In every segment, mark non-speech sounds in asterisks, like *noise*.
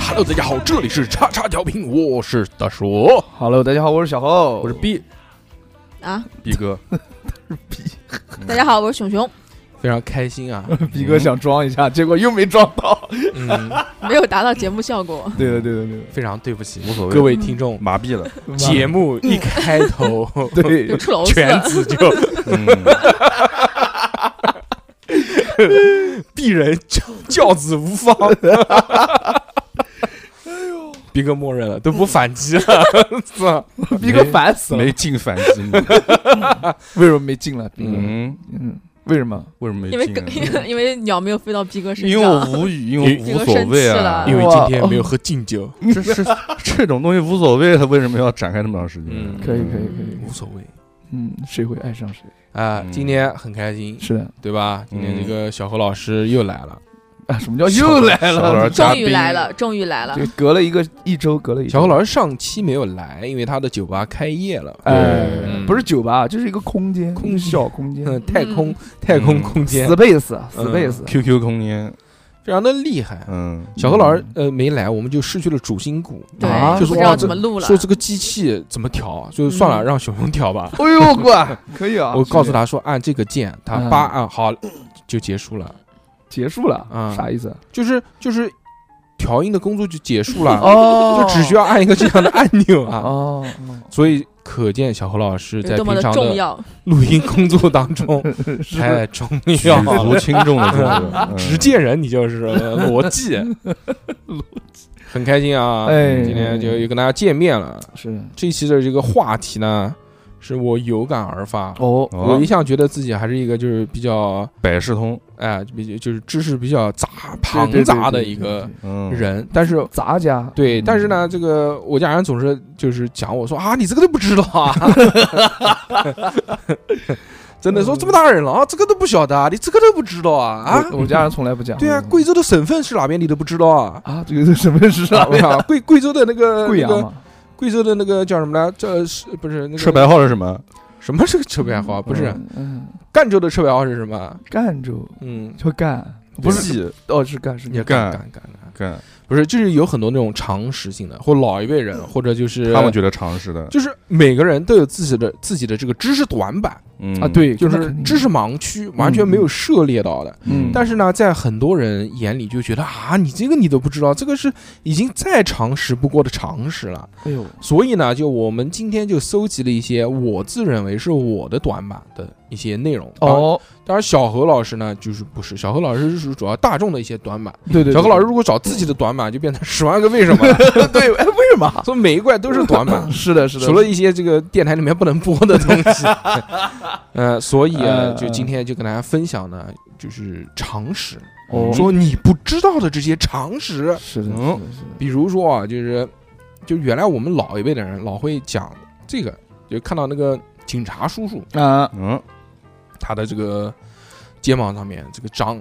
Hello，大家好，这里是叉叉调频，我是大叔， Hello，大家好，我是小侯，，我是 B 啊！ B 哥，大家好，我是熊熊，非常开心 *laughs* 啊逼哥想装一下，结果又没装到。，嗯，没有达到节目效果对的，对的，对非常对不起嗯无所谓，各位听众，麻痹了。的，节目一开头 *laughs* 就对，出篓子全了。子就嗯，鄙人教教子无 *laughs* 方。逼哎哥默认了，都不反击了，操！逼哥烦死了没。进反击你。为什么没进来？逼哥，嗯，嗯，为什么？为什么没因为进跟啊？因为因 *laughs* 为鸟没有飞到逼哥身因为我上，无语，因为因无所谓啊。*laughs* 因因为为哇今天没有喝敬酒，这是这种东西无所谓，他为什么要展开那么长时间？嗯可以，可以，可以。无所谓嗯，谁会爱上谁？啊。嗯今天很开心，是的对吧？今天嗯这个小何老师又来了，啊，什么叫又来小了老？终于来了，终于来了就。隔了一个一周，隔了一周。小何老师上期没有来，因为他的酒吧开业了，哎嗯，不是酒吧，就是一个空间，空间小空间嗯，太空嗯太空嗯空间嗯，space，space。 QQ 空间，非常的厉害。嗯，小何老师呃没来，我们就失去了主心骨，对啊，就不说知哇道这怎么录了说。这个机器怎么调，啊就算了，嗯让熊熊调吧。哎呦，乖，可以啊。我告诉他说按这个键，他嗯八按好就结束了，结束了啊，啥意思？就是就是调音的工作就结束了，哦就只需要按一个这样的按钮啊。哦，所以可见小何老师有在多么平的常重的要！录音工作当中 *laughs* 是不是太重举要了足，轻重的嗯这个嗯执，剑人，你 *laughs* 就是呃逻辑，很开心啊！哎今天就又跟大家见面了。是的这一期的这个话题呢，是我有感而发。哦嗯我哦一，向觉得自己还是一个就是比较百事通，哎，比较就是知识比较杂庞对对对杂的对一对个对嗯，人，但是。杂家，对，嗯但是，呢，这个我家人总是就是讲我说啊，你这个都不知道 *laughs* 啊， *laughs* 真的说这么大人了啊，这个都不晓得啊，你这个都不知道啊啊！我我家人从来不讲。嗯对啊，贵州的省份是哪边你都不知道啊？啊，这个是什么是啥？我靠，贵贵州的那个贵那阳个嘛，贵州的那个叫什么来？这是不是那个车牌号是什么？什么是个车牌号？不是嗯，嗯，赣州的车牌号是什么？啊赣州嗯，叫赣，不是记哦，是赣是也赣，干干干干干，干，不是，就是有很多那种常识性的，或老一辈人，或者就是他们觉得常识的，就是每个人都有自己的自己的这个知识短板，嗯啊，，对，就那是肯定知识，盲区，完全没有涉猎到的。嗯但是呢，在很多人眼里就觉得啊，你这个你都不知道，这个是已经再常识不过的常识了。哎呦，所以呢，就我们今天就搜集了一些我自认为是我的短板的一些内容。当然，哦，当然小何老师呢，就是不是小何老师是属于主要大众的一些短板。对对，小何老师如果找自己的短板，就 *laughs* 变成十万个为什么 *laughs* 了。对，对，哎，为什么？，所以每一块都是短板是的，是的，除了一些这个电台里面不能播的东 *laughs* 西。呃，所以啊，嗯就今天就跟大家分享呢，就是常识，哦，说你不知道的这些常识。是的，是的是嗯的，比如说啊，就是就原来我们老一辈的人老会讲这个，就看到那个警察叔叔啊，嗯，他的这个肩膀上面这个章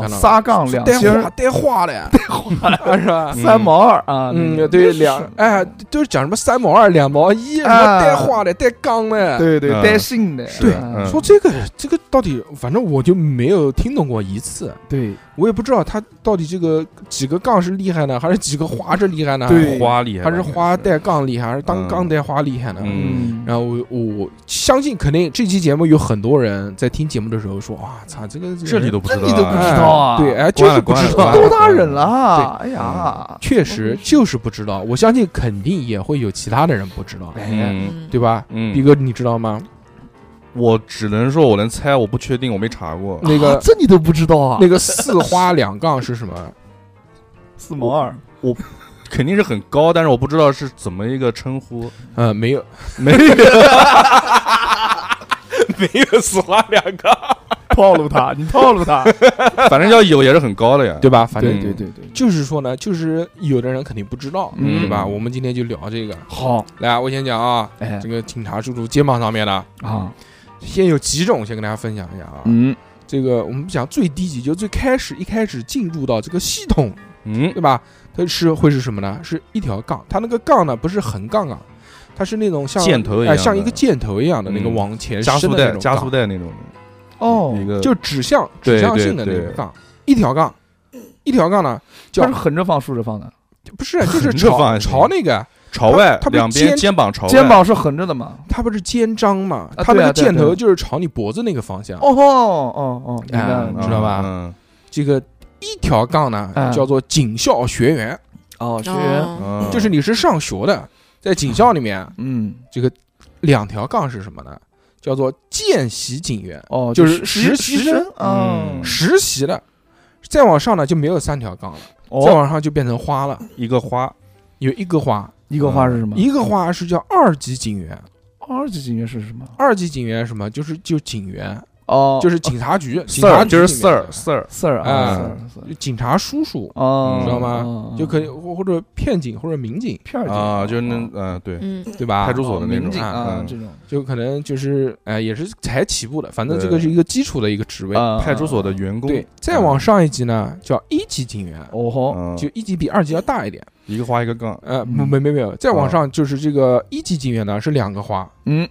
看哦，到了仨杠两带星画儿带画 *laughs* 的，带画的是吧？三毛二啊，那嗯，个对，两哎，都是讲什么三毛二、两毛一，什么啊带画的、带杠的，对对，嗯带姓的，是啊嗯说这个这个到底，反正我就没有听懂过一次，对，我也不知道他到底这个几个杠是厉害呢，还是几个花是厉害呢？对花厉害，还是花带杠厉害，还是当嗯杠带花厉害呢？嗯然后我我我相信，肯定这期节目有很多人在听节目的时候说：“哇操，这个这里都不知道啊，这里都不知道哎啊对，哎，就关是了不关知了道关，多大人了，哎呀，确实就是不知道。我相信肯定也会有其他的人不知道，哎，嗯嗯，对吧？嗯，逼哥，你知道吗？我只能说我能猜，我不确定，我没查 *laughs* 过。那个啊这你都不知道啊？那个四花两杠是什么？四毛二，肯定是很高，但是我不知道是怎么一个称呼。呃，没 *laughs* 有，没有，没有四花两杠，套路他，你套路他。 *laughs* 反正要有也是很高的呀。对吧？反正 *laughs* 对对嗯对对，就是说呢，就是有的人肯定不知道，嗯对吧？我们今天就聊这个。好，来啊，我先讲啊，哎这个警察叔叔肩膀上面的，啊，先有几种，先跟大家分享一下啊。嗯，这个我们讲最低级，就最开始一开始进入到这个系统，嗯对吧？它是会是什么呢？是一条杠，它那个杠呢不是横杠啊，它是那种像箭头一哎样的像一个箭头一样的那个嗯往前加伸速的那带，种加杠速带那种哦，一个就指向指对向对性的那对个杠，一条杠，一条杠呢它叫是横着放、竖着放的，不是，就是 *laughs* 横着放朝还行朝那个，朝外他不是两边肩肩膀朝外，肩膀是横着的嘛？它不是肩章嘛，啊它对那啊个对啊箭对啊头就是朝你脖子那个方向。哦哦哦哦，明白了哎明嗯，白了知道吧嗯，这个第一条杠呢啊嗯叫做警校学员，哦，学员，哦嗯就是你是上学的，在警校里面，嗯，这个两条杠是什么呢？叫做见习警员，哦，就是实实习生生哦嗯实习的。再往上呢就没有三条杠了，再哦，往上就变成花了，一个花，嗯有一个花，一个花是什么？一个花是叫二级警员。二级警员是什么？二级警员是什么？就是就警员，哦，就是警察局，警 sir 察局就是里面嗯的 sir sir， sir 哎啊，sir，sir，警察叔叔哦，你知道吗哦嗯就可以，或或者片警或者民警，片儿啊，就是那种哦嗯对，嗯，对吧？派出所的那民种警啊嗯这种就可能就是呃，也是才起步的，反正这个是一个基础的一个职位。啊派出所的员工，对，再往上一级呢，叫一级警员，嗯哦吼，嗯，就一级比二级要大一点。一个花一个杠，呃，嗯没没没没有，再往上就是这个一级警员呢是两个花，嗯，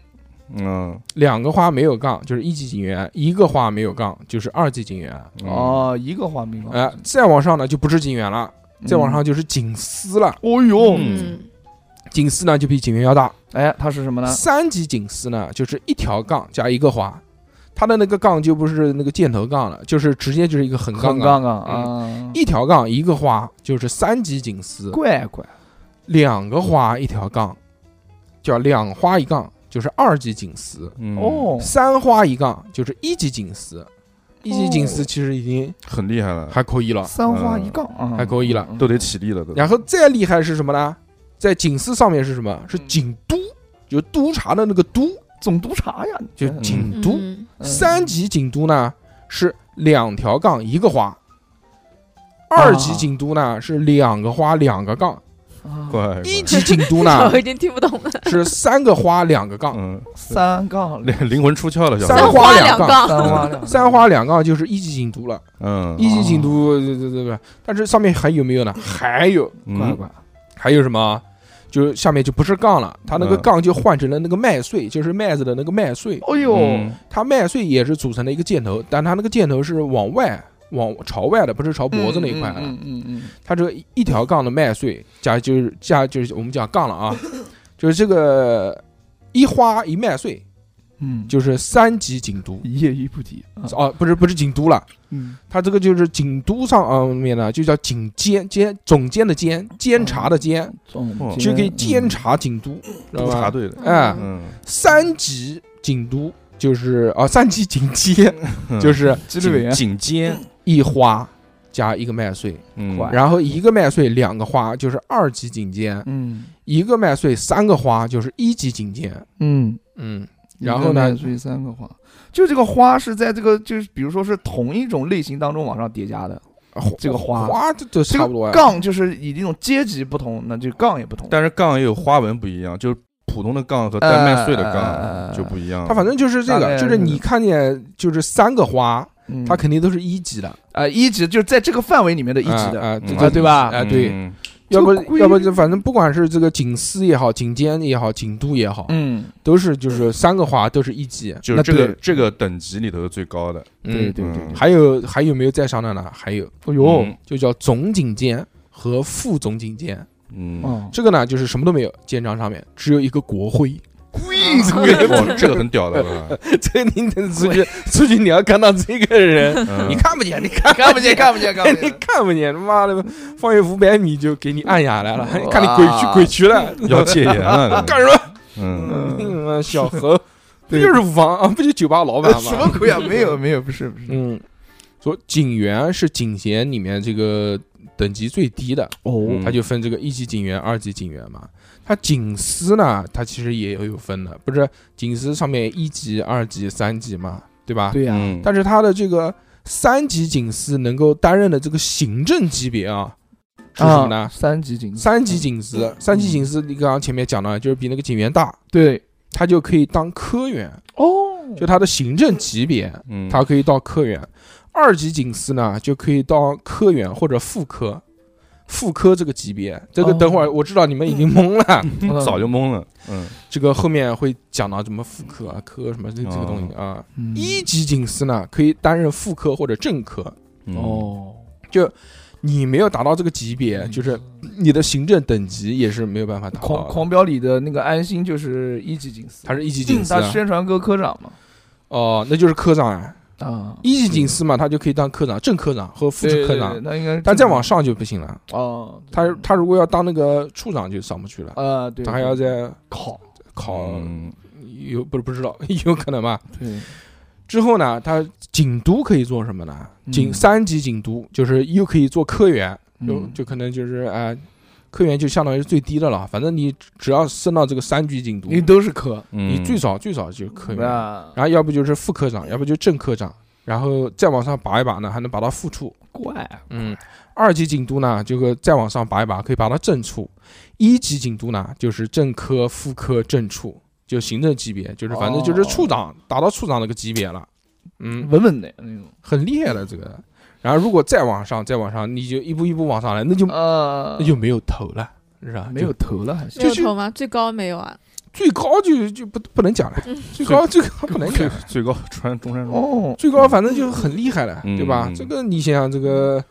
嗯两个花没有杠就是一级警员，一个花没有杠就是二级警员。嗯哦，一个花名花哎，再往上呢就不是警员了，嗯再往上就是警司了。哦呦，嗯嗯，警司呢就比警员要大。哎，它是什么呢？三级警司呢就是一条杠加一个花，它的那个杠就不是那个箭头杠了，就是直接就是一个横杠很杠。杠杠啊，一条杠一个花就是三级警司，怪怪两个花一条杠，叫两花一杠，就是二级警司；嗯，哦，三花一杠就是一级警司。一级警哦司其实已经很厉害了，还可以了，三花一杠啊，还可以了嗯都得起立了，都然后再厉害是什么呢？在警司上面是什么？嗯是警督，就督察的那个督，总督察呀，就嗯警督。嗯嗯三级警督呢是两条杠一个花，二级警督呢是两个花两个 *laughs* 杠，啊怪怪一级警 *laughs* 督 *laughs* 呢我已经听不懂了。是三个花两个杠，嗯，三杠两灵灵魂出窍了，小三伙花子花两杠 *laughs* 杠，三花 *laughs* 两三花两杠就是一级警督了。哦嗯一级警督，对对对对。但是上面还有没有嗯呢？还有，怪嗯怪还有什么？就是下面就不是杠了，它那个嗯杠就换成了那个麦穗，就是麦子的那个麦穗。哎呦，嗯它麦穗也是组成的一个箭头，但它那个箭头是往外、往朝外的，不是朝脖子那一块啊的。嗯嗯嗯，它这个一条杠的麦穗加就是加就是我们讲杠了 *laughs* 啊，就是这个一花一麦穗嗯，就是三级警督一夜一不提，哦，不是不是警督了，嗯，它这个就是警督上呃面呢就叫警监监总监的监监察的监，总嗯就可以监察警督，知道督察吧？队的，哎嗯，三级警督就是啊三级警监嗯就是纪律委员，颈肩，一花加一个麦穗，嗯快然后一个麦穗两个花就是二级警监，嗯一个麦穗三个花就是一级警监。嗯，嗯，然后呢所以三个花。就这个花是在这个，就是比如说是同一种类型当中往上叠加的，这个花花这就这差不多个呀。杠就是以这种阶级不同，那就杠也不同。但是杠也有花纹不一样，就是普通的杠和带麦穗的杠就不一样。它反正就是这大个，概就是是你看见就是三个花，嗯它肯定都是一级的，啊，一级就是在这个范围里面的一级的，啊，嗯啊对吧？哎啊，对，嗯要不这个规要不就反正不管是这个警司也好，警监也好，警督也好，嗯，都是就是三个花都是一级。就是那这个对这个等级里头的最高的。嗯，对 *laughs* 对嗯还有还有没有再上的呢？还有，哎呦，嗯就叫总警监和副总警监。嗯，哦，这个呢，就是什么都没有，肩章上面只有一个国徽。 *laughs* 哇，这个很屌的了。这个你得出去 *laughs* 出去，你要看到这个人， *laughs* 嗯你看不见，你看 *laughs* 看不见，看不见，看 *laughs* 不你见，看不见，他妈的，方圆五百米就给你按下来了，哇看你鬼去鬼去了，要戒严了，干什么？嗯，嗯，嗯， *laughs* 小 *laughs* 何，不对就是五房啊？不就酒吧老板吗？ *laughs* 什么鬼啊？没有，没有，不是，不是，嗯，说警员是警衔里面这个等级最低的，嗯哦他就分这个一级警员、二级警员嘛。他警司呢，他其实也有分的，不是警司上面一级、二级、三级嘛，对吧？对呀，嗯，但是他的这个三级警司能够担任的这个行政级别啊，是什么呢啊？三级警，三级警嗯司，三级警司，你刚刚前面讲了，就是比那个警员大，对，他就可以当科员，哦，就他的行政级别，嗯他可以到科员。二级警司呢，就可以到科员或者副科，副科这个级别。这个哦嗯等会儿我知道你们已经懵了，早就懵了，嗯，这个后面会讲到什么副科啊、科什么这这个东西啊。嗯一级警司呢，可以担任副科或者正科。嗯，哦，你没有达到这个级嗯别，就是你的行政等级也是没有办法达到狂的。狂飙里的那个安心就是一级警司，他是一级警司嗯他啊，宣传科科长嘛，哦，那就是科长啊，啊，一级警司嘛，他就可以当科长、正科长和副对科对长，对那应该是但再往上就不行了。哦，他他如果要当那个处长就上不去了，呃，对，他还要对再考，考，嗯有不是 *laughs* 不知道，有可能吧。对，之后呢，他警督可以做什么呢？警嗯三级警督就是又可以做科员，就嗯就可能就是啊、呃科员就相当于最低的了。反正你只要升到这个三级警督，你都是科，嗯，你最少最少就是科员，然啊，后要不就是副科长，要不就正科长，然后再往上拔一拔呢，还能拔到副处。怪，嗯，二级警督呢，这个再往上拔一拔，可以拔到正处；一级警督呢，就是正科、副科、正处，就行政级别，就是反正就是处长，哦达到处长那个级别了。嗯，稳啊稳的那种，很厉害了这个。然后如果再往上，再往上，你就一步一步往上来，那就、呃那，嗯就没有头了，是吧？没就有头了，还是没有就是头吗？最高没有啊？最高就就不不能讲了，嗯最高最高不能 *laughs* 最讲， *laughs* 最高穿中山装，哦，最高反正就很厉害了，嗯对吧？嗯这个你想想这个，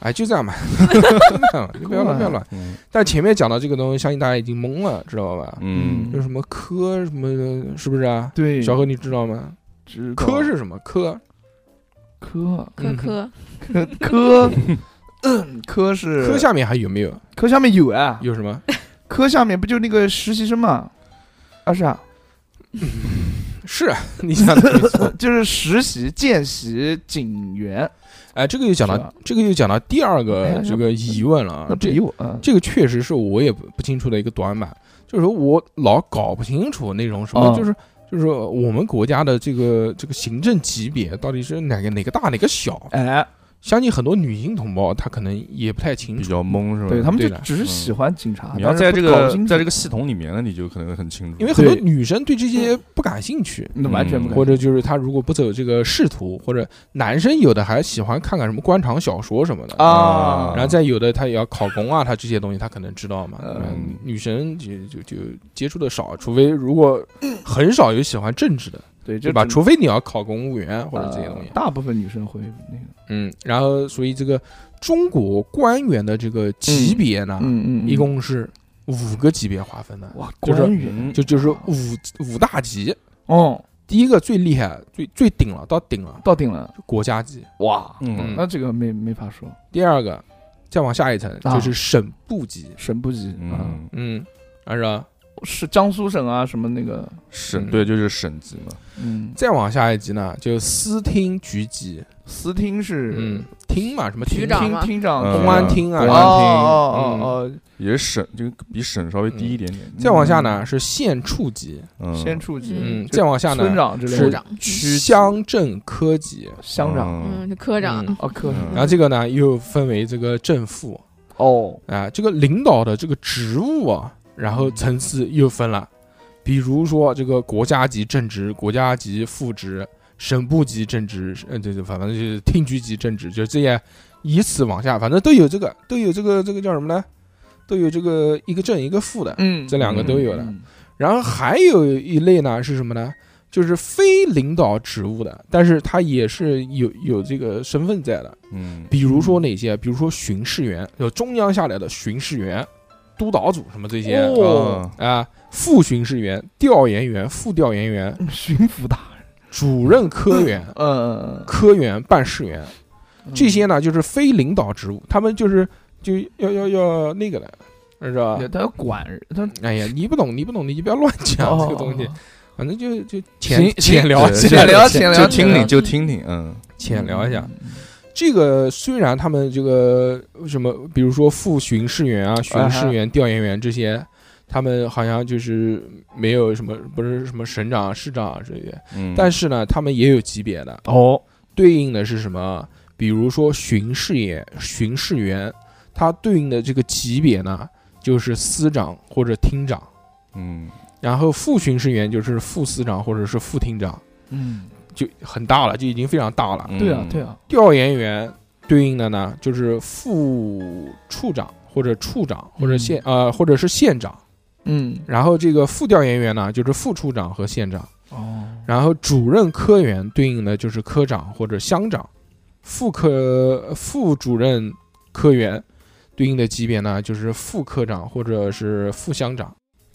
哎，就这样吧， *laughs* 就这样吧，你不要乱不要乱。嗯但前面讲到这个东西，相信大家已经懵了，知道吧？嗯有什么科什么，是不是啊？对，小何，你知道吗？知道科是什么？科科科科，科 *laughs* 科，嗯，科是科下面还有没有？科下面有啊，有什么？科下面不就那个实习生嘛？啊是啊，是啊你 *laughs* 想的没错。就是实习、见习、警员，哎，这个又讲是到啊这个又讲到第二哎个那这个疑问了啊，那不这有啊？这个确实是我也不不清楚的一个短板，就是我老搞不清楚那种什么，嗯就是。就是说我们国家的这个这个行政级别到底是哪个哪个大哪个小？哎，相信很多女性同胞她可能也不太清比楚。较懵是吧？对他们就对的只是喜欢警察，你要但是在这不搞个不清楚在这个系统里面呢，你就可能很清楚，因为很多对女生对这些不感兴趣，那完全不嗯敢或者就是她如果不走这个仕途，或者男生有的还喜欢看看什么官场小说什么的，啊然后再有的他也要考公啊，他这些东西他可能知道嘛。嗯女生就就就接触的少，除非如果很少有喜欢政治的，对，就对吧？只除非你要考公务员或者呃这些东西。大部分女生会那个，嗯，然后所以这个中国官员的这个级别呢，嗯一共是五个级别划分的，哇，就是官嗯员就就是五五大级。哦，第一个最厉害、最最顶了，到顶了，到顶了，就国家级。哇，嗯那这个没没法说，第二个，再往下一层啊就是省部级，省部级啊，嗯嗯，按照是江苏省啊，什么那个，省嗯对就是省级嘛，嗯，再往下一级呢，就司厅局级，司厅是嗯，厅嘛，什么局厅长厅吗厅长，嗯公安厅啊公哦安厅哦哦也是省就比省稍微低一点点，再往下呢是县处级，嗯哦，县处级，嗯，就再往下村呢长之类是的，区乡镇科级，乡长，嗯，就科长嗯，哦，科嗯然后这个呢又分为这个正副哦，啊，这个领导的这个职务啊，然后层次又分了，比如说这个国家级正职、国家级副职、省部级正职，嗯，对对，反正就是厅局级正职，就这些，以此往下，反正都有这个，都有这个这个叫什么呢？都有这个一个正一个副的，嗯，这两个都有的。嗯然后还有一类呢是什么呢？就是非领导职务的，但是他也是有有这个身份在的。嗯比如说哪些？比如说巡视员，有中央下来的巡视员、督导组什么这些啊、哦副巡视员、调研员、副调研员、嗯巡抚大人，主任科员、呃，科员、办事员，嗯嗯这些呢就是非领导职务，他们就是就要要要那个的，是吧？对他要管人，他哎呀，你不懂，你不懂，你就不要乱讲这个东西哦。反反正就就行浅浅聊对一下浅，聊就浅聊浅就听聊听就听听，嗯浅聊一下。这个虽然他们这个什么，比如说副巡视员啊、巡视员、调研员这些，他们好像就是没有什么，不是什么省长、市长啊这些，嗯，但是呢，他们也有级别的，哦，对应的是什么？比如说巡视员、巡视员，他对应的这个级别呢，就是司长或者厅长，嗯然后副巡视员就是副司长或者是副厅长，嗯，就很大了，就已经非常大了。对啊对啊，啊，调研员对应的呢，就是副处长或者处长或者县、呃或者是县长，嗯，然后这个副调研员呢就是副处长和县长，哦，然后主任科员对应的就是科长或者乡长，副科副主任科员对应的级别呢就是副科长或者是副乡长，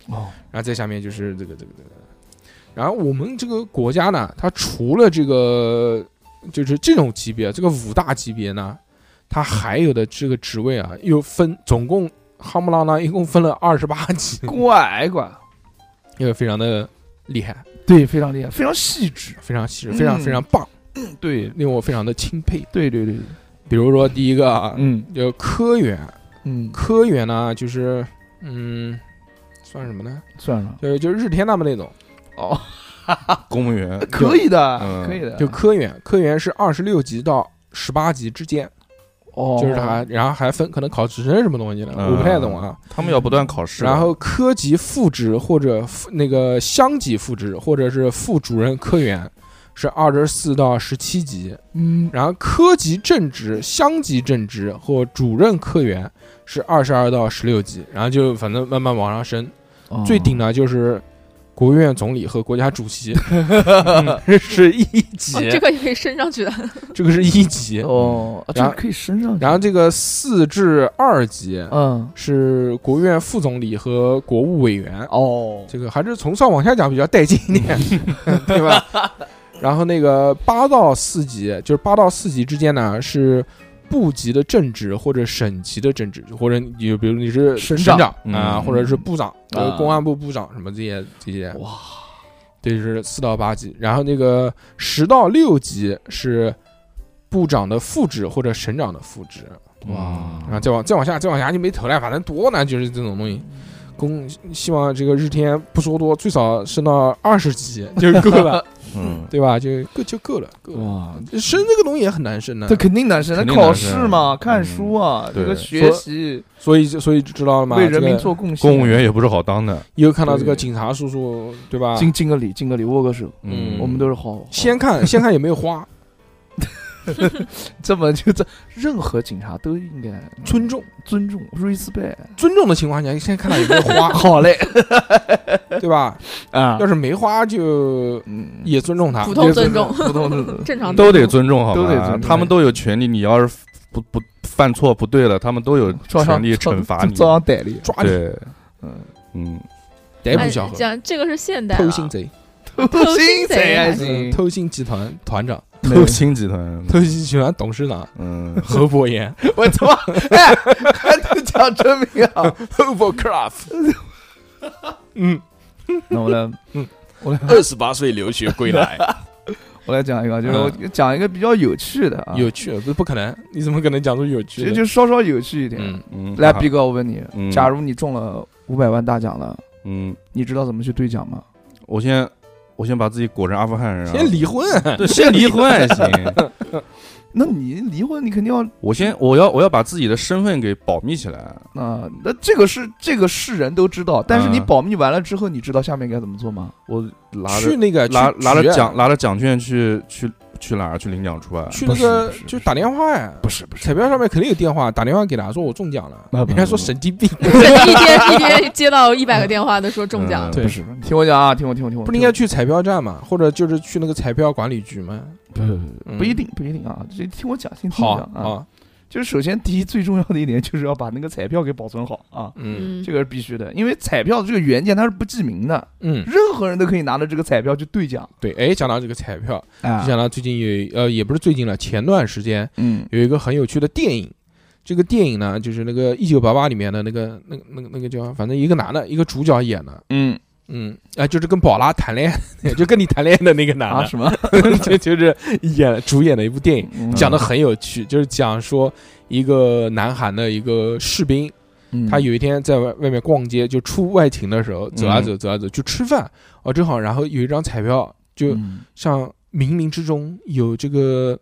哦，然后再下面就是这个这个这个。然后我们这个国家呢，它除了这个就是这种级别，这个五大级别呢，它还有的这个职位啊，又分总共夯不啷当 *laughs* 一共分了二十八级，乖乖，因为非常的厉害，对，非常厉害，非常细致，非常细致，非常嗯非常棒，对，令我非常的钦佩。对对对，比如说第一个啊，嗯就科员，嗯，科员呢就是嗯，算什么呢？算了，就就日天他们那种，哦，公务员可以的，嗯可以的，就科员，科员是二十六级到十八级之间。哦，就是他，然后还分可能考职称什么东西的，嗯我不太懂啊。他们要不断考试啊的，然后科级副职或者副那个乡级副职或者是副主任科员是二十四到十七级，嗯，然后科级正职、乡级正职或主任科员是二十二到十六级，然后就反正慢慢往上升，哦最顶的就是国务院总理和国家主席，嗯是一 *laughs* 哦级这，个也可以升上去的。这个是一级。哦，啊这然个后可以升上去，然后这个四至二级，嗯，是国务院副总理和国务委员，哦，这个还是从上往下讲比较带劲一点，对吧？然后那个八到四级，就是八到四级之间呢是部级的正职或者省级的正职，或者你比如你是省长长啊，嗯或者是部长，啊呃公安部部长什么这些这些，哇，这就是四到八级。然后那个十到六级是部长的副职或者省长的副职，嗯哇啊，再往再往下再往下就没头了，反正多呢，就是这种东西。公希望这个日天不说多，最少升到二十级就够了，嗯，对吧？就够就够了，够了。 *laughs* 哇，升这个东西也很难升的这，肯定难升，那肯定考难升试嘛，看嗯书啊，这对个学说习，所以就所以就知道了吗？为人这民个做贡献，公务员也不是好当的，又看到这个对警察叔叔，对吧？敬敬个礼，敬个礼，握个手，嗯我们都是好，好先看先看有没有花，这么就这，任何警察都应该尊重尊重，respect。尊重的情况下，先看到有没有花，好嘞，对吧？ *laughs* 啊要，是没花就嗯，也尊重他普，通尊重，普通的 *laughs* 正常都得尊重好都得尊吧？重他们都有权利，你要是不不犯错不对了，他们都有照权样利惩罚你。照样逮你，抓你对，嗯，嗯，逮捕哎小何，讲这个是现代偷啊了心贼，偷心心贼贼还还行，嗯偷心集团团长，偷心集团，偷心集团董事长 *laughs* 嗯，何伯言。我操！哎，还能讲真名啊？ Hovercraft，嗯， *laughs* 那我来，二十八岁留学归来，我来讲一个，就是我讲一个比较有趣的啊， *laughs* 有趣不不可能，你怎么可能讲出有其趣实的？就稍稍有趣一点。嗯，嗯来，逼哥，我问你，嗯假如你中了五百万大奖了，嗯，你知道怎么去兑奖吗？我先我先把自己裹成阿富汗人啊，先离婚，对，先离婚还行。那你离婚，你肯定要我先我要我要把自己的身份给保密起来，啊，那这个是这个是人都知道，但是你嗯保密完了之后，你知道下面该怎么做吗？我拿去着那个拿去拿局着啊奖拿着奖券去去去哪儿去领奖出啊来？去不那是个不是就不是打电话呀，不是不彩票上面肯定有电话，打电话给他说我中奖了，啊不人家不说不神经病，一天一天接到一百个电话都说中奖嗯了，对不是，听我讲啊，听我听我听我，不是应该去彩票站嘛，或者就是去那个彩票管理局嘛，不嗯不一定不一定啊，这听我讲，先听好我讲啊。啊，就是首先第一最重要的一点就是要把那个彩票给保存好啊，嗯嗯这，个是必须的，因为彩票这个原件它是不记名的，嗯，任何人都可以拿着这个彩票去兑奖对，哎，讲到这个彩票，啊就讲到最近有呃也不是最近了，前段时间嗯有一个很有趣的电影，这个电影呢，就是那个《一九八八》里面的那个、那个、那个、那个叫，反正一个男的，一个主角演的，嗯嗯，啊、就是跟宝拉谈恋爱， *laughs* 就跟你谈恋爱的那个男啊的，什么就就是演主演的一部电影，嗯 *laughs* 讲的很有趣，就是讲说一个南韩的一个士兵，嗯他有一天在外外面逛街，就出外勤的时候，走啊嗯走，走啊走，去吃饭，哦，正好然后有一张彩票，就嗯像冥冥之中有这个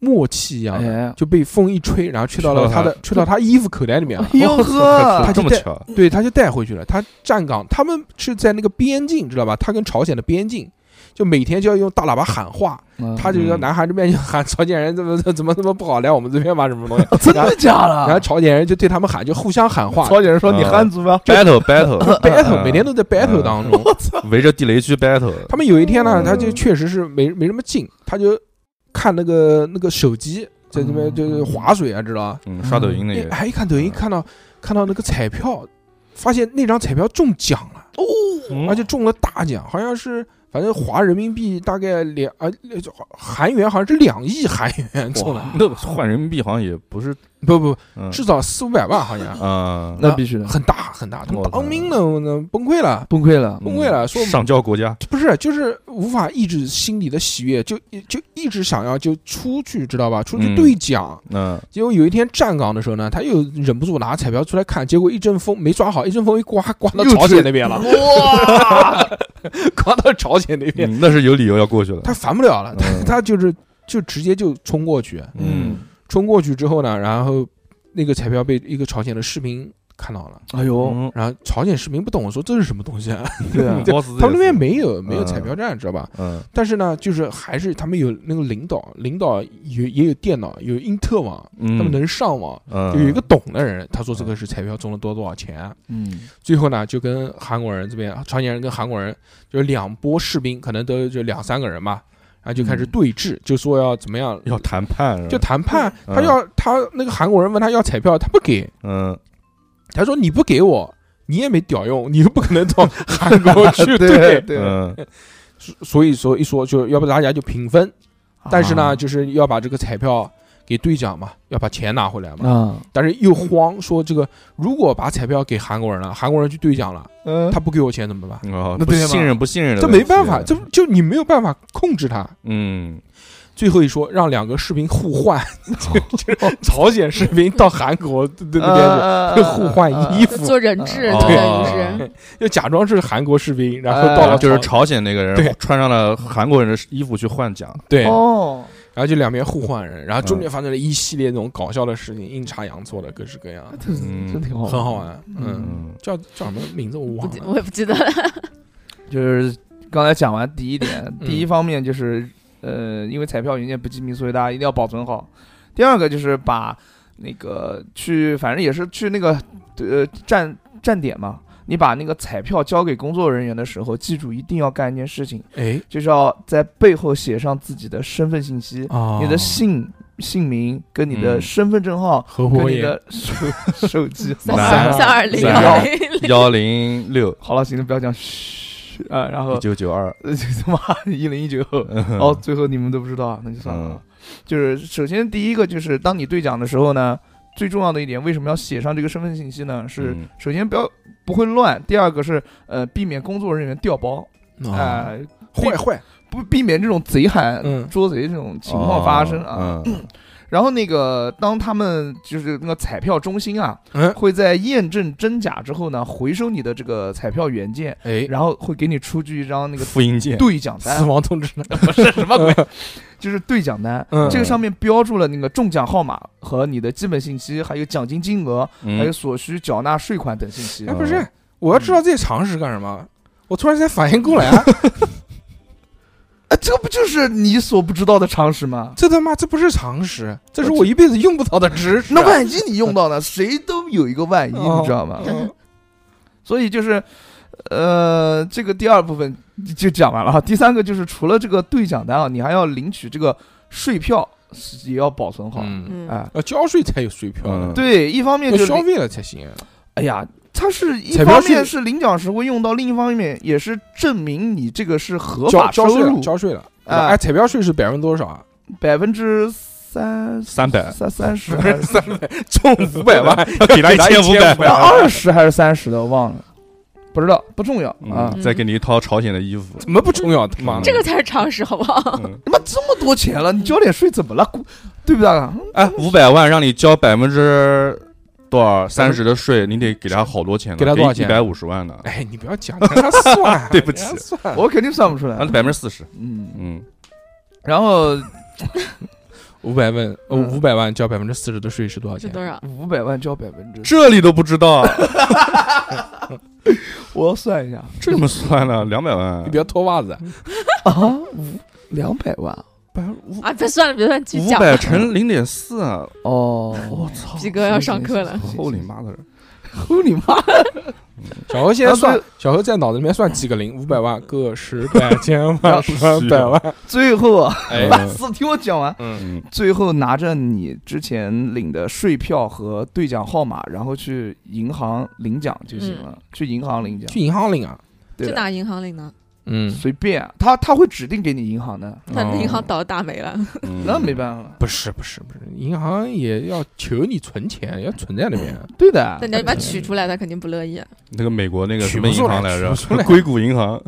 默契一样的。哎就被风一吹，然后去到了他的，去到他衣服口袋里面了。哎呦呵 *laughs* *laughs* 他这就么带巧，对，他就带回去了。他站岗，他们是在那个边境，知道吧？他跟朝鲜的边境，就每天就要用大喇叭喊话。嗯他就说嗯南韩这边就喊 *laughs* 朝鲜人怎么怎么怎么不好，来我们这边吧，什么东西。哦真然后的假的？然后朝鲜人就对他们呃喊，就互相喊话朝鲜人说你汉族吗？ battle battle *laughs* ，battle，每天都在 battle 当中。嗯围着地雷区 battle。他们有一天呢，嗯他就确实是没没什么劲，他就看那个那个手机。在那边就是划水啊，知道吧？嗯，刷抖音的哎也还一看嗯抖音，看到看到那个彩票，发现那张彩票中奖了，嗯而且中了大奖，好像是反正划人民币大概两啊呃韩元好像是两亿韩元中了，那换人民币好像也不是，不不，嗯至少四五百万好像，啊，那必须的， *laughs* 很大很大，他们我操当兵的我呢崩溃了。崩溃了。崩溃了说嗯上交国家，不是，就是无法抑制心里的喜悦，就就一直想要就出去，知道吧？出去嗯兑奖。 *laughs* 嗯，结果有一天站岗的时候呢，他又忍不住拿彩票出来看，结果一阵风没抓好，一阵风一刮，刮到又朝鲜是那边了，哇， *laughs* 刮到朝鲜那边，嗯那是有理由要过去了。他烦不了了，他嗯他就是就直接就冲过去，嗯，冲过去之后呢，然后那个彩票被一个朝鲜的士兵看到了，哎呦，嗯，然后朝鲜士兵不懂，我说这是什么东西 *laughs* 啊？对啊，包子他们那边也是，没有没有嗯彩票站，知道吧？嗯但是呢，就是还是他们有那个领导，领导有也有电脑，有因特网，嗯，他们能上网。嗯就有一个懂的人，他说这个是彩票中了多多少钱。 *laughs* 嗯，最后呢，就跟韩国人这边朝鲜人跟韩国人就是两波士兵，可能都就两三个人吧，然后就开始对峙，就说要怎么样，嗯要谈判是吧，就谈判。嗯他要他那个韩国人问他要彩票，他不给，嗯，他说你不给我，你也没屌用， *laughs* 你又不可能到韩国 *laughs* 去对对。对，嗯所所以说一说就要不大家就平分，但是呢，啊就是要把这个彩票给兑奖嘛，要把钱拿回来嘛。啊，但是又慌，说这个如果把彩票给韩国人了，韩国人去兑奖了，嗯他不给我钱怎么办？哦，那不对嘛信任不信任的这问没题办法，这就你没有办法控制他。嗯，最后一说，让两个士兵互换， *laughs* 就就是朝鲜士兵到韩国那边边嗯去互换衣就服，做人质啊哦等于是。就假装是韩国士兵，然后到了啊呃嗯就是朝鲜那个对人穿上了韩国人的衣服去换奖，对，然哦，后就两边互换人，然后中间发生了一系列那种搞笑的事情，阴差阳错的各式各样，嗯真挺好，很好，玩，嗯。嗯叫叫什么名字我不忘记了，我也不记得，就是刚才讲完第一点，第一方面就是呃，因为彩票元件不记密，所以大家一定要保存好。第二个就是把那个去，反正也是去那个呃站站点嘛。你把那个彩票交给工作人员的时候，记住一定要干一件事情，哎，就是要在背后写上自己的身份信息，啊哦你的姓、姓名跟你的嗯身份证号、合跟伙你也的手手机三号。男三二零三幺零嗯幺零六好了，行了，不要讲嘘啊，然后一九九二， *laughs* 呃，就他妈一零一九后，然后最后你们都不知道，那就算了。嗯就是首先第一个就是当你兑奖的时候呢，最重要的一点，为什么要写上这个身份信息呢？是嗯首先不要不会乱，第二个是呃避免工作人员调包，啊，哎、坏坏，不避免这种贼喊、嗯捉贼这 *laughs* 种情况发生啊。哦嗯然后那个当他们就是那个彩票中心啊，嗯，会在验证真假之后呢，回收你的这个彩票原件，哎，然后会给你出具一张那个复印件，兑奖单死。亡通知呢？什么鬼？就是兑奖单，嗯这个上面标注了那个中奖号码和你的基本信息，还有奖金金额，嗯还有所需缴纳税款等信息哎， *laughs* 嗯。不是，我要知道这些常识干什么？我突然间反应过来， *laughs* 啊，哎，这不就是你所不知道的常识吗？这他妈这不是常识，这是我一辈子用不到的知识。那万一你用到呢？谁都有一个万一，哦 *laughs* *laughs* 你知道吗？嗯所以就是，呃，这个第二部分就讲完了哈。第三个就是除了这个兑奖单啊，你还要领取这个税票，也要保存好。嗯，嗯，哎，要交税才有税票嗯呢，对，一方面要就是消费了才行。啊哎呀，它是一彩票方是面是领奖时会用到，另一方面也是证明你这个是合交法交收税了，入，交税了。啊哎，彩票税是百分之多少啊？百分之三三 *laughs* 百三三十不是三百，中五百万，给他给他五1500啊二十还是三十的，我忘了，不知道不重要啊。嗯，再给你一套朝鲜的衣服，怎么不重要？他妈的这个才是常识，好不好？嗯他妈这么多钱了，你交点税怎么了？股对不对啊？哎，五百万让你交百分之多少三十的税，你得给他好多钱呢，给他多少钱一百五十万呢？哎，你不要讲，让他 *laughs* 算，对不起让他算我肯定算不出哎啊，来。百分之四十，嗯，嗯， *laughs* 然后五百万，呃，嗯五百万交百分之四十的税是多少是钱？多少？五百万交百分之，这里都不知道，啊我要算一下这怎么算呢？两百万你不，要脱袜子，啊啊，五两百万百分之五啊，别算了，别乱去五讲百了。乘零点四啊！哦，我操，皮哥要上课了行行行行后你妈的！抠你妈！小何现在啊算对，小何在脑子里面算几个零？五百万、个十、百、千、万、十万、百万。最后啊，哎，死听我讲完，嗯，嗯，最后拿着你之前领的税票和兑奖号码，然后去银行领奖就行了，去银行领奖，去银行领啊。对去的，哪银行领呢？嗯，随便啊，他他会指定给你银行的，他哦银行倒打没了，那嗯那没办法，不是不是不是，银行也要求你存钱，要存在那边。啊对的那，你要把它取出来，他肯定不乐意。那个美国那个取什不么银出来行来着取不出来？ *laughs* 硅谷银行。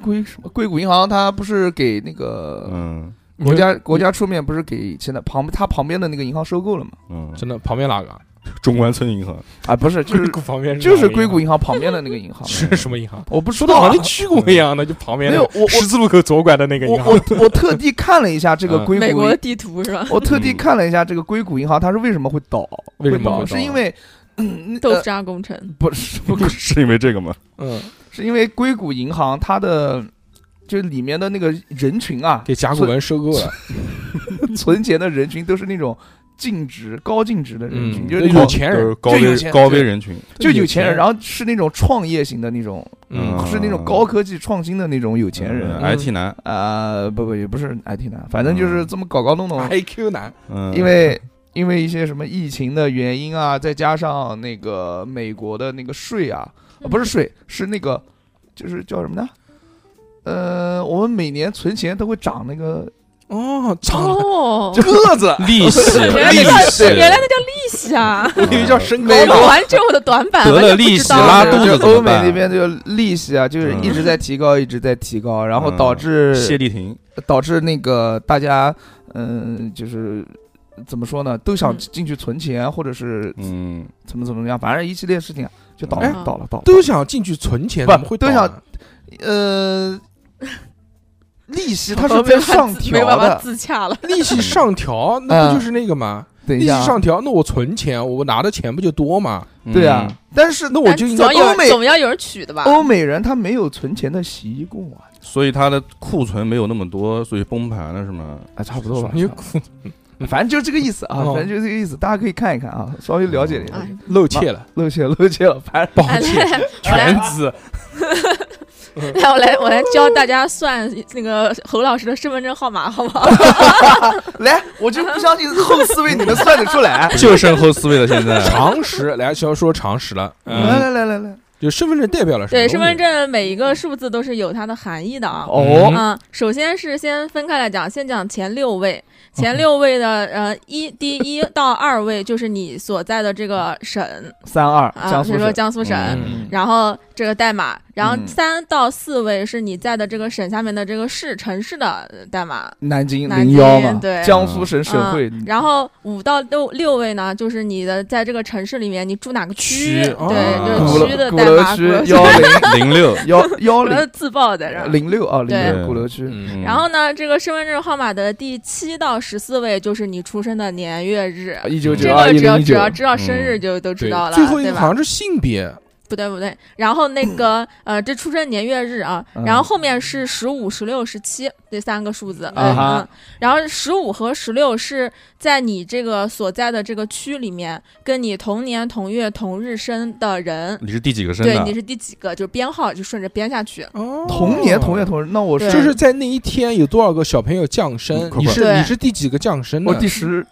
硅什么硅谷银行，它不是给那个嗯国家国家出面不是给现在旁它旁边的那个银行收购了吗？嗯，真的旁边哪个啊？中关村银行。啊，不 *laughs* 是，就硅是谷 *laughs* 旁边就是哪个硅银谷行，银行旁边的那个银 *laughs* 行是什么银行？我不知说道的好 *laughs* 啊。像去过一样的，就旁边没那有个我十字路口左拐的那个我银行。我我特地看了一下这个嗯硅美谷国的银，地图 *laughs* 是吧？我特地看了一下这个硅谷银行，它是为什么会倒？为什么会倒？倒啊是因为嗯，豆呃渣工程，不是不 *laughs* 是是因为这个吗？嗯，是因为硅谷银行它的就里面的那个人群 *laughs* 啊，给甲骨文收购 *laughs* 了，存钱的人群都是那种净值高净值的人群，嗯，就是那有种钱就人是，高就有危钱高危对人群。就有钱钱人，然后是那种创业型的那种，嗯嗯是那种高科技创新的那种有钱人嗯哎，IT 男。啊，不不也不是 IT 男，反正嗯就是这么搞搞弄弄， ，IQ 男，嗯，因为因为一些什么疫情的原因啊，再加上那个美国的那个税啊，啊嗯不是税，是那个就是叫什么呢？呃，我们每年存钱都会长那个 *laughs* 哦，长得 *laughs* 哦，个子，利 *laughs* 息原来利那息叫原来那叫利息啊！我以为叫身高我呢。玩这我的短板，得完了全不利知息道拉了肚就是子怎欧么美办那边这个利息啊，就是一直在提高，一直在提高，然后导致谢丽婷。导致那个大家，嗯，就是怎么说呢，都想嗯进去存钱，啊或者是嗯，怎么怎么样，反正一系列事情啊，就倒了哎，倒了，倒了，都想进去存钱，不怎么会都倒啊想呢呃，利息它我是没在有办法上自没调办法的，自洽了。利息上 *laughs* 调，那不嗯就是那个吗？等利一息下啊，上调，那我存钱，我拿的钱不就多吗？对啊，嗯但是那我就应总该要有欧美人总要有人取的吧？欧美人他没有存钱的习惯啊，嗯，所以它的库存没有那么多，所以崩盘了是吗？啊，差不多吧，你差不多反正就这个意思啊，哦反正就这个意思，大家可以看一看啊，稍微了解一下哎，露怯了，露怯露怯了，反正 *laughs* 抱 *laughs* 哎歉，来全资 *laughs* 来，我来我来教大家算那个侯老师的身份证号码，好不好？来，我就不相信后四位你能算得出来，就剩后四位了，现 *laughs* 在。常识，来，小说常识 *laughs* 了，嗯来嗯，来来来来，就身份证代表了什么？ *laughs* 对，身份，证每一个数字都是有它的含义的啊。哦嗯，首先是先分开来讲，先讲前六位，前六位的呃一第一到二位就是你所在的这个省三二啊，比如说江苏省，嗯然后这个代码，然后嗯三到四位是你在的这个省下面的这个市城市的呃代码，南京南零幺京嘛，对江苏省省会，嗯嗯然后五到六六位呢，就是你的在这个城市里面你住哪个区对，啊就鼓是楼区的鼓代楼码，区鼓幺零零六，幺幺楼零 *laughs* 自爆在这儿。零六啊，零对六鼓楼区，嗯，然后呢，这个身份证号码的第七到十四位就是你出生的年月日。一九这九二哎啊个一只要零一只九，嗯要知道生日就都知对道，了，最后一对个好吧？像是性别，不对不对，然后那个呃，这出生年月日啊，嗯然后后面是十五、十六、十七这三个数字，啊嗯哈嗯，然后十五和十六是在你这个所在的这个区里面，跟你同年同月同日生的人，你是第几个生对，你的？是第几个？就编号就顺着编下去，哦，同年同月。同日，那我对就是在那一天有多少个小朋友降生嗯？快你是快你是第几个降生我的？第十，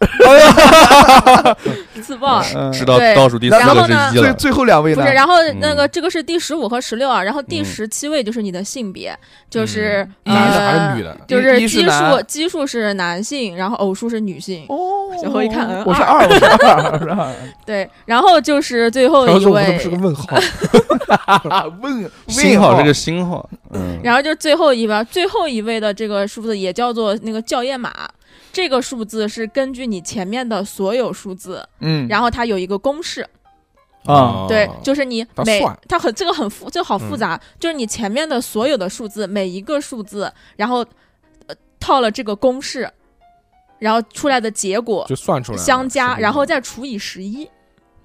自报。嗯知道对倒数第四然后个是呢一最了。最后两位不呢是，？然后那个嗯这个是第十五和十六啊，然后第嗯十七位就是你的性别，就是嗯男的还呃是女的？就一一是是奇数男奇数是男性，然后偶数是女性。哦小侯一看嗯我是二，我是二，我是 *laughs* 二对，然后就是最后然后一说我怎么位是，个问号？啊，问星问号这个星号，嗯，然后就是最后一位，最后一位的这个数字也叫做那个校验码。这个数字是根据你前面的所有数字，嗯，然后它有一个公式，啊 *laughs* 对，就是你哦它每算嗯它很这个很复这个好复杂，就是你前面的所有的数字，每一个数字，然后呃套了这个公式，然后出来的结果就算出来了相加，是然后再除以十一，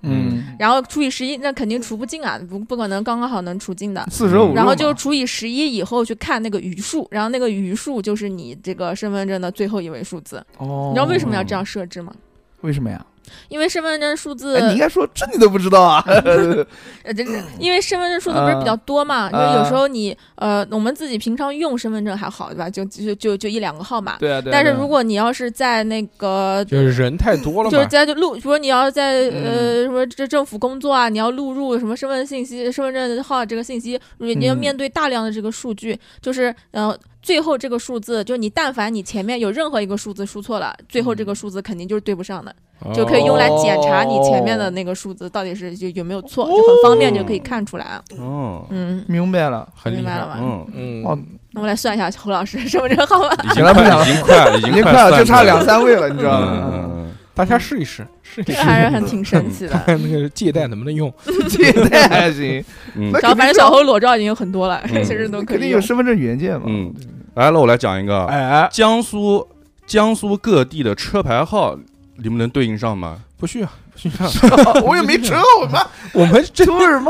嗯，然后除以十一，那肯定除不尽啊，不不可能刚刚好能除尽的。四舍五入嘛，然后就除以十一以后去看那个余数，然后那个余数就是你这个身份证的最后一位数字。哦，你知道为什么要这样设置吗？为什么呀？因为身份证数字，哎，你应该说这你都不知道 *laughs* 啊，呃，这是因为身份证数字不是比嗯较多嘛，就、有时候你呃，我们自己平常用身份证还好，对吧？就就就就一两个号码。对啊，对啊。但是对啊如果你要是在那个，就是人太多了就是嘛，在录，比如说你要在嗯呃什么这政府工作啊，你要录入什么身份信息、身份证号这个信息，你要嗯面对大量的这个数据，就是呃最后这个数字，就是你但凡你前面有任何一个数字输错了，最后这个数字肯定就是对不上的。哦就可以用来检查你前面的那个数字到底是就有没有错，就很方便就可以看出来啊。哦，嗯，明白了，很厉明白害。了吧？嗯，嗯，哦那我来算一下侯老师身份证号码。已经原来不想快，已经快，已已经经快了，算就差出来两了三位了，你知道嗯嗯 *laughs* 吗？嗯大家试一试，试一这试个，还是很挺神奇的。看那个借贷能不能用。这代还行，嗯那嗯然后反正小侯裸照已经有很多了，嗯其实都可肯以定用有。身份证原件嘛。嗯，来了，我来讲一个，哎，江苏江苏各地的车牌号，你们能对应上吗？不需要，不需要， *laughs* 啊我也没车，我 *laughs* 妈我们真图什我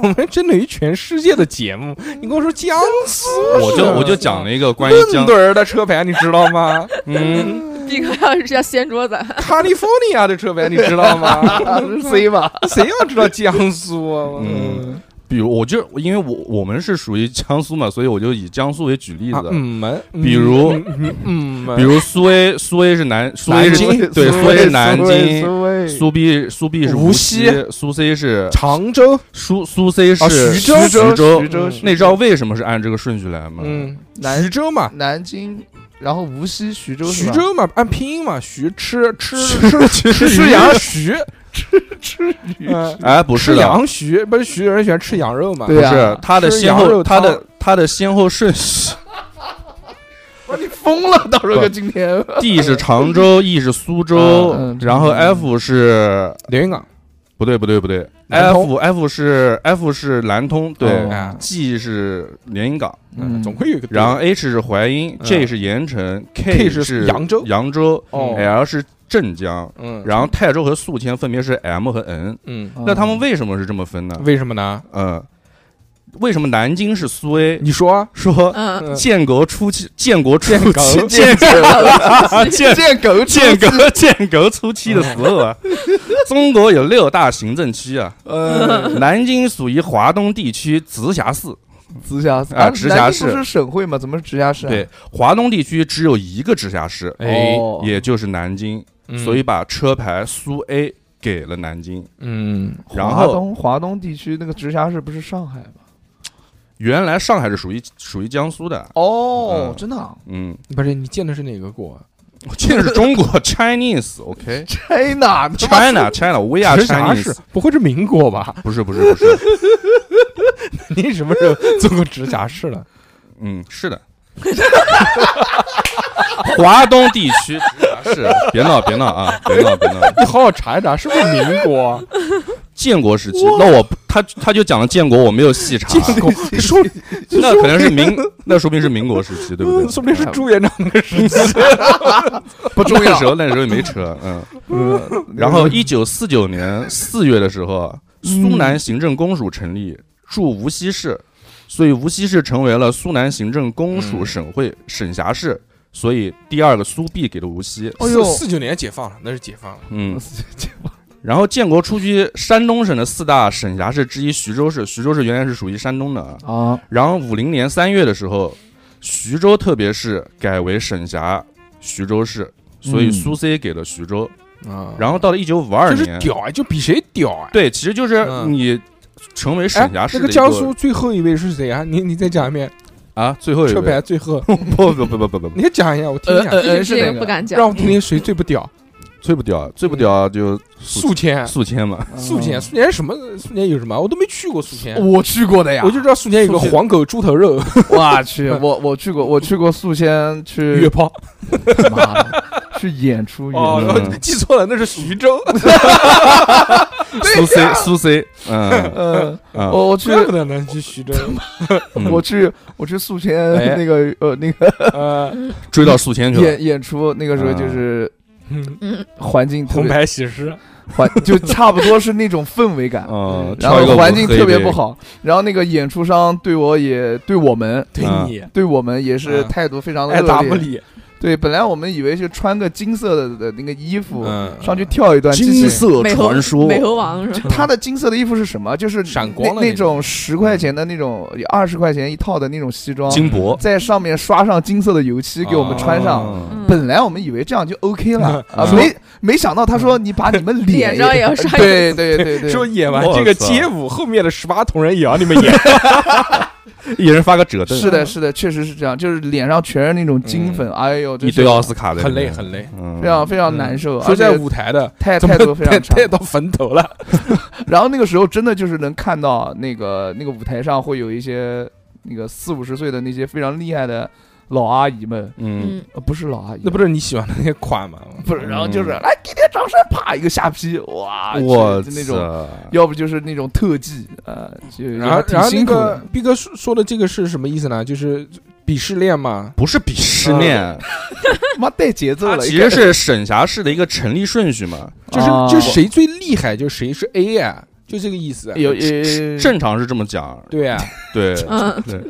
么？们针对于全世界的节目，你跟我说江苏，我就我就讲了一个 *laughs* 关于江顿，顿啊儿的车牌，你知道 *laughs* 吗嗯，毕哥要是要掀桌子， ？California 的车牌，你知道 *laughs* 吗？啊是 C 吧？谁要知道江苏啊？嗯比如我就因为我我们是属于江苏嘛，所以我就以江苏为举例啊子，嗯门，比如嗯嗯嗯门，比如苏 A 苏 A 是南苏 A 南是京对苏 A 是南京苏 A 苏 B 苏 B 是无无锡锡，苏 C 是常州，苏苏 C 啊是徐州徐徐州州徐州嗯徐那知道为什么是按这个顺序来吗？ *laughs* 嗯，南徐州嘛，南京，然后无锡、徐州是徐吧，州嘛，按拼音嘛，徐吃吃吃吃吃羊羊徐，吃鱼嗯哎，不是吃的，羊徐，不是徐人喜欢吃羊肉嘛？对不啊是它的吃先羊后肉它汤的它的先后顺 *laughs* 序。我你疯了，到时候今天 D 是常州，E 是苏州，嗯嗯然后 F 是连云港，不对不对不对南通，F F 是 F 是南通，对、哦啊 g 是连云港，嗯，嗯总会有一个对的。然后 H 是淮阴、嗯 j 是盐城 K 是是扬州扬州、哦 l 是镇江，嗯，然后泰州和宿迁分别是 M 和 N，、嗯，那他们为什么是这么分呢？为什么呢？嗯，为什么南京是苏 A？你说啊，说嗯，建国初期，建国初建期国，建建见狗建国建国初期的时候啊，中国有六大行政区啊，呃，南京属于华东地区直辖市，直辖市啊直辖南京市不是省会吗？怎么是直辖市啊？对，华东地区只有一个直辖市，哎，哦也就是南京，嗯所以把车牌苏 A 给了南京。嗯，然华后东华东地区那个直辖市不是上海吗？原来上海是属于属于江苏的，哦嗯真的啊嗯，不是你建的是哪个国啊？我记得是中国 *laughs* Chinese，OK。 ，China 啊他妈哎 China China，We are 直辖市 Chinese，不会是民国吧？不是不是不是，你什么时候做过直辖市了？嗯，是 *laughs* 的，华东地区直辖市，啊别闹别闹啊，别闹别闹，你好好查一查，是不是民国？建国时期，那我他他就讲了建国，我没有细 *laughs* 查，建国说那可能是民，那说不嗯定是民国时期，对不对？说不定是朱元璋那个时期。不重那要时。候那时候也没车，嗯。嗯然后一九四九年四月的时候，啊苏南行政公署成立，驻无锡市，所以无锡市成为了苏南行政公署嗯省会省辖市，所以第二个苏 B 给了无锡，哎呦四四九年解放了，那是解放了。嗯。然后建国初期，山东省的四大省辖市之一徐州市，徐州市原来是属于山东的啊。啊，然后五零年三月的时候，徐州特别市改为省辖徐州市，所以嗯苏 C 给了徐州。啊然后到了一九五二这年是，屌啊，就比谁屌啊！对，其实就是嗯你成为哎省辖，市那的个一江苏最后一位是谁啊？你你再讲一遍，啊，最后一车位牌最后，不不不不不不不，你讲一下，我听一下，呃这是这哪个个不敢让讲。我听听谁最不屌。最不屌，最不屌就宿迁，宿 *laughs* 迁嘛，宿迁，宿迁什么？宿迁有什么？我都没去过宿迁，我去过的呀，我就知道宿迁有个宿迁黄狗猪头肉我去，我我去过，我去过宿迁约去，炮。 *laughs* 妈的，去演出哦，演然出，后记错了，那是徐 *laughs* 州。苏 C 苏 C，嗯呃，嗯，我我去怪不得能去徐州。嗯我去我去宿迁哎那个呃那个呃，追到宿迁去了，演演出，那个时候就是嗯嗯，环境 *laughs* 特红别白喜事，环 *laughs* 就差不多是那种氛围啊感，嗯，然跳一个后舞环境黑特别的不，好，然后那个演出商对我也对我们对嗯你对我们也是嗯态度非常的爱答恶不劣，理，对，本来我们以为是穿个金色的的那个衣服、嗯上去跳一段机器金色美猴传说，美猴王是吧？它的金色的衣服是什么？就是闪光的那那种嗯种十块钱的那种，二十块钱一套的那种西装，金箔在上面刷上金色的油漆给我们穿上。哦嗯本来我们以为这样就 OK 了嗯啊，没没想到他说你把你们脸上也要刷对对对对，说演完我这个操街舞，后面的十八铜人也要你们 *laughs* 演。一人发个折凳， *laughs* 是的，是的，确实是这样，就是脸上全是那种金粉，哎呦，真一是堆奥斯卡的，很累很累，嗯非常非常难受，嗯说而在且舞台的，态怎么 *laughs* 态度非常差。带到坟头了？然后那个时候真的就是能看到那个那个舞台上会有一些那个四五十岁的那些非常厉害的老阿姨们，嗯，嗯，呃，不是老阿姨，那不是是你喜欢的那些款 *laughs* 吗？不是，然后就是嗯来给点掌声，啪一个下劈，哇，我啊就就那种，操要不就是那种特技，呃，就就然后还，挺然后那辛苦个的。毕哥说说的这个是什么意思呢？就是鄙视链嘛。不是鄙视链，妈带节奏它了，其一看实是省辖市的一个成立顺序嘛。就是啊就谁最厉害，就谁是 A 啊，就这个意思。哎有有正常是这么讲，对啊，对嗯对。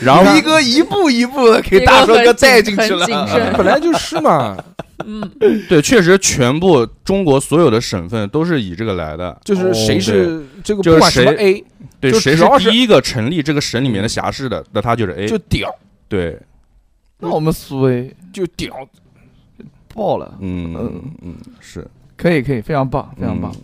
然后逼哥一步一步的给逼哥大帅哥很带进谨去了很，*laughs* 谨慎本来就是 *laughs* 嘛， *laughs* 嗯，对，确实全部中国所有的省份都是以这个来的，就是谁哦是这个就不是管什么谁 A 对，就谁只要是第一个成立这个省里面的辖市的，那他就是 A，就屌对，那我们衰就屌，爆了，嗯嗯嗯是可以可以，非常棒，非常棒。。嗯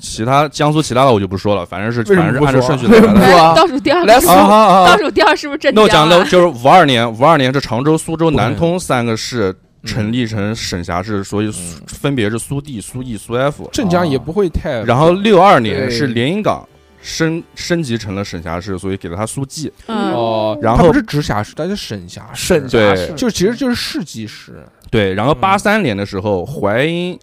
其他江苏其他的我就不说了，反正是为什么反不正是按照说顺啊序来的。不啊来哎倒数第 *laughs* 二，来个，啊啊啊倒啊！数第二是不是 *laughs* 镇那我江讲的啊？就是五二年，五二年是常州、苏州、不可能南通三个市成立立成省辖市，所以嗯分别是苏 D、苏 E、苏 F。镇江也不会太。然后六二年是对连云港升升级成了省辖市，所以给了它苏 G。嗯，哦，然它后不是直辖市，它是省辖市，省对辖市就其实就是市级市。对，然后嗯八三年的时候，淮阴、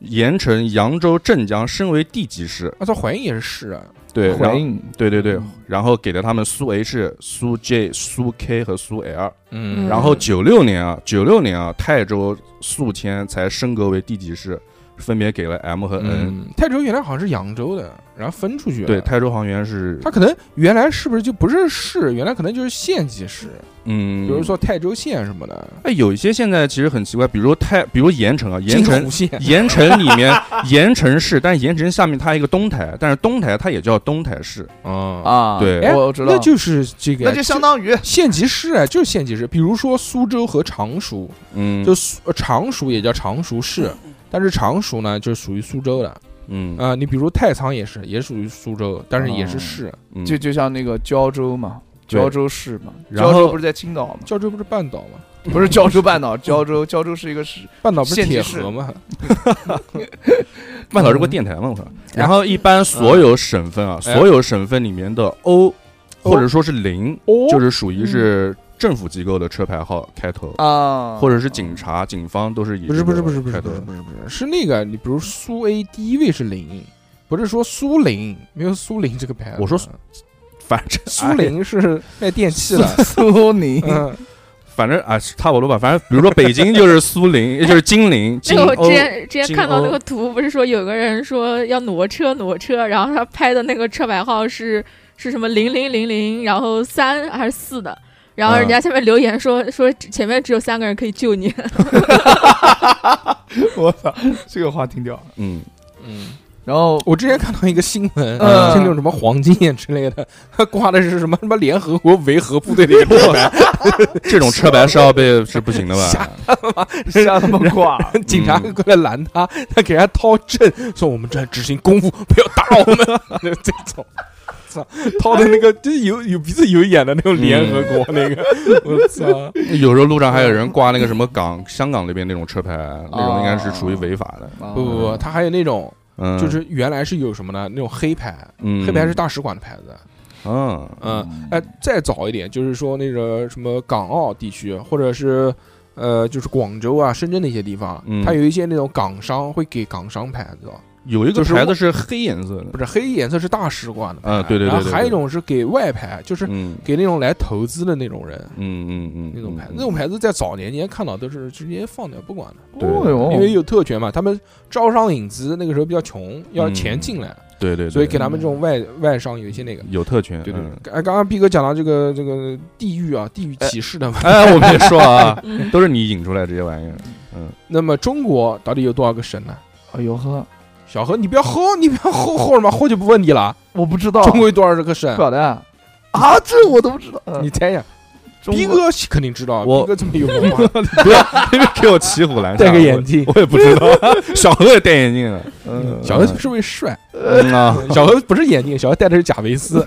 盐城、扬州、镇江升为地级市。啊，它淮阴也是市啊。对，然回后应对对对，然后给了他们苏 H、苏 J、苏 K 和苏 L。嗯然后九六年啊，九六年啊，泰州、宿迁才升格为地级市，分别给了 M 和 N。嗯，泰州原来好像是扬州的，然后分出去了。对，泰州航员是它可能原来是不是就不是市，原来可能就是县级市，嗯，比如说泰州县什么的，哎，有一些现在其实很奇怪，比如泰，比如盐城啊，盐金城湖。县。盐城里 *laughs* 面，盐城市，但是盐城下面它一个东台，但是东台它也叫东台市，啊，啊，对哎我我知道，那就是这个，那就相当于县级市啊，就是县级市。比如说苏州和常熟，嗯，就苏呃常熟也叫常熟市，但是常熟呢就是属于苏州的嗯啊。你比如太仓也是，也属于苏州，但是也哦是市。嗯就就像那个胶州嘛，对胶州市嘛，然胶州后不是在青岛嘛，胶州不是半岛吗？不是胶州半岛，胶州胶州是一个市，半岛不是县级铁市河吗？半岛是个电台嘛，我说。然后一般所有省份啊，哎所有省份里面的 O 嗯或者说是零，哦就是属于是政府机构的车牌号开头，啊，或者是警察、警方都是以不是这不个是不是不是开头不是不是不是是那个，你比如苏 A 第一位是零，不是说苏宁，没有苏宁这个牌子。我说 *laughs* 反正苏 *laughs* 宁是卖电器的，苏宁，嗯，反正啊差不多吧，反正比如说北京就是苏宁， *laughs* 就是金陵，这金个我欧哦之。前之前金看到欧那个图，不是说有个人说要挪车挪车，然后他拍的那个车牌号是是什么零零零零，然后三还是四的，然后人家下面留言说、说前面只有三个人可以救你， *laughs* 我操，这个话听掉。嗯，嗯，然后我之前看到一个新闻，嗯就那种什么黄金眼之类的，他挂的是什么什么联合国维和部队的一个车牌，这种车牌是要被是不行的吓吧？吓他们挂，警察过来拦他，他给人家掏证，说我们这执行公务，不要打扰我们，就这种。操，掏的那个就是有有鼻子有眼的那种联合国那个， *laughs* 我操！有时候路上还有人挂那个什么港、香港那边那种车牌，那种应该是属于违法的。 *laughs* 不不不不，，他还有那种，嗯，就是原来是有什么呢？那种黑牌，嗯黑牌是大使馆的牌子，嗯嗯，哎，再早一点，就是说那个什么港澳地区，或者是呃，就是广州啊、深圳那些地方，嗯它有一些那种港商会给港商牌子，有一个就是牌子是黑颜色的不，是黑颜色是大使馆的牌，啊对对对然后对还有对一种是给外牌，就是嗯给那种来投资的那种人。嗯嗯嗯，那种牌子，嗯那种牌子在早年间看到都是直接放掉不管的，对哦哟因为有特权嘛。他们招商引资，那个时候比较穷，要嗯钱进来，对对，嗯所以给他们这种外外商有一些那个。有特权，对对，嗯对哎，刚刚逼哥讲到这个这个地域啊，地域歧视的问题。 *laughs* 哎，我跟你说啊，都是你引出来这些玩意儿， *laughs* 那么中国到底有多少个省呢？哎呦呵，小何，你不要吼，你不要吼吼什么，吼就不问你了。我不知道，中国有多少个省不？晓得 *laughs* 啊，啊这我都不知道。呃嗯你猜呀？中逼国哥肯定知道，我逼哥这么有文化，不要因为给我骑虎难下，戴个眼镜 *laughs* 我，我也不知道， *laughs* 小何也戴眼镜啊了，嗯小何是不是帅？嗯啊，小何不是眼镜，小何戴的是贾维斯。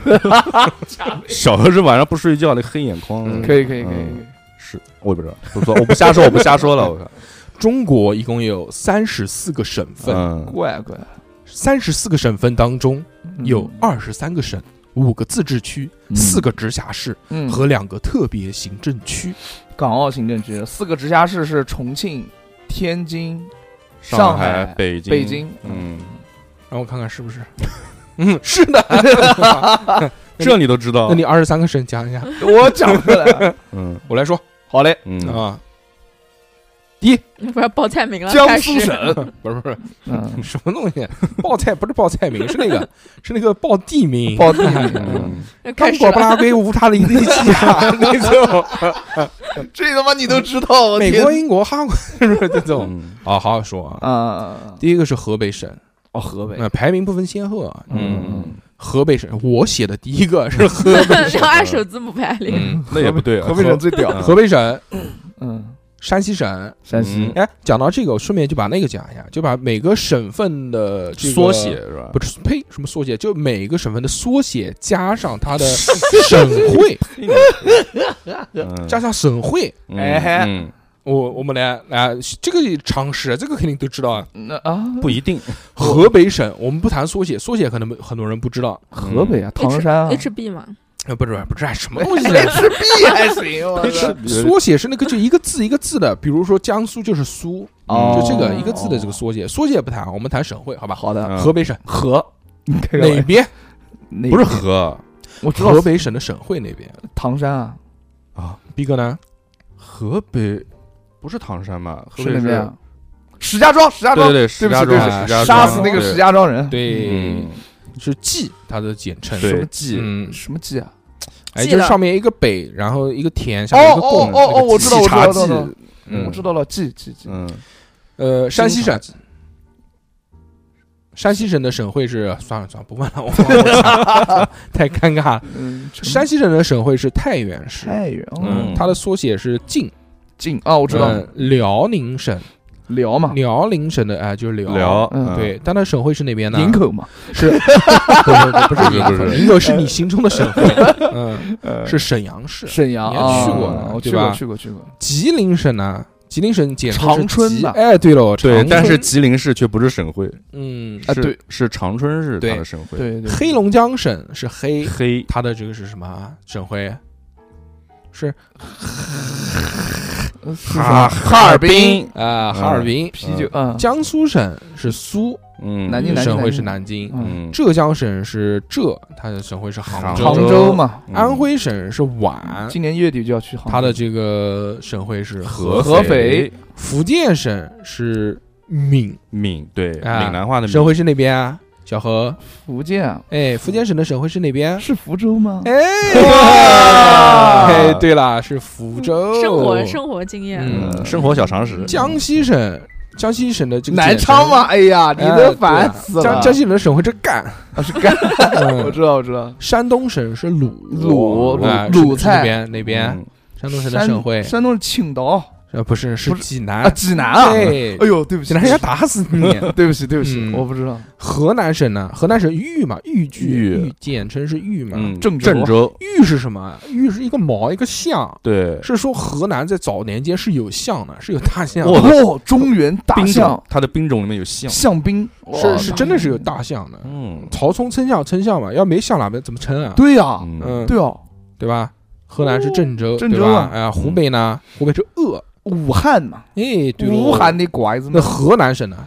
小何是晚上不睡觉那黑眼眶，嗯可以可以可以嗯，是，我也不知道，不错，我不瞎说，我不瞎说了， *laughs* 我靠，中国一共有三十四个省份，嗯，怪怪三十四个省份当中嗯有二十三个省、五个自治区、四个直辖市嗯和两个特别行政区。港澳行政区四个直辖市是重庆、天津、上海、北京，北京嗯，让我看看是不是？ *laughs* 嗯，是的。那你这你都知道 *laughs* 那，你二十三个省讲一下，我讲出来了。嗯我来说 *laughs* 好嘞，嗯，啊，不要报菜名 *laughs* 了，江开苏始省， *laughs* 不是不是嗯，什么东西，报菜不是报菜名，是那 *laughs* 个是那个报地名。报地名，嗯开始刚果布了。拉圭、无他的一地基啊， *laughs* 那种 *laughs* 这他妈你都知道，我美天国、英国、哈国，是不是这种？嗯啊，好好说啊。啊，第一个是河北省，哦，河北那排名不分先后啊。嗯，河北省，我写的第一个是河 *laughs* 让按首字母排列，嗯，那也不对啊，河北省最屌，河北省、嗯，山西省。山西嗯哎，讲到这个，我顺便就把那个讲一下，就把每个省份的这个缩写，是吧？不是呸，什么缩写，就每个省份的缩写加上它 *laughs* 的省会，嗯加上省会。嗯哎嗯我我们来来，这个常识，这个肯定都知道啊。那啊，不一定，河北省，我们不谈缩写，缩写可能很多人不知道。河北啊，唐山啊 HB 嘛，呃，不是不是，哎什么东西 *laughs* 啊？ ，HB 还行，我 *laughs* 操缩写是那个就一个字一个字的，比如说江苏就是苏，哦就这个一个字的这个缩写。缩写不谈，我们谈省会，好吧？好的，嗯河北省河哪边？哪不是河我知道河北省的省会那边。唐山啊，啊，逼哥呢？河北不是唐山吧？河是北那是边啊，石家庄，石家对庄，对，对石不家起，庄对啊不石家起，庄，杀死那个石家庄人，对嗯，，是冀，它的简称。对什么记？嗯，什么记啊？哎，冀就是了上面一个北，然后一个田，下哦面一个哦贡。哦那哦，个我冀知道，我知道，察我知冀道我知道，我知道了，记记记，嗯，呃，山西省经，山西省的省会是 *laughs* 算了算了，不问了，我忘了 *laughs* 太尴尬了。嗯，成山西省的省会是太原市，太原，哦，嗯，它的缩写是晋。近啊，我知道，嗯辽宁省，辽嘛，辽宁省的哎就是辽。聊嗯，对，但它省会是哪边呢？营口嘛，是， *laughs* 不是不是不是营口不是营口是你心中的省会， *laughs* 嗯，呃是沈阳市。沈阳你还去过啊呢我去对过，吧去过，去过，吉林省呢？吉林省简称是长春吉吧哎，对喽，对，长春但是吉林市却不是省会，嗯，啊对是是长春市它的省会，对对，黑龙江省是黑，黑它的这个是什么啊省会？是呃四哈川哈尔滨啊，哈尔滨。啤酒，嗯，江苏省是苏，嗯，南京南省会是南京。嗯嗯，浙江省是浙，它的省会是杭杭杭州嘛，嗯安徽省是皖，今年月底就要去杭州，它的这个省会是合合合肥福建省是闽，闽对闽啊南话的省闽，会是哪边啊？小何，福建啊哎，福建省的省会是哪边？是福州吗？嗯哎，哎，对了，是福州。嗯生活生活经验，哦嗯嗯，生活小常识，江西省，江西省的这个南简昌称嘛，，哎呀，你哎都烦死对啊江了。江西省的省会是 *laughs* 赣，啊是干，我嗯知道，我知道。山东省是鲁鲁鲁哎鲁是菜那边那边，嗯山东省的省会山东是青岛呃不是是不是济啊，南，济南啊。哎哎，呦，对不起，济南要打死你。 *laughs* 对不起，对不起，嗯我不知道。河南省呢？河南省豫嘛，豫剧，豫豫简称是豫嘛。嗯，郑州郑州豫是什么？豫是一个毛，一个象，对，是说河南在早年间是有象的，是有大象的，哦，中原大兵象种，它的兵种里面有象，象兵是是真的是有。大象的。嗯曹冲称象称象嘛，要没象哪边怎么称啊？对呀，嗯，对哦，对吧？河南是郑州，郑对州啊吧？哎，湖北呢？湖北是鄂，武汉嘛，哎，对喽武汉。的拐子那嘛，河南省呢？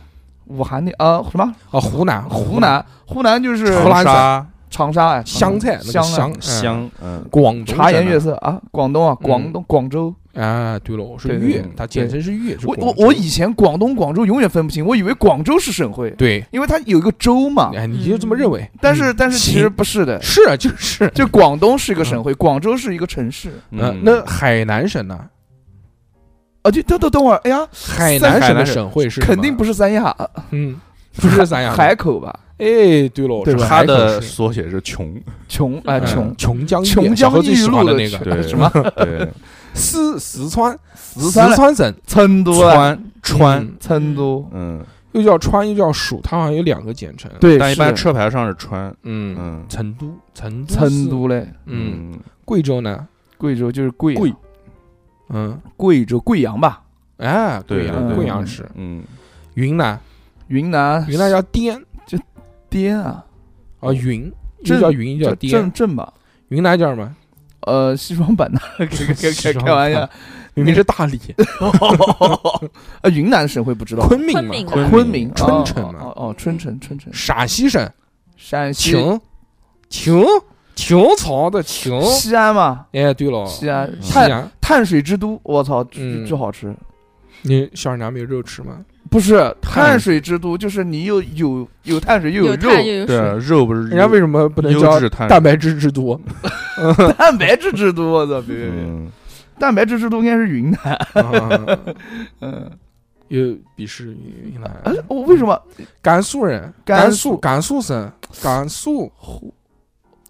武汉的啊什么啊，湖南，湖南，湖南就是湖南长沙长沙啊，湘菜那个湘啊湘嗯香，嗯，广东茶颜省悦色啊，广东啊，嗯广东广州，的啊，对了，我是对对粤对，它简称是粤。是我广我州我以前广东广州永远分不清，我以为广州是省会，对，因为它有一个州嘛，哎，你就这么认为？嗯但是但是行其实不嗯是嗯的，是啊就是，就广东是一个省会，广州是一个城市。嗯，那海南省呢？啊，就等等等会儿，哎呀，海南海省的南省省会是肯定不是，是哎三亚，嗯， *laughs* 不是三亚的海口吧？哎，对了，对是吧海口它的市缩写是穷，穷啊，嗯穷，琼江琼小何江最玉喜露欢的的那个区对什么对，四四川四四川川省成都啊，川川，嗯成都，嗯，又叫川又叫蜀，它好像有两个简称。，对，但一般是车牌上是川，嗯，嗯成都成都成市，都嘞，嗯，，贵州呢？贵州就是贵啊，贵嗯，贵州贵阳吧，哎，贵对对阳对贵阳市，嗯，云南云南啊云南叫滇滇啊，啊，云这一叫云，一叫叫滇镇，镇吧，云南叫什么？呃，西双版纳， *laughs* 开开西开双开玩笑版，明明是大理， *laughs* 啊，云南省会不知道，昆明昆嘛，明昆昆明、春城啊哦嘛哦哦，春城，春城，陕西省陕西秦秦秦朝的秦。西安嘛，哎，对了，西安哦西碳安，碳水之都，我操，嗯巨巨好吃。你小沈阳没有肉吃吗？不是碳碳水之都，就是你又有有碳水又有肉，碳又有对水，啊，肉不是人家为什么不能优叫质碳蛋水，白质之都？ *laughs* 蛋白质之都，我操，别别别，嗯，蛋白质之都应该是云南。啊嗯， *laughs* 有鄙视云哎南，我为什么？甘肃人，甘甘肃甘肃省，甘肃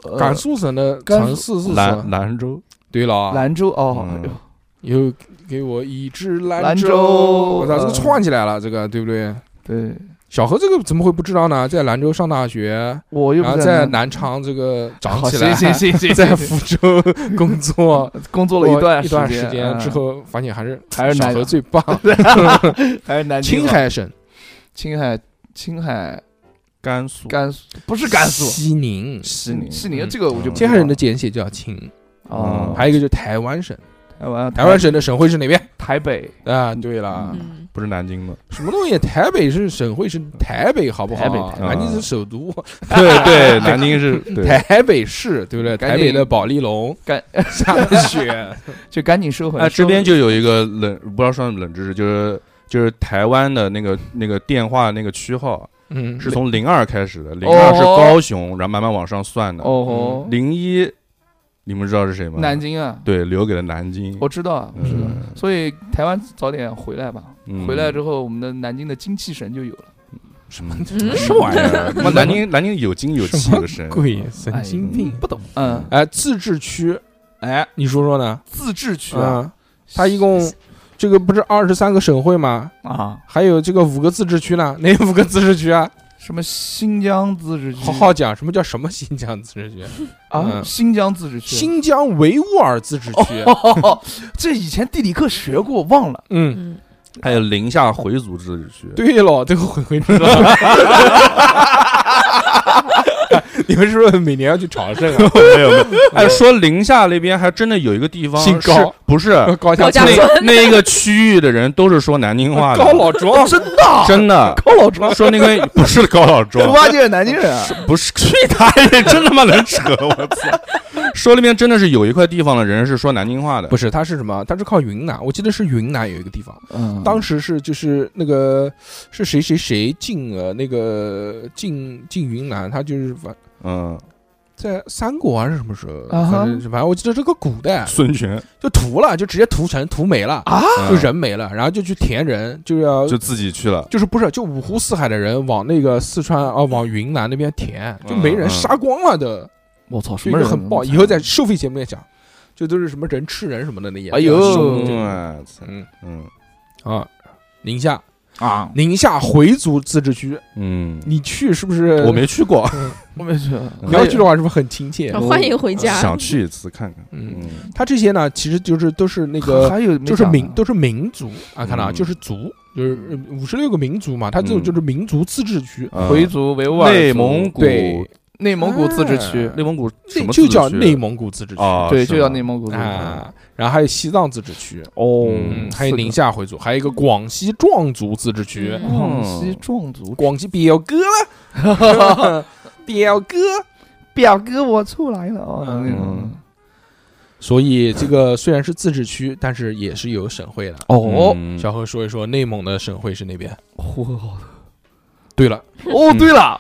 呃甘肃省的甘城市是什兰么？兰州，对了啊，兰州哦，嗯哎呦有给我一只兰兰州州，我操，这个呃串起来了，这个对不对？对，小何这个怎么会不知道呢？在兰州上大学，我又然后不在南南昌这个长 *laughs* 好起来，行行行 *laughs* 行，在行福州工 *laughs* 作工作了一段一段时时间之，嗯后，发现还是还是小南何最棒。 *laughs* *laughs* 还是南京青好海省青海青海甘肃，甘肃不是甘肃西宁，西宁，西宁嗯这个我就不知青道海省的简写叫青，哦嗯，还有一个就是台湾省，台湾台湾省的省会是哪边？台北啊，对了，嗯嗯，不是南京的，什么东西？台北是省会是台北，好不好台北？嗯南京是首都，啊 *laughs* *laughs* 对对，南京是对，台北市，对不对？赶台紧北的保利龙赶下了雪， *laughs* 就赶紧收回啊，来。这边收就有一个冷，不知道算不冷知识，就是就是台湾的那个那个电话那个区号 *laughs* 嗯，是从零二开始的，零哦二是高雄，然后慢慢往上算的，哦吼，零一你们知道是谁吗？南，京啊，对，留给了南京，我知道啊，我知道。嗯所以台湾早点回来吧，嗯回来之后我们的南京的精气神就有了。什么嗯什么玩意儿？啊他妈南京南京有精有气什么有神，鬼神经病！不懂，嗯，哎，自治区，哎，你说说呢？自治区啊，啊，它一共这个不是二十三个省会吗？啊，还有这个五个自治区呢？哪五个自治区啊？什么新疆自治区，好好讲，什么叫什么新疆自治区？啊，嗯新疆自治区，新疆维吾尔自治区。哦， *laughs* 这以前地理课学过，忘了。嗯，嗯，还有宁夏回族自治区，对了，这个回回知道。 *laughs* 你们是不是每年要去朝圣啊？没有没有。 *laughs* 哎，说宁夏那边还真的有一个地方姓是高，不是 *laughs* *laughs* 高高家家村那那一个区域的人都是说南京话 *laughs* 的，高老庄，真的啊，真的高老庄， *laughs* 说那个不是高老猪庄，八戒是南京人啊，不是去他爷，真他妈能 *laughs* 扯，我操！说那边真的是有一块地方的人是说南京话的，不是，他是什么？他是靠云南，我记得是云南有一个地方，嗯当时是就是那个是谁谁谁进了那个进进云南，他就是反嗯，在三国还是什么时候，啊哈反正反正我记得这个古代孙权就屠了，就直接屠城屠没了，啊嗯就人没了，然后就去填人，就要就自己去了，就是不是就五湖四海的人往那个四川啊，往云南那边填，就没人嗯杀光了的，我操，什就一么个人很爆。以后在收费节目里讲，就都是什么人吃人什么的那些。哎呦凶嗯这种啊操嗯嗯啊，宁夏，啊，宁夏回族自治区，嗯，你去是不是？我没去过，我没去，你要去的话，是不是很亲切？嗯欢迎回家，想去一次看看，嗯，嗯，他这些呢，其实就是都是那那个还有没就是讲民呢都是民族啊，看到啊嗯就是族，就是五十六个民族嘛，它这种嗯就是民族自治区，啊回族、维吾尔族、内蒙古对内蒙古自治区啊，内蒙古什那么就自治叫区啊内蒙古自治区哦，对，是就叫吗内蒙古自治区。啊，然后还有西藏自治区，哦嗯，嗯还有宁夏回族，还有一个广西壮族自治区，嗯广西壮族 *laughs* 广西表哥了，表哥表哥我出来了哦，嗯那种嗯所以这个虽然是自治区，但是也是有省会的。哦，嗯小何说一说内蒙的省会是哪边？嚯对了，哦，对了，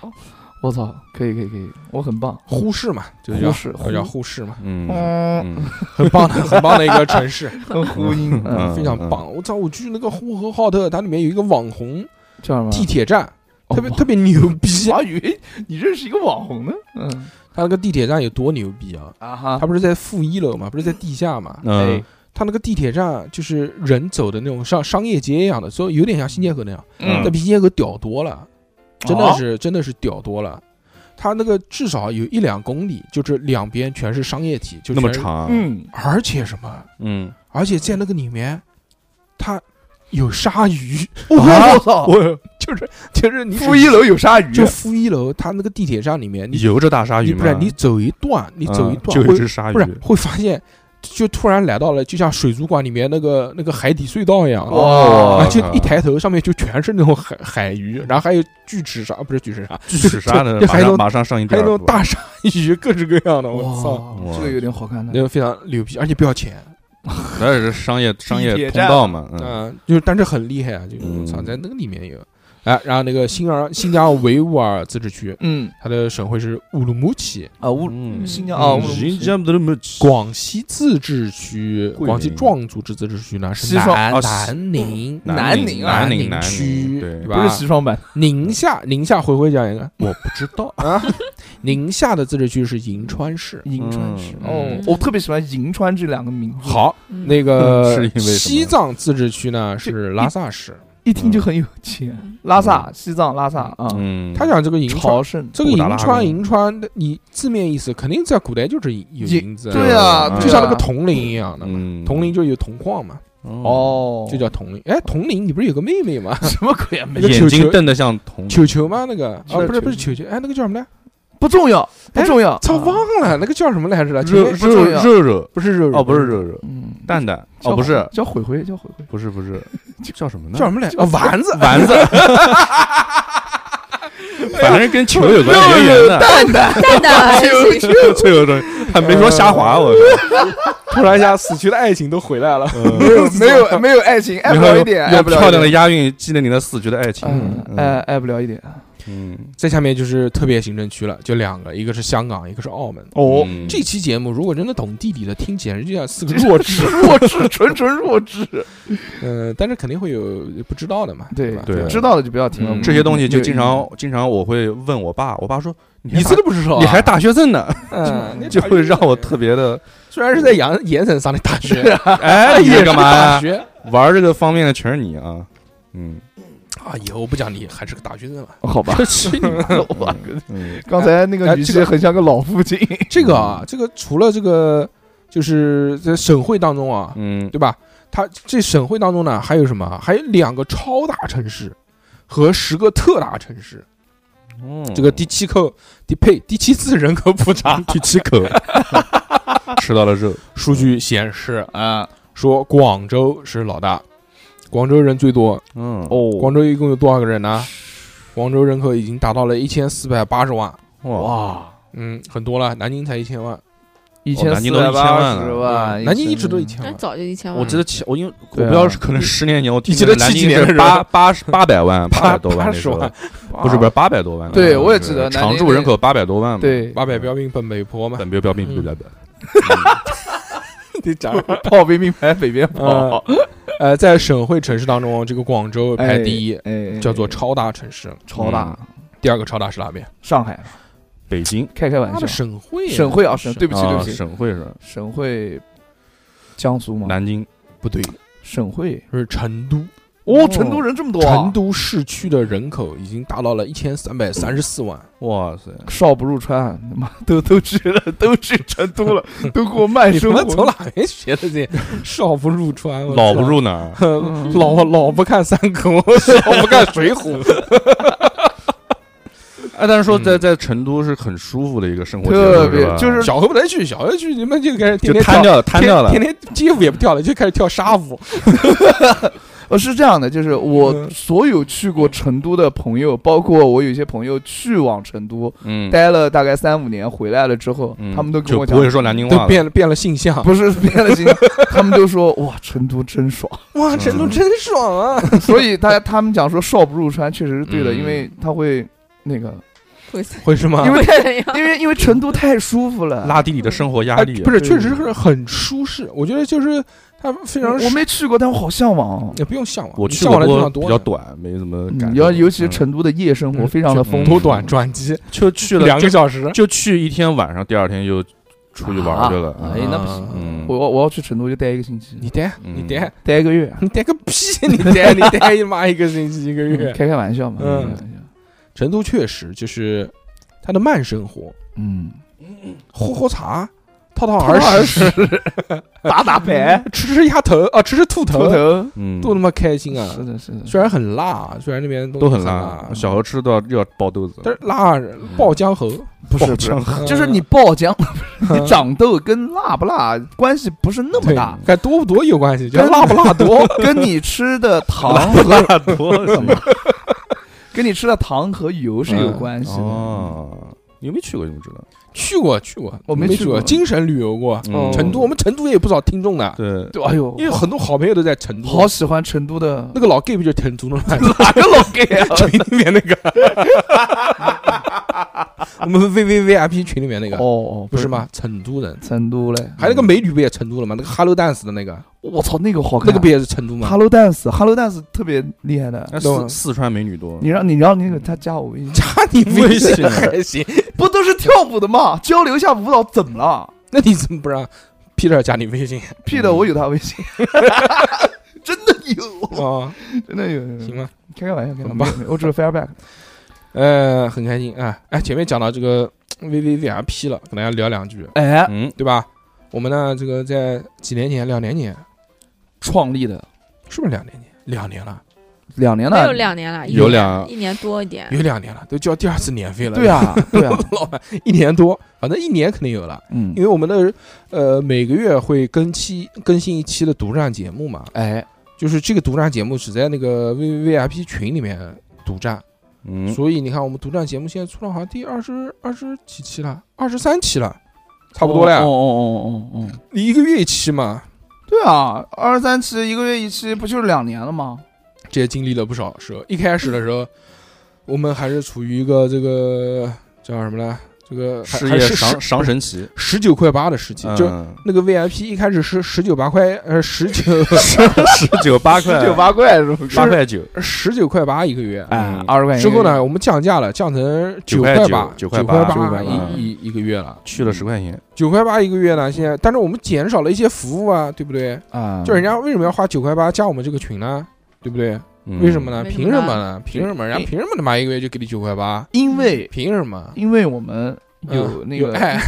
我操，可以可以可以，我很棒，呼市嘛，就忽叫视就叫呼市嘛，嗯嗯，嗯很棒的 *laughs* 很棒的一个城市，很呼应，嗯，嗯非常棒。我操，我去那个呼和浩特，它里面有一个网红叫什么？地铁站，特别嗯哦特别牛逼我。还以为你认识一个网红呢，嗯它那个地铁站有多牛逼啊？啊哈它，不是在负一楼嘛，不是在地下嘛？嗯它那个地铁站就是人走的那种像商业街一样的，所以有点像新街口那样，嗯但比新街口屌多了，真的哦是真的是屌多了。它那个至少有一两公里，就是两边全是商业体，就那么全是，长，嗯，而且什么，嗯，而且在那个里面，它有鲨鱼，哦我操，我就是就是啊你只负一楼有鲨鱼，啊就负一楼，它那个地铁站里面，你游着大鲨鱼你吗？不是你走一段，你走一嗯段就有一会只鲨鱼不，是会发现，就突然来到了，就像水族馆里面那个那个海底隧道一样。哇哦啊！就一抬头，上面就全是那种海海 *laughs* 鱼，然后还有巨齿鲨，不是巨齿鲨，巨齿鲨的，就马还有上那种马上上映第还二有部那种大鲨鱼，各式各样的，我操，哇，这个有点好看那的，个非常牛逼，而且不要钱，那是商业商地业铁通站道嘛，嗯，嗯，就是但是很厉害啊，就是嗯我操，在那个里面有，哎，然后那个新疆新疆维吾尔自治区，嗯它的省会是乌鲁木齐，啊，乌嗯新疆啊，乌嗯鲁木新齐疆的那么广广西自治区，桂林广西壮族自治区呢是西双南哦南宁南宁宁啊南宁南区，宁对不是吧？西双版，宁夏，宁夏回回讲一个我不知道，啊，宁夏的自治区是银川市。银川市哦嗯，我特别喜欢银川这两个名字，好，嗯那 *laughs* 是个因为什么嗯西藏自治区呢是拉萨市，一听就很有钱，拉萨、西藏、拉萨啊，嗯，他讲这个银川。朝圣，这个布达银拉川，宫银川的，你字面意思肯定在古代就是有银银子，对啊，嗯对啊就像那个铜陵一样的嘛，嗯，铜陵就有铜矿嘛，哦，就叫铜陵。哎，铜陵，你不是有个妹妹吗？什么鬼啊？没那个眼球睛球瞪得像铜，球球吗？那个是啊，不球是不是球球，哎，那个叫什么来？不重要，不重要，操，啊忘了那个叫什么来着了？前肉面不重肉要肉肉，不是肉肉嗯哦，不是肉肉，嗯，蛋蛋，叫哦，不是，叫悔悔，叫悔悔，不是，不是， *laughs* 叫什么呢？叫什么来？啊，丸子， *laughs* 丸子， *laughs* 反正跟球有 *laughs* 关，圆圆的，蛋蛋，蛋蛋 *laughs* 最有的，还没说瞎滑，我 *laughs* 突然一下，死去的爱情都回来了。嗯没 *laughs* 有没有没有爱情，爱不了一点，爱用不了一漂点亮的押韵纪念你的死去的爱情，嗯，爱嗯爱不了一点。 *laughs* 嗯，再下面就是特别行政区了，就两个，一个是香港，一个是澳门。哦，嗯这期节目如果真的懂地理的听，简直就像四个弱智。 *laughs* 弱智，纯纯弱智。嗯，但是肯定会有不知道的嘛，对吧？对知道了就不要听嗯了。这些东西就没有经意常经常我会问我爸，我爸说你这都不知道啊，你还大学生呢，嗯，那就会让我特别的虽然是在盐盐城上的 *laughs* 大学， *laughs* 哎，你也在是干嘛大呀？学玩这个方面的全是你啊，嗯，啊，以后不讲你还是个大学生 *laughs* 了。 *laughs* 义好吧，去你妈我吧嗯刚才那个语哎这气个很像个老父亲。这个啊，这个除了这个，就是在省会当中啊，嗯，对吧？它这省会当中呢，还有什么啊？还有两个超大城市和十个特大城市。嗯这个第七口，第呸，第七次人口普查 *laughs* 第七口吃到了肉，数据显 *laughs* 示，啊，说广州是老大，广州人最多。嗯广州一共有多少个人呢？广州人口已经达到了一千四百八十万，哇，哇，嗯，很多了。南京才一千万，嗯一千南四京都百八一十千万，啊南京一直都一千那万。早就一千万我了。记得前我因为我对啊不知道是可能十年前我你记记得南七几京年的是时候八八十八百万，八八百多万八那十时候万，，不是不是八百多万的，对我也是记得南常京住那人口八百多万嘛，，对，八百标兵奔北坡嘛？本标标兵嗯不了的， *laughs* 你讲炮兵兵排北边跑，呃，在省会城市当中，这个广州哎排第一，一叫做超大城市。哎超大第二个超大是哪边？上海，北京开开玩他笑的，省会啊，省会啊省对不起啊起省会是吧省会，江苏嘛，南京，不对，省会是成都。哦，成都人这么多啊，成都市区的人口已经达到了一千三百三十四万。哇塞，少不入川，他妈 *laughs* 都都去了， *laughs* 都去成都了，都给我慢你他生妈从活。哪边学的 *laughs* 这？少不入川，我老不操入哪儿？哼老老不看三国， *laughs* 少不看水浒。 *laughs* 哎，但是说在嗯在成都是很舒服的一个生活节奏，特别吧就是小何不能去，小何去你们就开始天就天瘫跳掉了，瘫掉了天，天天街舞也不跳了，就开始跳沙舞。呃，是这样的，就是我所有去过成都的朋友，包括我有一些朋友去往成都嗯，待了大概三五年，回来了之后，嗯他们都跟就我不讲，会说南京都话了，变了变了性向，不是变了心，他们都说哇，成都 *laughs* 真爽。哇，成都真爽啊！所以大家他们讲说少不入川，确实是对的，嗯因为他会那个，会死 *laughs* 会是吗因？为会 *laughs* 怎样？因为因为成都太舒服 *laughs* 了。拉低你的生活压哎力，啊不是，对确实是很舒适。我觉得就是它非常我，我没去过，但我好向往。也不用向往，我你去向往过的地多方多比呢较短，没怎么感嗯，受。要尤其是嗯成都的夜生活嗯非常的是丰嗯富多，短转机就去了两个就小时，就去一天晚上，第二天又出去玩去了。啊嗯哎那不行嗯，我我要去成都就待一个星期，你待嗯你待待一个月，啊你待个屁！你待你待一妈一个星期一个嗯月。开开玩笑嘛。嗯开玩笑成都确实就是它的慢生活，嗯，喝喝茶，套套儿儿时 *laughs* 打打牌，吃吃鸭头啊，吃吃兔秃头，头，嗯多他妈开心啊！是的，是的，虽然很辣，虽然那边东西都很辣辣，，小何吃都要又要爆豆子啊了，但 *laughs* 是辣爆浆喉，不是不是，就是你爆浆， *laughs* 你长痘跟辣不辣关系不是那嗯么对大，该多不多有关系，就跟辣不辣多。多 *laughs* 跟你吃的糖和辣多了什么？跟你吃的糖和油是嗯有关系的。哦，你没去过，你不知道。去过去过，我没没去过，过精神旅游过。哦成都，我们成都也有不少听众的，对，对，哎呦，因为很多好朋友都在成都。好喜欢成都的那个老 gay 不就是成都的吗？ *laughs* 哪个老 gay 啊？群里面那个，我们 V V V I P 群里面那个， *laughs* 哦哦，不是？吗？成都人，成都嘞，还有那个美女不也成都了吗？那个 Hello Dance 的那个，我操，那个好看，那个不也是成都吗？ Hello Dance，Hello Dance 特别厉害的。那懂四四川美女多你，让你让那个他加我微信，加 *laughs* 你微信微信啊还行，不都是跳舞的吗？交流一下舞蹈怎么了？ *laughs* 那你怎么不让 Peter 加你微 *laughs* 信屁嗯的，我有他微 *laughs* 信，真的有，啊？真的有，行吧，开个玩笑，开个好吧玩笑，没 *laughs* 有我只是 feedback。呃，很开心啊！哎，前面讲到这个 V V V I P 了，跟大家聊两句，哎，嗯，对吧？我们呢，这个在几年前，两年前，创立的是不是两年前？两年了，两年没有了，两年了，一有年两一年多一点，有两年了，都交第二次年费了。嗯对，啊，对啊，老板 *laughs* 一年多，反正一年肯定有了，嗯因，为我们的呃每个月会更期更新一期的独占节目嘛，哎，就是这个独占节目只在那个 V V I P 群里面独占，嗯，所以你看我们独占节目现在出了好像第二十二十几期了，二十三期了，差不多了呀哦，哦哦哦哦，你一个月一期嘛，对啊，二十三期一个月一期，不就是两年了吗？这也经历了不少时候。一开始的时候，我们还是处于一个这个叫什么呢？这个还事还业是赏赏神奇，十九块八的时期，就嗯，那个 VIP 一开始是十九八块，呃，十 *laughs* 九十九八块，九八块是不是？八块九，十九块八一个月。哎嗯，二十块钱之后呢，我们降价了，降成9块块八， 9块块八八9块一八一一个月了，嗯去了十块钱，九块八一个月呢。现在，但是我们减少了一些服务啊，对不对？啊，就人家为什么要花九块八加我们这个群呢？对不对？嗯为什么？呢？为什么凭什呢么呢？凭什么？人家凭什么他妈一个月就给你九块八？因为凭什么？因为我们有哎嗯那有个，爱，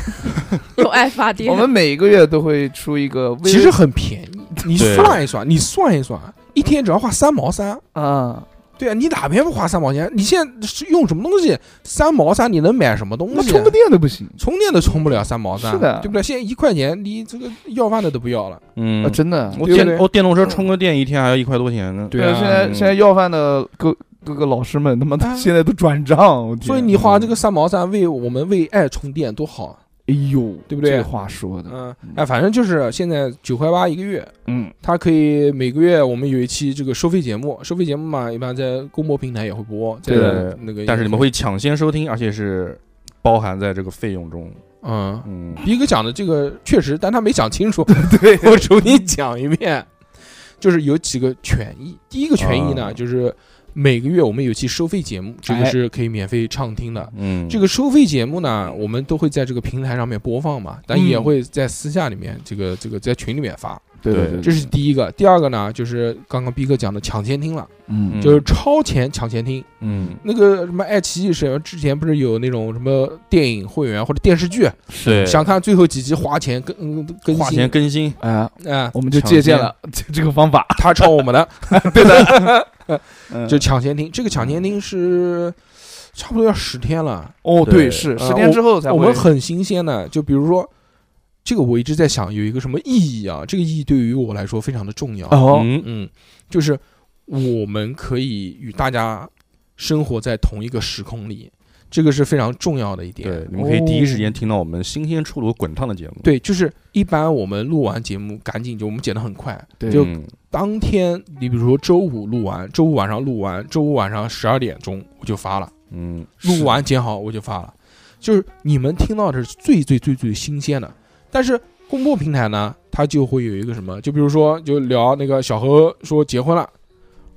有爱发电。我们每个月都会出一个微，其实很便宜。你对算一算，你算一算，一天只要花三毛三。啊，对啊，你哪边不花三毛钱？你现在是用什么东西？三毛三，你能买什么东那西？啊充个电都不行充电都充不了三毛三，是的对不对？现在一块钱，你这个要饭的都不要了。啊，嗯，真的。我对不电对我电动车充个电一天还要一块多钱呢，对呃啊现在嗯现在要饭的各各个老师们，他妈啊的现在都转账，我天所以你花这个三毛三为我们为爱充电多好。啊哎呦，对不对这话说的，嗯，哎，反正就是现在九块八一个月，嗯，它可以每个月我们有一期这个收费节目，收费节目嘛，一般在公播平台也会播，在对的那个，但是你们会抢先收听，而且是包含在这个费用中，嗯。嗯，逼哥讲的这个确实，但他没讲 *laughs* 清楚， *laughs* 对，我重新讲一遍，就是有几个权益。第一个权益呢，啊就是每个月我们有期收费节目，这个哎是可以免费畅听的。嗯，这个收费节目呢，我们都会在这个平台上面播放嘛，但嗯也会在私下里面，这个这个在群里面发，对对对，这是第一个。第二个呢，就是刚刚逼哥讲的抢先听了，嗯嗯就是超前抢先听。嗯那个什么爱奇艺是之前不是有那种什么电影会员或者电视剧，是想看最后几集花钱更嗯更花钱新更新，啊，啊，我们就借鉴了这这个方法，他抄我们 *laughs* 的，对的，嗯就抢先听。这个抢先听是差不多要十天嗯了，哦，对对，是呃十天之后才我会们很新鲜的。就比如说，这个我一直在想有一个什么意义啊？这个意义对于我来说非常的重要。哦，嗯嗯，就是我们可以与大家生活在同一个时空里，这个是非常重要的一点。对，你们可以第一时间听到我们新鲜出炉滚烫的节目。对，就是一般我们录完节目，赶紧就我们剪得很快，就嗯当天，你比如说周五录完，周五晚上录完，周五晚上十二点钟我就发了，嗯，录完剪好我就发了，就是你们听到的是最最最最新鲜的，但是公播平台呢，它就会有一个什么，就比如说就聊那个小何说结婚了。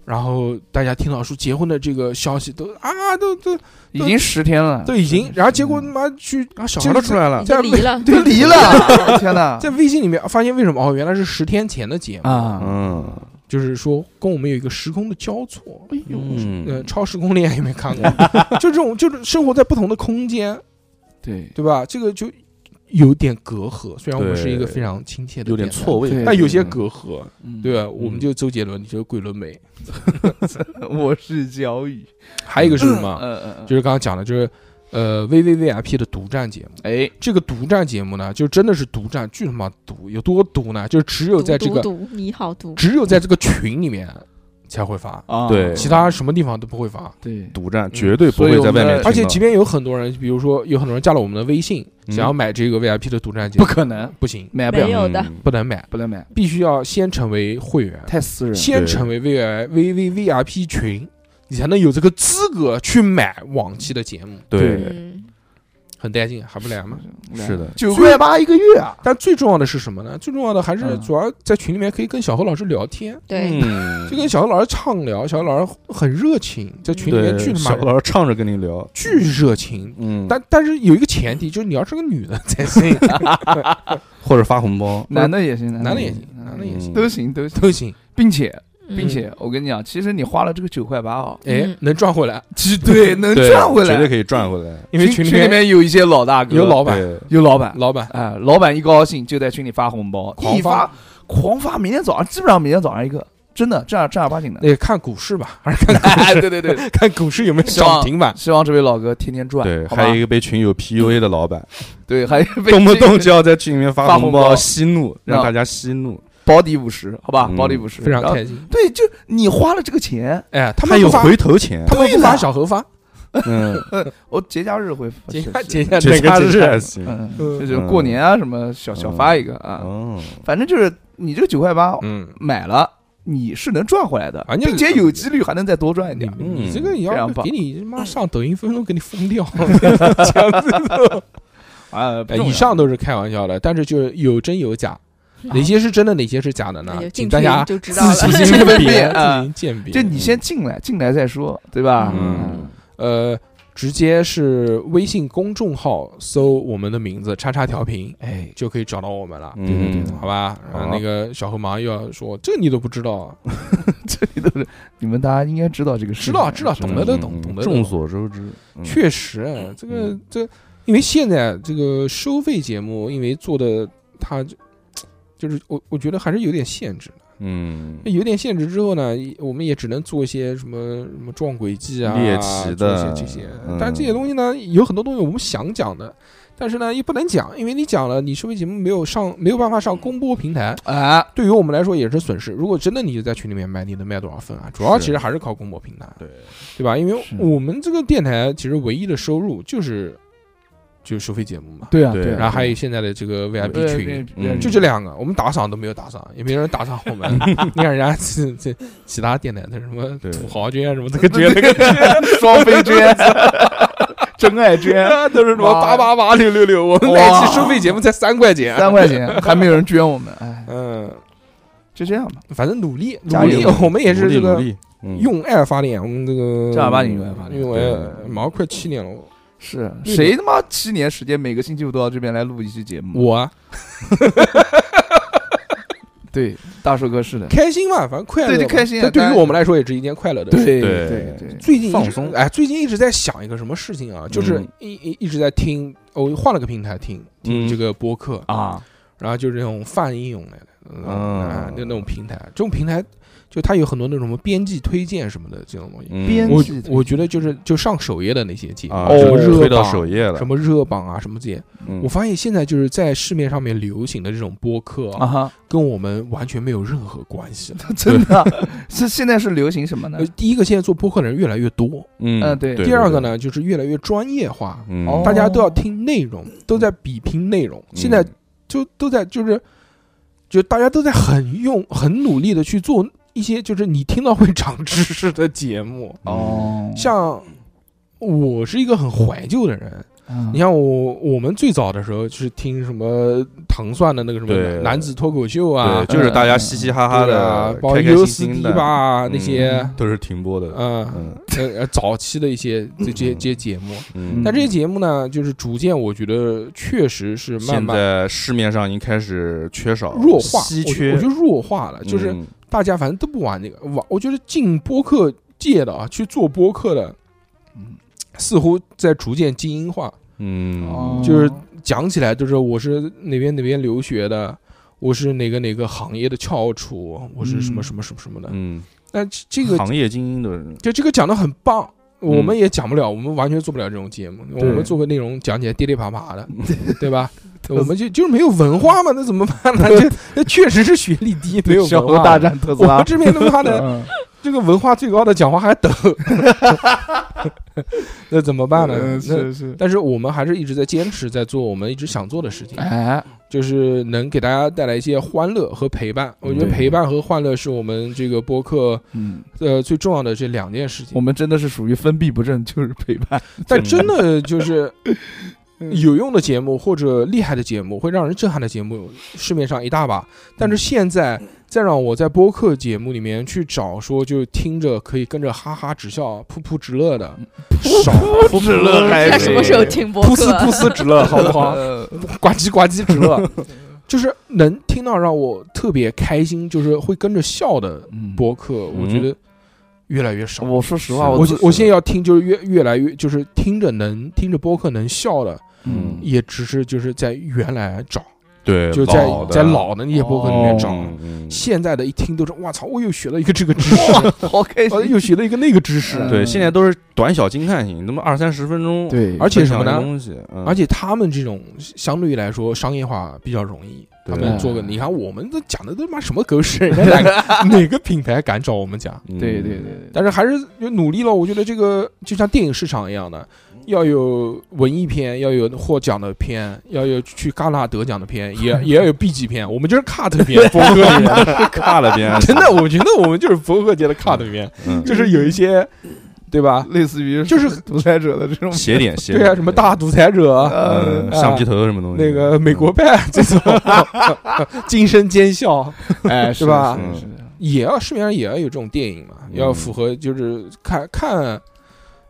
然后大家听到说结婚的这个消息都啊都都已经十天了，都已经，然后结果他妈去啊，小孩都出来了已，经离了，都离啊了，天哪！在微信里面发现为什么哦原来是十天前的节目，啊，嗯，就是说跟我们有一个时空的交错，哎呦，嗯呃，超时空恋爱有没有看过？ *laughs* 就这种，就是生活在不同的空间，对，对吧？这个就有点隔阂。虽然我们对是一个非常亲切的，有点错，位，对但有些隔阂，嗯对吧？我们就周杰伦，你就是桂纶镁。 *laughs* 我是焦宇，还有一个是什嗯么？嗯嗯，就是刚刚讲的，就是呃 VVVIP 的独占节目。哎，这个独占节目呢，就真的是独占，巨他妈独，有多独呢？就是只有读在这个，读读你好读，只有在这个群里面才会发，啊，对其他什么地方都不会发。对独占嗯绝对不所以会我在们外在面听到，而且，即便有很多人，比如说有很多人加了我们的微信，嗯想要买这个 VIP 的独占节不目，可能不行，买不没了，有的嗯，不能买，不能买，必须要先成为会员，太私人了。先成为 V I V V V I P 群，你才能有这个资格去买往期的节目，对，嗯，很带劲，还不来吗？是的，九块八一个月啊！但最重要的是什么呢？最重要的还是嗯主要在群里面可以跟小何老师聊天，对，嗯就跟小何老师畅聊，小何老师很热情，在群里面巨对，他小妈老师唱着跟你聊，巨热情。嗯，但但是有一个前提，就是你要是个女的才行，或者发红包，男的也行，男的也行，男的也行嗯都行都行，都行。并且嗯并且我跟你讲，其实你花了这个九块八 *laughs* 啊，哎嗯，能赚回来，其实对能对赚回绝对来，可以赚回来。因为群群里里面面有一些老大哥，有老板，对，有老板， *laughs* 老板哎，老板一高兴就在群里发红包，狂一发发狂发，明天早上基本上每天早上一个，真的正儿正儿 *laughs* 八经的。那看股市吧，还是看哎，对对对， *laughs* 看股市有没有涨停板。希望这位老哥天天赚，对，好还吧有一？个被群嗯友 PUA 的老板，对，还有 *laughs* 一位动不这个动就要在群里面发发红红包包息怒，让让大家息怒。保底五十，好吧，嗯保底五十，非常然后开心，对，就你花了这个钱，哎，他还们有不发，回头钱，他们不对发了小何发， *laughs* 嗯，我节假日会发节是假是节假节哪假个日节假还日行。嗯，嗯这就是过年啊什么小小发一个啊，哦，反正就是你这个九块八嗯，买了，你是能赚回来的啊，你嗯并且有几率还能再多赚一你点。你这个也非要常棒给你他妈上抖音分钟给你封 *laughs* 掉，这样子。啊，不哎重要以上都是开玩笑的，但是就是有真有假，哪些是真的，哪些是假的那呢就？请进群大家就知自道了， *laughs* 行自鉴行别，分 *laughs* 自辨啊行鉴别。就你先进来，进来再说，对吧？嗯，呃，直接是微信公众号搜我们的名字“叉叉调频哎”，就可以找到我们了。嗯对对对好吧，好然后那个小何马上又要说，这你都不知道啊，这里都是你们大家应该知道这个事知情，道知道，嗯懂得都懂，嗯懂得都懂。众所周知，嗯确实，哎这个这，因为现在这个收费节目，因为做的它就就是我我觉得还是有点限制的，嗯，有点限制之后呢，我们也只能做一些什么什么撞轨迹啊、猎奇的做一些这些嗯，但这些东西呢，有很多东西我们想讲的。但是呢，也不能讲，因为你讲了，你收费节目没有上，没有办法上公播平台，啊，对于我们来说也是损失。如果真的你就在群里面卖，你能卖多少份啊？主要是其实还是靠公播平台，对对吧？因为是我们这个电台其实唯一的收入就是就是收费节目嘛，对啊，对对啊，然后还有现在的这个 VIP 对群，，对对嗯就这两个，我们打赏都没有打赏，也没人打赏我们。你看人家这这其他电台的什么对土豪捐啊什么这个捐那个捐，双 *laughs* 飞娟，真爱娟，都是什么八哇八八六六 *laughs* 六，我们哇每期收费节目才三块钱，三块钱还没有人捐我们，哎，嗯，就这样吧，反正努力努加油力，我们也是这努个力努力用爱发电，我们这个正儿八经用爱发电用爱对马上快七年了。是对谁他妈七年时间每个星期五都到这边来录一期节目？我啊对大寿哥是的，开心嘛，反正快乐嘛，对就开心啊这对当于然我们来说也是一件快乐的事。对对对对，最近一直放松哎，最近一直在想一个什么事情啊，就是嗯一一一直在听，我换了个平台听听嗯这个播客，啊，然后就是那种泛应用来的，嗯啊啊，就那种平台，这种平台就它有很多那种什么编辑推荐什么的这种东西。嗯编我辑推我觉得就是就上首页的那些节目，啊，什么哦热推到榜首页了什。么热榜啊，什么这些，嗯我发现现在就是在市面上面流行的这种播客啊啊， *laughs* 哈，跟我们完全没有任何关系了。真的是 *laughs* 现在是流行什么呢呃？， *laughs* 第一个现在做播客的人越来越多，嗯嗯对呃第二个，呢就是越来越专业化，嗯，哦大家都要听内容，都在比拼内容。现在嗯就都在就是，就大家都在很用很努力的去做一些就是你听到会长知识的节目。哦，呃像我是一个很怀旧的人，嗯你像我我们最早的时候就是听什么糖蒜的那个什么对男子脱口秀啊嗯对，，就是大家嘻嘻哈哈对的啊，，包括开开优心斯心迪的吧啊那些嗯，都是停播的。嗯，嗯呃呃早期的一些这些这些节目。嗯，但这些节目呢，就是逐渐，我觉得确实是慢现慢在市面上已经开始缺少弱化，稀我缺，我觉得弱化了，就是嗯大家反正都不玩这个玩。我觉得进播客界的啊，去做播客的，似乎在逐渐精英化，嗯哦就是讲起来就是我是哪边哪边留学的，我是哪个哪个行业的翘楚，我是什么嗯什么什么什么的。嗯，但这这个行业精英的人，就这个讲的很棒。嗯我们也讲不了，我们完全做不了这种节目。我对们做个内容讲起来跌跌爬爬的，对吧？我们就就是没有文化嘛，那怎么办呢？这这确实是学历低，没有小文猴化。大战特斯我拉们，这边他妈 *laughs* 的嗯这个文化最高的讲话还抖，那怎么办呢嗯？那是是，但是我们还是一直在坚持在做我们一直想做的事情，哎，就是能给大家带来一些欢乐和陪伴。我觉得对陪伴和欢乐是我们这个播客嗯，呃最重要的这两件事情我。们真的是属于分闭不正，就是陪 *laughs* 伴，但真的 *laughs* 就是嗯有用的节目或者厉害的节目，会让人震撼的节目，市面上一大把。但是现在再让我在播客节目里面去找说，就听着可以跟着哈哈直笑、噗噗直乐的，少不止乐还他什么时候听播嗯噗客呲？噗呲直乐，好不 *laughs* 好？呃呱唧呱唧直 *laughs* 乐，就是能听到让我特别开心，就是会跟着笑的嗯播客，我觉得越来越少。我说实话，是我自我现在要听，就是越越来越，就是听着能听着播客能笑的，嗯也只是就是在原来找，对，就在老的在老的那些博客里面找。嗯嗯现在的一听都是，哇操，我又学了一个这个知识，嗯好开呃心，又学了一个那个知识。嗯 *laughs* 对，现在都是短小精悍型，那么二三十分钟，，对而且什么呢东西，嗯而且他们这种相对于来说商业化比较容易，他对们做个，你看我们都讲的都他妈什么狗屎，人家哪个哪个品牌敢找我们讲？嗯对对对对，但是还是就努力了，我觉得这个就像电影市场一样的，要有文艺片，要有获奖的片，要有去戛纳得奖的片，也也要有 B 级片，我们就是 cut 片，博客里面卡了边， *laughs* 真的，我觉得我们就是博客界的 cut 片， *laughs* 嗯，就是有一些，对吧？类似于就是独裁者的这种，斜点斜对啊，什么大独裁者。呃呃橡皮头什么东西，那个美国 *laughs* 派这种， *laughs* 精神奸笑 *laughs* 哎，是吧是是是也要市面上也要有这种电影嘛，嗯要符合就是看看，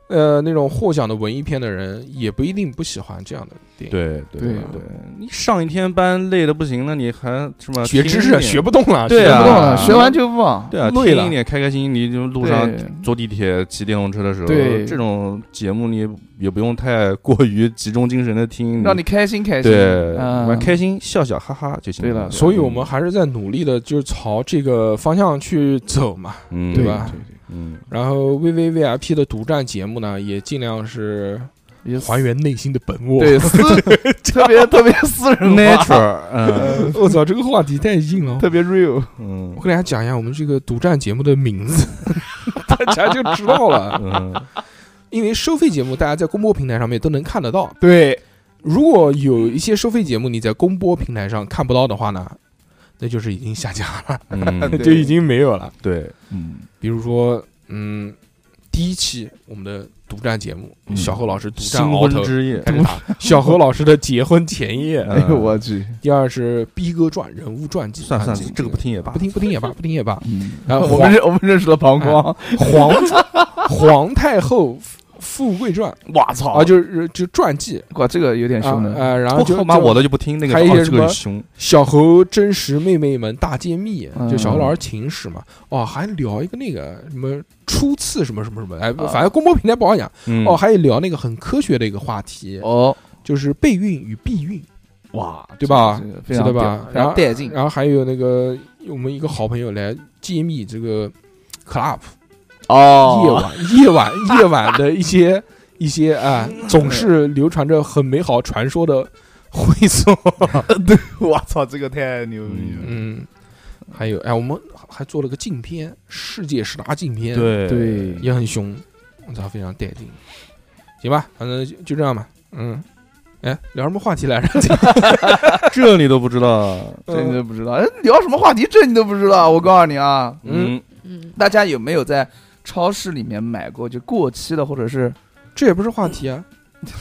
呃，那种获奖的文艺片的人也不一定不喜欢这样的电影。对对对对，你上一天班累的不行了，你还什么学啊听知一识啊点学不动了，对学啊不不动动了了，学完就忘，对啊，累听了一点开开心心，你就路上对坐地铁、骑电动车的时候，对这种节目你也不用太过于集中精神的听，让你开心开心，对嗯玩开心笑笑哈哈就行。对了所以我们还是在努力的，就是朝这个方向去走嘛。嗯对对吧？嗯然后 VVVIP 的独占节目呢，也尽量是也还原内心的本我。*laughs* *laughs* 对私，特别特别私人化， ，nature，嗯我操，这个话题太硬了。特别 real，嗯我跟大家讲一下我们这个独占节目的名字， *laughs* 大家就知道了。嗯，因为收费节目，大家在公播平台上面都能看得到。对，如果有一些收费节目你在公播平台上看不到的话呢，那就是已经下架了，嗯 *laughs* 对就已经没有了。对，嗯，比如说，嗯，第一期我们的独占节目，嗯小何老师独占新鳌婚头，之夜，开始打小何老师的结婚前夜。嗯哎呦我去，第二是逼哥传人物传记，算算啊这个不听也罢不，听不听也罢， *laughs* 不听也罢。嗯，啊然后我黄们认我们认识了膀胱，皇 *laughs* 皇太后富贵传我操啊，就是就传记哇，这个有点啊凶的，呃，然后我就靠妈就我的就不听那个，还有一些哦这什么个凶，小猴真实妹妹们大揭秘，嗯就小猴老师情史嘛，哦，还聊一个那个什么初次什么什么什么，哎，啊反正公播平台不好讲。嗯哦，，还有聊那个很科学的一个话题，哦，就是备孕与避孕，哇，对吧这个记非得常吧屌？非然常后带劲，然后还有那个我们一个好朋友来揭秘这个 club 夜哦，晚夜晚夜晚的一些一些啊，总是流传着很美好传说的会所。我操，这个太牛逼了！嗯，还有哎，我们还做了个镜片，世界十大镜片，，对对也很凶，我操，非常带劲。行吧，反正就就这样吧。嗯，哎，聊什么话题来着？嗯这你都不知道，这你都不知道，哎聊什么话题？这你都不知道。我告诉你啊，嗯嗯，嗯，大家有没有在超市里面买过就过期的或者是这也不是话题啊。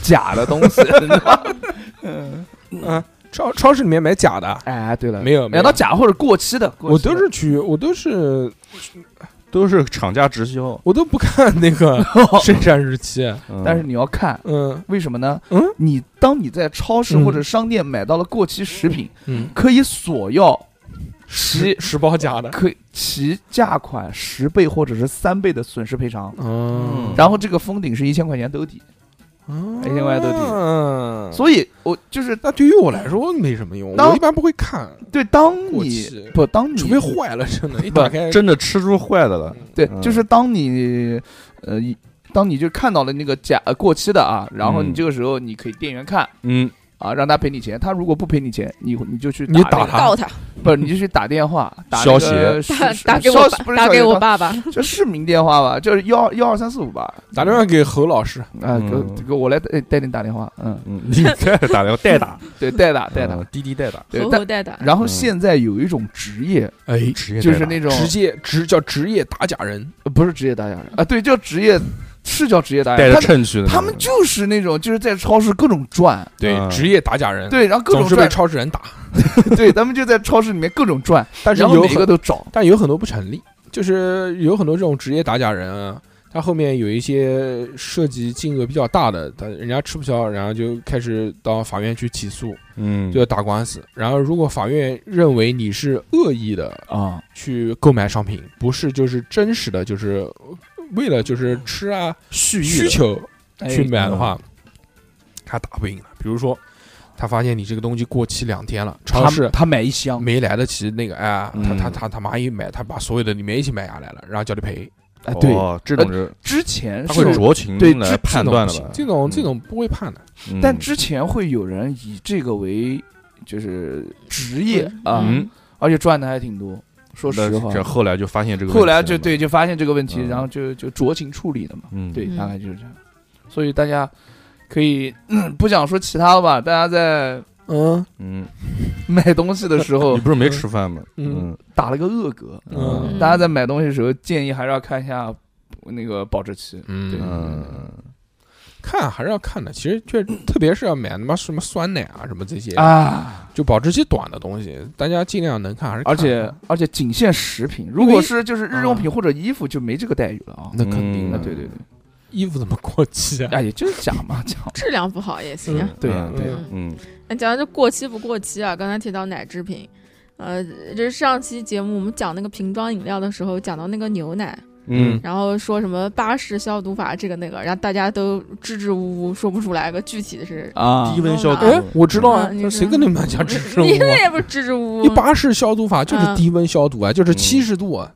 假的东西？ *laughs* 你知道吗嗯，啊，超超市里面买假的，哎，对了，没有没买有到假或者过期的，过我期的都是去，我都是，都是厂家直销，我都不看那个生产日期。嗯但是你要看。嗯为什么呢？嗯，你当你在超市嗯或者商店买到了过期食品，嗯，可以索要十十包假的。可以其价款十倍或者是三倍的损失赔偿，嗯，然后这个封顶是一千块钱兜底。后一千块多底嗯，所以我就是那对于我来说没什么用，当我一般不会看，对，当过你期不当你除非坏了，真的，一打开真的吃出坏的了，对，嗯就是当你呃，一当你就看到了那个假呃过期的啊，然后嗯你这个时候你可以店员看嗯，啊，让他赔你钱。他如果不赔你钱，你你就去你打那打个他告他，不是你就去打电 *laughs* 话打消那协个市打市打给消我不爸，是打消给协我吧爸爸。就市民电话吧，就是幺幺二三四五吧。打电话给侯老师，啊，嗯给这个我来带带你打电话，嗯，嗯，你代打要 *laughs* 代打，对，代打代打嗯，，滴滴代打，对吼，但吼带打，然后嗯现在有一种职业，哎，职业就是那种直接职叫职业打假人，呃不是职业打假人啊，对，叫职业是叫职业打假带人，着他们秤去的那种，他们就是那种就是在超市各种转，对，嗯职业打假人，，对，然后各总种是被转，超市人打，对，他们就在超市里面各种转，但是然后有每一个很都找，但有很多不成立，就是有很多这种职业打假人啊，他后面有一些涉及金额比较大的，他人家吃不消，然后就开始到法院去起诉，嗯，就要打官司。然后如果法院认为你是恶意的啊，去购买商品，不是就是真实的，就是为了就是吃啊蓄需意的，求哎去买的嗯话，他打不赢了。比如说，他发现你这个东西过期两天了，超他市他买一箱，没来得及那个哎，他嗯他他他妈一买，他把所有的里面一起买下来了，然后叫你赔，哎，对，哦，这种是之前他是会有，酌情对来这判断这的种吧？这种这嗯，种不会判的，嗯但之前会有人以这个为就是职业啊，嗯，而且赚的还挺多，说那实话，这后来就发现这个问题后了嘛，来就对就发现这个问题，嗯然后就就酌情处理的嘛。嗯，嗯，对，嗯大概就是这样。所以大家可以、不想说其他的吧，大家在嗯嗯，买东西的时候你不是没吃饭吗？嗯嗯，打了个恶嗝。嗯大家在买东西的时候，建议还是要看一下那个保质期。嗯，嗯，看还是要看的，其实确特别是要买他妈什么酸奶啊什么这些啊，就保质期短的东西，大家尽量能看还是看而且而且仅限食品，如果是嗯就是日用品或者衣服就没这个待遇了啊。那肯定嗯那的，对对对，衣服怎么过期啊？哎，也就是假嘛假嘛。质量不好也行。嗯对呀、嗯对呀、嗯嗯，那讲到这过期不过期啊，刚才提到奶制品，呃，这是上期节目我们讲那个瓶装饮料的时候，讲到那个牛奶，嗯嗯，然后说什么巴氏消毒法这个那个，然后大家都支支吾吾说不出来个具体是，啊低温消毒哎，我知道啊嗯你，谁知道跟你们讲支持我啊你？那也不是支支吾一吾，巴氏消毒法就是嗯低温消毒啊，就是嗯七十度，啊，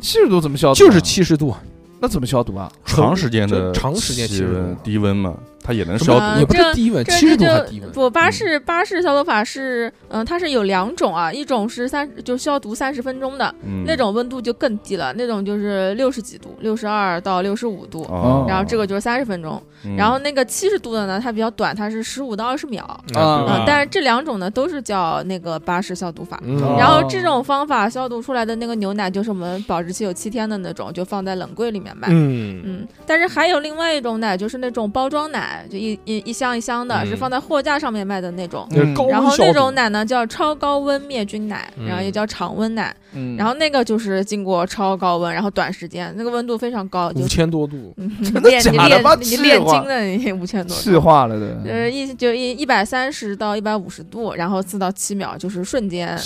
七十度怎么消毒啊？就是七十度啊，那怎么消毒啊？长时间就的长时间气温温低温嘛，它也能什消么毒也不这是低温，这七十度这还就低温。嗯不，巴氏巴氏消毒法是，嗯，它是有两种啊，一种是三就消毒三十分钟的，嗯那种温度就更低了，那种就是六十几度，六十二到六十五度，哦然后这个就是三十分钟，嗯然后那个七十度的呢，它比较短，它是十五到二十秒，啊嗯啊，但是这两种呢都是叫那个巴氏消毒法。嗯哦然后这种方法消毒出来的那个牛奶，就是我们保质期有七天的那种，就放在冷柜里面卖。嗯嗯，但是还有另外一种奶，就是那种包装奶，就一一一箱一箱的，嗯是放在货架上面卖的那种。就是嗯高然温后消那毒种，奶呢叫超高温灭菌奶，嗯然后也叫常温奶。嗯然后那个就是经过超高温，然后短时间，那个温度非常高，就五千多度，嗯真的炼你假的炼妈你气炼话金的你五千多度。气化了的。呃，一就一一百三十到一百五十度，然后四到七秒就是瞬间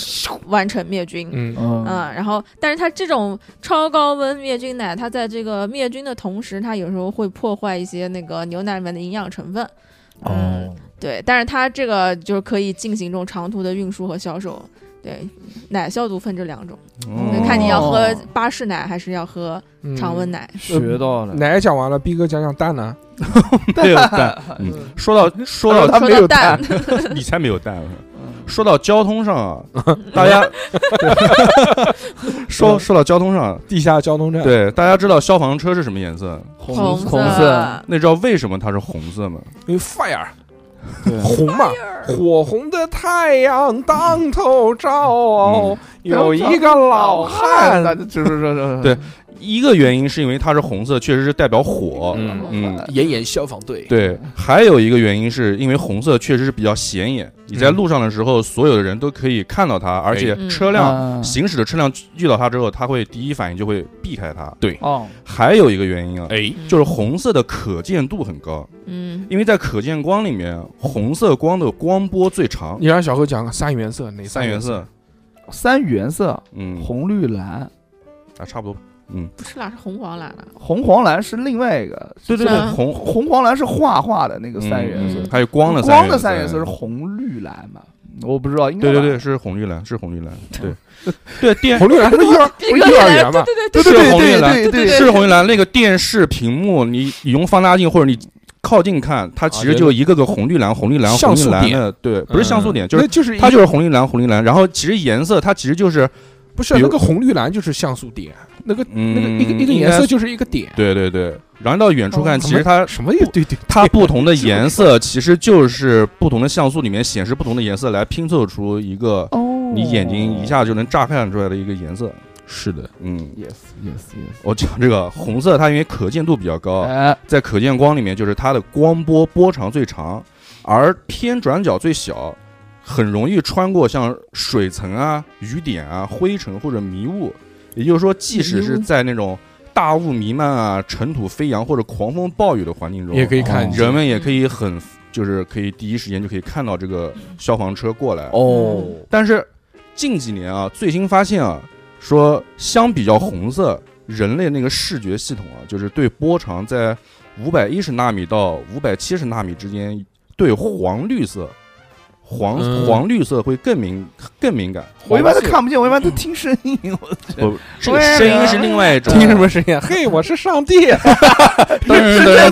完成灭菌。嗯嗯嗯，然后，但是它这种超高温灭菌奶，它在这个灭菌的同时，它有时候会破坏一些那个牛奶里面的营养成分。嗯，对，但是它这个就是可以进行这种长途的运输和销售，对，奶消毒分这两种，嗯看你要 *laughs* 喝哦巴氏奶还是要喝嗯常温奶。学到。奶讲完了，逼哥讲讲蛋呢？没有蛋。嗯，说到说哦到说到蛋，你才没有蛋。说到交通上 *laughs* 啊，大家 *laughs* 说说到交通上，啊地下交通站，对大家知道消防车是什么颜色？红红色，那知道为什么它是红色吗？因为 fire 对红嘛，火红的太阳当头照嗯，有一个老汉那 *laughs* 就是嗯说说对一个原因是因为它是红色，确实是代表火。嗯嗯，炎炎消防队，对，还有一个原因是因为红色确实是比较显眼，你在嗯路上的时候，所有的人都可以看到它，而且嗯车辆、亮行驶的车辆遇到它之后，它会第一反应就会避开它。对，哦，还有一个原因啊，哎，就是红色的可见度很高，嗯，因为在可见光里面，红色光的光波最长，你让小何讲个三原色，哪三原色？色，三原色，嗯，红绿蓝，啊，差不多，嗯，不是啦，是红黄蓝了。红黄蓝是另外一个，对对对对，嗯红红红黄蓝是画画的那个三原色嗯，还有光的光的三三原色是红绿蓝嘛？我不知道，应该对对对，吧，是红绿蓝，是红绿蓝，对对电红绿蓝是幼 *laughs* 儿不是幼儿园嘛？对对对是对对红绿对蓝对对对是红绿蓝，那个电视屏幕，你你用放大镜或者你靠近看，啊它其实就一个个红绿蓝、红绿蓝、红像绿素蓝点的，对，不是像素点，就嗯那是就是它一就是红绿蓝、红绿蓝。然后其实颜色它其实就是，不是比如那个红绿蓝就是像素点，那个嗯，那个一个一个颜应色该，就是一个点，对对对。然后到远处看，哦其实它什么也对对，它不同的颜色其实就是不同的像素里面显示不同的颜色来拼凑出一个哦你眼睛一下就能乍看出来的一个颜色。是的，嗯， ，yes yes yes，我讲这个红色，它因为可见度比较高，哎，在可见光里面，就是它的光波波长最长，而偏转角最小，很容易穿过像水层啊、雨点啊、灰尘或者迷雾。也就是说，即使是在那种大雾弥漫啊、尘土飞扬或者狂风暴雨的环境中，也可以看哦见人们也可以很就是可以第一时间就可以看到这个消防车过来。哦， *laughs* 但是近几年啊，最新发现啊，说相比较红色，人类那个视觉系统啊，就是对波长在五百一十纳米到五百七十纳米之间，对黄绿色、黄、嗯黄绿色会更敏更敏感。我一般都看不见，我一般都听声音，我不，这个声音是另外一种。啊 *laughs* 听什么声音啊？嘿，我是上帝， *laughs* 噔 噔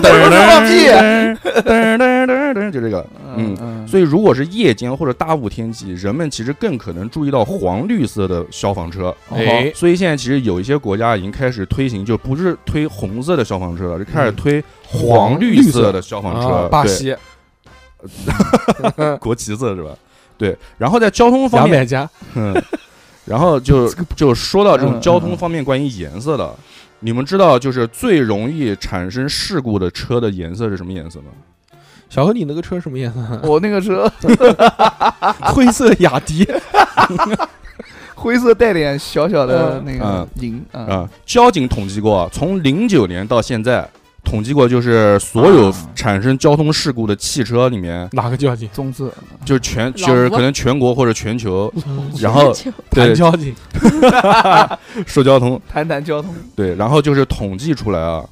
*laughs* 噔噔放屁啊噔噔噔噔噔，就这个。嗯嗯所以，如果是夜间或者大雾天气，人们其实更可能注意到黄绿色的消防车。哎所以现在其实有一些国家已经开始推行，就不是推红色的消防车了，就开始推黄绿色的消防车。啊巴西对国旗色是吧？对。然后在交通方牙面，买加，嗯，然后 *laughs* 就就说到这嗯种交通方面关于颜色的，你们知道就是最容易产生事故的车的颜色是什么颜色 *laughs* 吗？小何，你那个车什么颜色？ *laughs* 我那个车灰色雅迪，灰色带点小小的那个嗯银啊啊、交警统计过，从零九年到现在，统计过就是所有啊产生交通事故的汽车里面，哪个 *laughs* 交警？棕色，就是全老就是挝可能全国或者全 *laughs* 球，然后谭对交警，说交通谈谈交通，对，然后就是统计出来啊，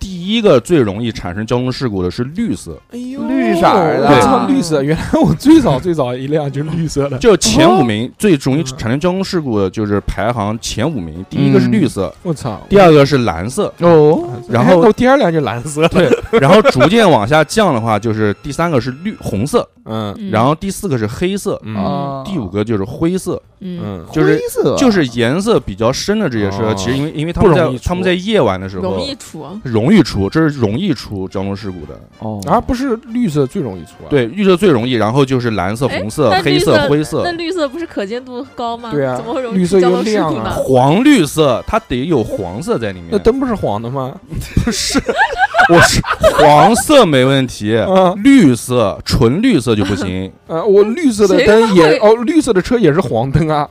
第一个最容易产生交通事故的是绿色，哎呦绿色儿的我操，绿色！原来我最早最早一辆就是绿色的，就前五名最容易嗯产生交通事故的就是排行前五名，第一个是绿色， *laughs* 我操。第二个是蓝色，哦，然后哎我第二辆就蓝色，对，然后逐渐往下降的话，就是第三个是绿红色，嗯然后第四个是黑色，嗯啊第五个就是灰色，嗯，嗯，就是灰色就是颜色比较深的这些车，哦其实因为因为他们不容在易出他们在夜晚的时候容易出。容易出，这是容易出交通事故的。哦啊，不是绿色最容易出啊？对，绿色最容易，然后就是蓝色、哎红色、那黑绿色、色灰那色、绿色不是可见度高吗？对啊怎么会容易绿出色交又通事亮故啊呢？黄绿色，它得有黄色在里那 *laughs* 面。灯不是黄的吗？不是，我是黄色没问题，啊，绿色纯绿色就不行，呃，我绿色的谁灯也会哦，绿色的车也是黄灯啊。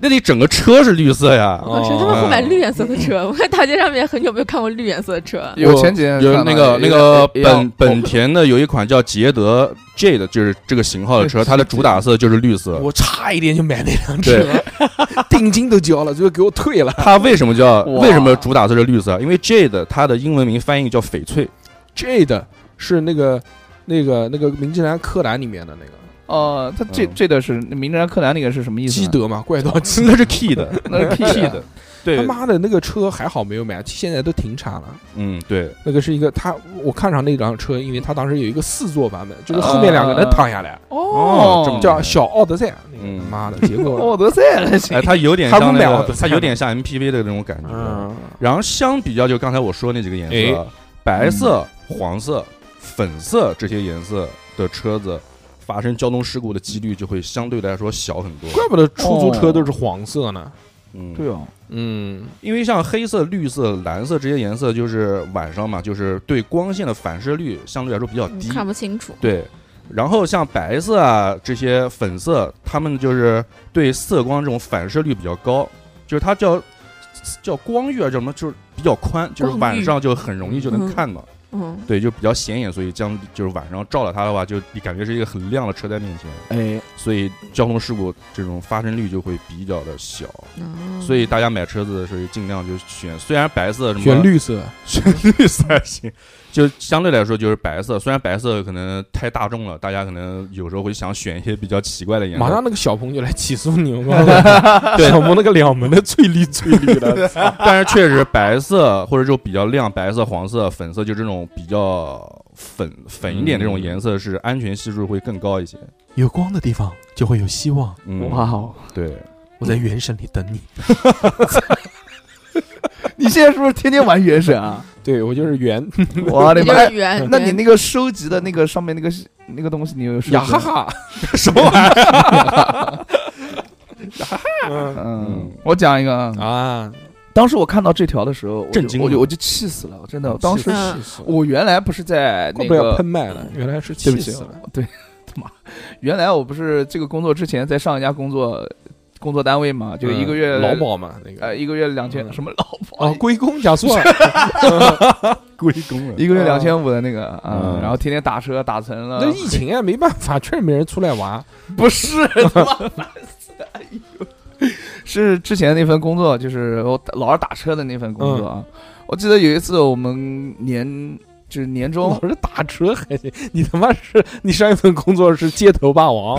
那你整个车是绿色呀。哦我谁他妈会买嗯绿颜色的车？ *laughs* 我在大街上面很久没有看过绿颜色的车。有我前几天有看到那个有那个一辆本本田的有一款叫捷德 J 的，就是这个型号的车，它的主打色就是绿色。我差一点就买那辆嗯对车， *laughs* 定金都交了，最后给我退了。它为什么叫哇为什么主打色是绿色？因为 Jade 它的英文名翻译叫翡翠， Jade 是那个那个那个名侦探柯南里面的那个哦，他这嗯这个是名侦探柯南那个是什么意思基呢？德嘛，怪盗基德哦那是 key 的，那是 P 的，对他，妈的那个车还好没有买，现在都停产了。嗯，对，那个是一个他，我看上那辆车，因为他当时有一个四座版本，就是后面两个能躺下来，哦这么叫小奥德赛。那嗯个妈的，结果 *laughs* 奥德赛还行哎，它有点他像不买那奥德个，它赛有点像 MPV 的那种感觉。嗯，然后相比较，就刚才我说那几个颜色，白色、黄色、粉色这些颜色的车子，发生交通事故的几率就会相对来说小很多。怪不得出租哦车都是黄色呢。嗯，对哦，嗯，因为像黑色、绿色、蓝色这些颜色，就是晚上嘛，就是对光线的反射率相对来说比较嗯低。看不清楚。对，然后像白色啊这些粉色，它们就是对色光这种反射率比较高，就是它叫叫光域啊，叫什么，就是比较宽，就是光晚域上就很容易就能嗯看到。嗯，对，就比较显眼，所以将就是晚上照了它的话，就你感觉是一个很亮的车在面前，哎，所以交通事故这种发生率就会比较的小。哦所以大家买车子的时候尽量就选，虽然白色什么选绿色，选绿色还行， *laughs* 就相对来说就是白色。虽然白色可能太大众了，大家可能有时候会想选一些比较奇怪的颜色。马上那个小鹏就来起诉你，我告诉 *laughs* 你，小鹏那个两门的翠绿翠 *laughs* 绿的，但是确实白色或者就比较亮，白色、黄色、粉色就这种比较粉粉一点这嗯种颜色是安全系数会更高一些。有光的地方就会有希望。嗯，哇哦，对，我在原神里等你。你现在是不是天天玩原神啊？ *laughs* 对我就是原我的也就妈！是哎圆。那你圆那个收集的那个上面那个那个东西，你有收集吗雅哈？哈，什么玩意儿？嗯嗯，我讲一个啊，啊，当时我看到这条的时候，我就震惊了嗯我就我就气死了，我真的，当时气死我原来不是在怪那不得要个喷，麦了，原来是对气不起死了。，对，他妈，原来我不是这个工作之前在上一家工作工作单位嘛，就一个月嗯劳，保嘛，那呃，个一个月两千嗯什么劳保哦，，归功假 *laughs* 算归啊功了。一个月两千五的那个啊嗯，然后天天打车打成了那，疫情啊，没办法，确实没人出来玩。不是他妈烦死了，哎呦，是之前那份工作，就是我打老是打车的那份工作啊，嗯我记得有一次我们年就是年终老是打车还行， *laughs* 你他妈是你上一份工作是街头霸 *laughs* 王，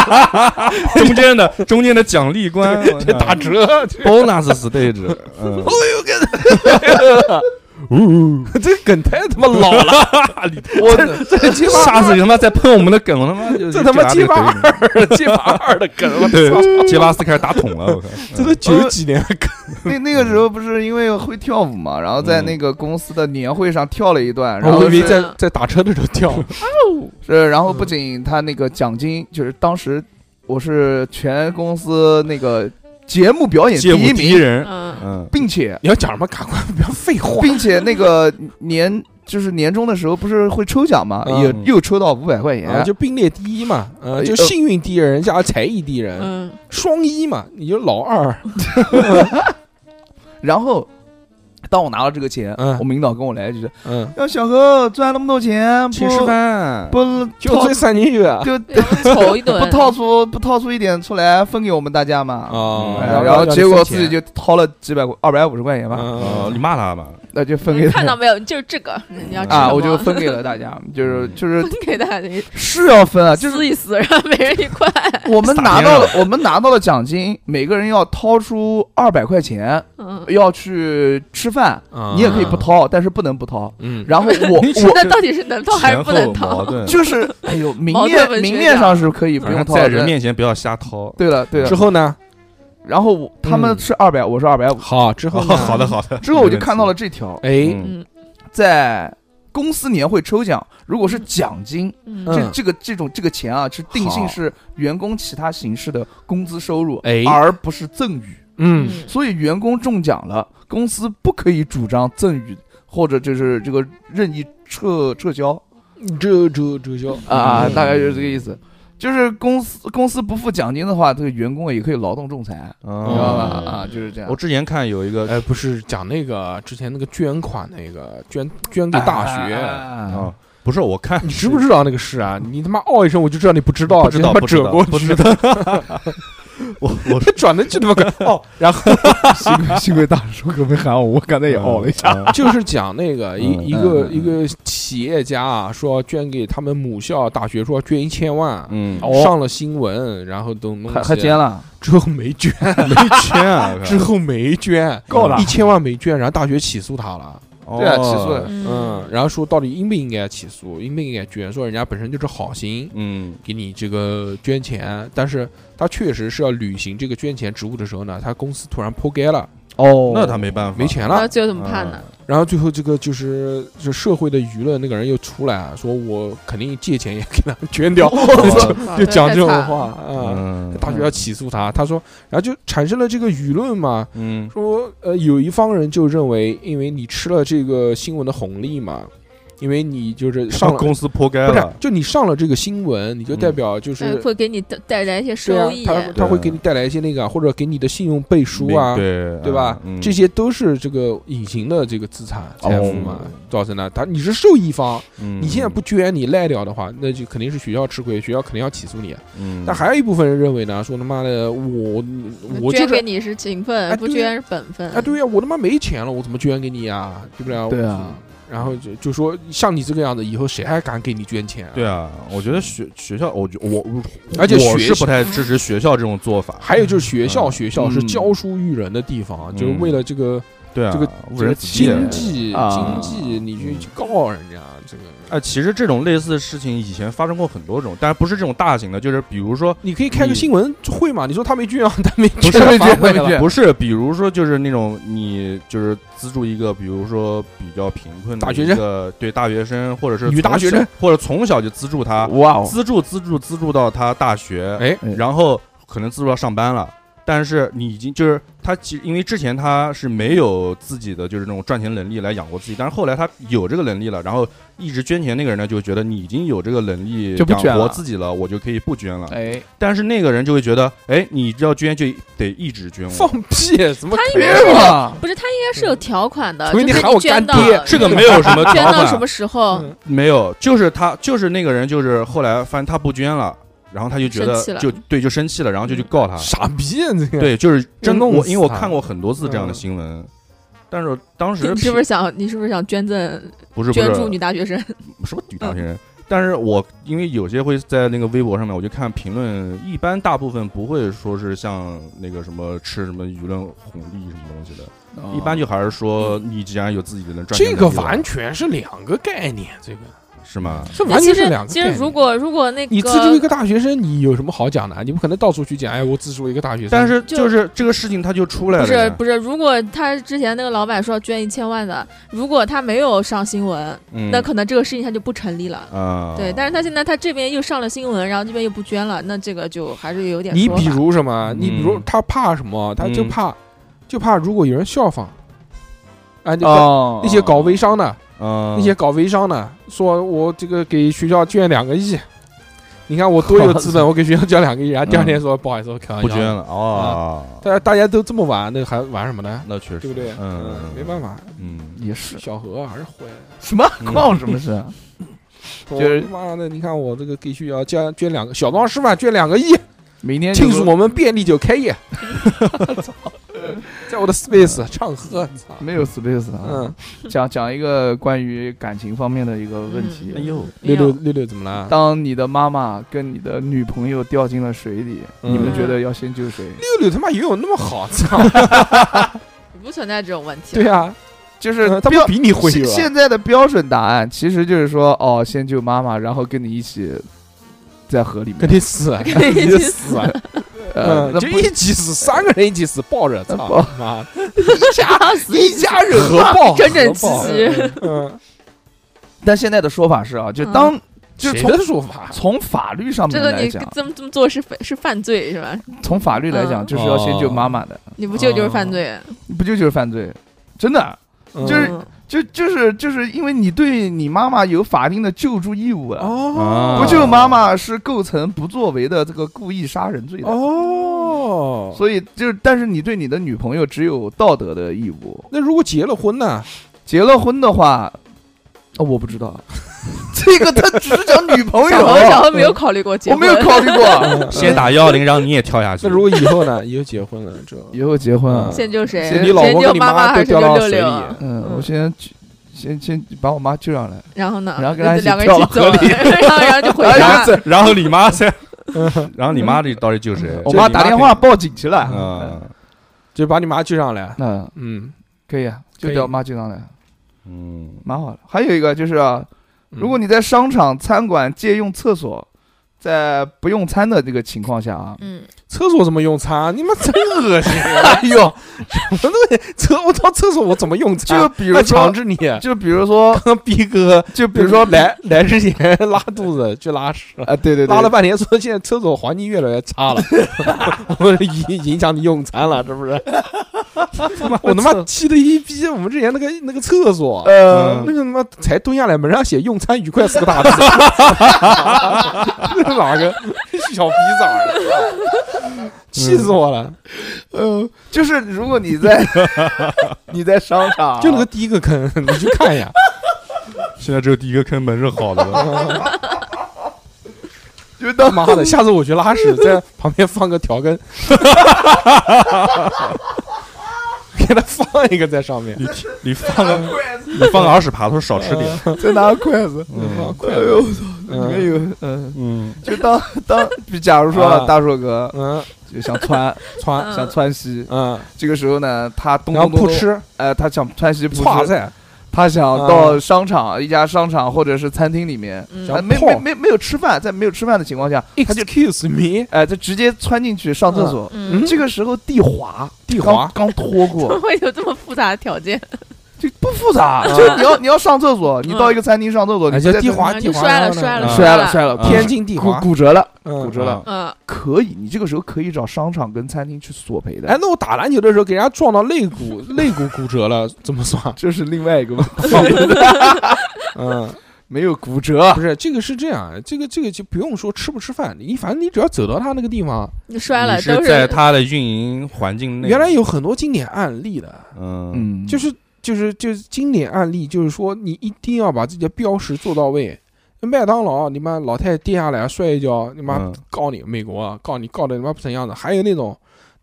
*laughs* 中间的中间的奖励官啊打哦折， *laughs* bonus stage，嗯， *laughs* 这梗太他妈老了，我这这鸡巴下次你他妈再碰我们的梗，我他妈就这他妈就鸡巴拿这个怼街霸二的梗，你对，杰巴斯开始打桶了，我靠， *laughs* 这都九几年了，嗯那那个时候不是因为会跳舞嘛，然后在那个公司的年会上跳了一段，然哦我后以为是在在打车的时候跳，是然后不仅他那个奖金，就是当时我是全公司那个节目表演第街舞一第一名，人，嗯，嗯，并且你要讲什么赶快不要废话， *laughs* 并且那个年就是年终的时候不是会抽奖嘛，嗯也又抽到五百块啊，钱，就并列第一嘛，呃，哎就呃幸运第一人加才艺第一人，嗯，双一嘛，你就老二，然后。当我拿到这个钱，嗯我们领导跟我来一句嗯：“，要小何赚那么多钱，请吃不饭，不就掏这三年月啊，就对我们 *laughs* 瞅一顿，不掏出不掏出一点出来分给我们大家嘛？哦哎然然后后结果自己就掏了几百块，二百五十块钱吧，哦，你嗯，骂他吧，那就分给你看大 *laughs* 到家没有？就是这个，嗯你要吃啊，什我就么分给了大家，嗯就是就是 *laughs* 分给大家，是要分啊，就是撕一撕，然后每人一块。我们拿到了我们拿到了奖金，每个人要掏出二百块钱，嗯，要去吃饭，嗯你也可以不，掏，但是不能不掏。嗯，然后我我那到底是能掏哦还是前不后能矛掏？盾，就是哎呦，明矛盾面文学明面家上是可以不 *laughs* 反正用掏的，在人面前不要瞎掏。对了对之了，后呢？然后我他们嗯是二百，我是二百五，好，之后哦，呢 *laughs* 好的好的。之后我就看到了这条，哎，嗯，嗯在公司年会抽奖，如果是奖金，嗯嗯，这这个这种这个钱啊，是定性是员工其他形式的工资收入，哎而不是赠与。嗯，所以员工中奖了，公司不可以主张赠与或者就是这个任意撤撤销嗯这这这就啊，嗯大概就是这个意思。就是公司公司不付奖金的话，这个员工也可以劳动仲裁，你知道吧哦，？嗯啊，就是这样我。之前看有一个哎，不是讲那个之前那个捐款那个捐捐给大学，学啊，不是我看你知不知道那个事啊？你他妈哦一声我就知道你不知道，不知你道他妈不知折道过不去知的。我我他 *laughs* 转的就他妈快哦，然后幸亏幸亏大叔可没喊 *laughs* 我，我刚才也哦了一 *laughs* 下。下，就是讲那个一嗯一嗯个嗯一个企业家啊，说要捐给他们母校大学，说要捐一千万， *laughs* 嗯，哦上了新闻，然后都弄还还捐捐，了，之后没捐，没签啊，我靠之后没捐，够了一千万没捐，然后大学起诉他了，哦对啊起诉了嗯，，然后说到底应不应该起诉，应不应该捐，说人家本身就是好心，嗯给你这个捐钱，但是他确实是要履行这个捐钱职务的时候呢，他公司突然破盖了，哦，那他没办法，没钱了那，最后怎么判呢？然后最后这个就是就社会的舆论，那个人又出来啊说，我肯定借钱也给他们捐掉，嗯哦就讲这种呃话 *laughs* 啊。嗯大学要起诉他，他说，然后就产生了这个舆论嘛，嗯说呃有一方人就认为，因为你吃了这个新闻的红利嘛，因为你就是上了公司破盖不是了，嗯就你上了这个新闻，你就代表就是、哎会给你带带来一些对收益，啊，他他会给你带来一些那个，或者给你的信用背书啊，对对吧？嗯这些都是这个隐形的这个资产财富嘛哦造成的。他你是受益方，嗯你现在不捐，你赖掉的话，那就肯定是学校吃亏，学校肯定要起诉你。嗯但还有一部分人认为呢，说他妈的我我就捐是给你是情分，哎不对捐是本分啊，对呀、我他妈没钱了，我怎么捐给你啊？对不对？对啊。然后就就说像你这个样子，以后谁还敢给你捐钱、啊？对啊，我觉得学学校，我觉我我而且我学是校不太支持学校这种做法，还有就是学校，学校是嗯教书育人的地方，就是为了这个对啊，这个误嗯人子弟这个经啊。嗯济啊经济，你去去告人家这个，哎，其实这种类似的事情以前发生过很多种，但是不是这种大型的，就是比 *laughs* 如说你可以开个你新闻会嘛？你说他没捐啊，他没不捐，是没罚捐款没了捐对不是，比如说就是那种你就是资助一个，比如说比较贫困的大学一生个，对大学生或者是女大从学小生，或者从小就资助他，哇哦，资助资助资助到他大学，哎，哎然后可能资助到上班了。但是你已经就是他，其实因为之前他是没有自己的就是那种赚钱能力来养活自己，但是后来他有这个能力了，然后一直捐钱那个人呢就觉得你已经有这个能力就不捐养活了自己了，我就可以不捐了。哎，但是那个人就会觉得，哎，你要捐就得一直捐 *laughs* 我，放屁，啊怎么他可应以该是有哇不是，他应该是有条款的，除非就是嗯你喊我捐干到爹这个没有 *laughs* 什么捐条到款什么时候嗯没有，就是他，就是那个人，就是后来发现他不捐了，然后他就觉得生气了就对，就生气了，然后就去告他。傻逼啊？这个对，就是真弄我，死因为我他看过很多次这嗯样的新闻，但是当时你是不是想你是不是想捐赠不是不捐是助女嗯大学生？什么女大学生？但是我因为有些会在那个微博上面，我就看评论，一般大部分不会说是像那个什么吃什么舆论红利什么东西的，哦一般就还是说你既然有自己的能赚嗯钱这的个地方完全是两个概念，这个是吗？这那完其全是实两个其概实念。如果如果那个你资助一个大学生，你有什么好讲的？你不可能到处去讲，哎，我资助一个大学生。但是就就是这个事情它就出来了不是呀，不是，如果他之前那个老板说要捐一千万的，如果他没有上新闻，嗯那可能这个事情他就不成立了。啊，对，但是他现在他这边又上了新闻，然后这边又不捐了，那这个就还是有点你说法比如什么？你比如嗯他怕什么？他就嗯怕，就怕如果有人效仿，啊，你搞哦，那些搞微商的，嗯，那些搞微商的，说我这个给学校捐两个亿，你看我多有资 *laughs* 本，我给学校捐两个亿，然后第二天说嗯不好意思，我开玩不笑捐了哦，大家大家都这么玩，那还玩什么呢？那确实对不对？嗯，没办，法，嗯，也是小何还是坏的。什么嗯关我什么事啊？就是妈的，你看我这个给学校捐捐两个，小庄师啊范捐两个亿，明天庆祝我们便利酒开 *laughs* 业。在我的 space 唱和，操！没有 space 啊嗯，，讲讲一个关于感情方面的一个问题。哎呦，没六有六六六怎么了？当你的妈妈跟你的女朋友掉进了水里，嗯你们觉得要先救谁？六六他妈游泳那么好， *laughs* 操！不存在这种问题。对啊， *laughs* 就是嗯他不标比你会现游啊？现在的标准答案其实就是说，哦，先救妈妈，然后跟你一起在河里肯面，定死， *laughs* 肯定定 *laughs* 死死啊！呃，那就不一起死，三个人一起死，抱着，操抱妈 *laughs* 的，一 *laughs* 家一家人合抱，整整合抱齐 *laughs* 齐，嗯，但现在的说法是啊，就当就是谁从的说法？从法律上嗯这面个来你讲，这么这么做是犯是犯罪是吧？从法律来讲，嗯就是要先救妈妈的，你不救就是犯罪，不救就是犯罪，真的，嗯就是嗯就就是就是因为你对你妈妈有法定的救助义务啊，哦，嗯不救妈妈是构成不作为的这个故意杀人罪的。哦，所以就是，但是你对你的女朋友只有道德的义务。那如果结了婚呢？结了婚的话，哦，我不知道，这 *laughs* 这个他只是讲女朋小友何，，小何没有考虑过结我婚，没有考虑过。先打幺幺零，然后你也跳下去。那如果以后 *laughs* 呢？以后结婚了之后， *laughs* 以后结婚啊，先救谁？你老先婆救跟你妈呃妈都还是掉救到六水里，六？嗯，嗯我先先先把我妈救上来，然后呢？然后跟他一起两个人跳一了起走了， *laughs* 然后然后就回然家后。 *laughs* 然后你妈在，然后你妈这到底救谁？嗯我妈打电话报警去了。嗯，啊，就把你妈救上来。那嗯，可以啊，就可以叫我妈救上来，嗯，蛮好的。还有一个就是啊，嗯如果你在商场、餐馆借用厕所，在不用餐的这个情况下啊，嗯， *laughs* 厕所怎么用餐？你们真恶心！ *laughs* 哎呦，什么东西？厕我到厕所我怎么用餐？就比如还强说，制你。就比 *laughs* 如说，刚 *laughs* 逼哥，就比 *laughs* 如说，来来之前拉肚子去拉屎，啊，对对对，拉了半天，说现在厕所环境越来越差了，我们影影响你用餐了，是不是？我他妈气的一逼！我们之前那个那个厕所，呃那，个他妈才蹲下来，门上写“用餐愉快”四个大字，这哪个小逼崽儿？气死我了！嗯呃，就是如果 *laughs* 你在你在商场，啊就那个第一个坑，你去看一下。现在只有第一个坑门是好的了。 *laughs* 就当妈的，下次我去拉屎，在旁边放个调羹，给他放一个在上面。你你放个你放个耳屎耙头，少吃点。再拿筷子，嗯哎呦，我操，里面嗯有嗯，嗯，就当当，就假如说啊大硕哥嗯，就想窜穿嗯想窜稀，嗯，这个时候呢，他咚然后咚不咚咚，吃，呃，他想窜稀不哇吃，塞，他想到商场一家商场或者是餐厅里面。嗯然后呃没泡没没没有吃饭，在没有吃饭的情况下，他就 Excuse me，哎，他直接窜进去上厕所。嗯，这个时候地滑，地刚滑刚拖过， *laughs* 会有这么复杂的条件？就不复杂，嗯就你要你要上厕所，你到一个餐厅上厕所，哎你不叫在地这滑，就地滑摔了然后呢摔了嗯摔了摔了，嗯天津地骨滑，骨折了，骨骨折了。嗯，可以，你这个时候可以找商场跟餐厅去索赔的。哎，，那我打篮球的时候给人家撞到肋骨， *laughs* 肋骨骨折了，怎么算？这是另外一个问题，嗯， *laughs* 没有骨折不，是，这个是这样，这个这个就不用说吃不吃饭，你反正你只要走到他那个地方，你摔了你呃都是在他的运营环境内。原来有很多经典案例的，嗯嗯，就是就是就是经典案例，就是说你一定要把自己的标识做到位。麦当劳，你妈老太太跌下来摔一跤，你妈嗯告你美国啊，告你告的你妈不成样子。还有那种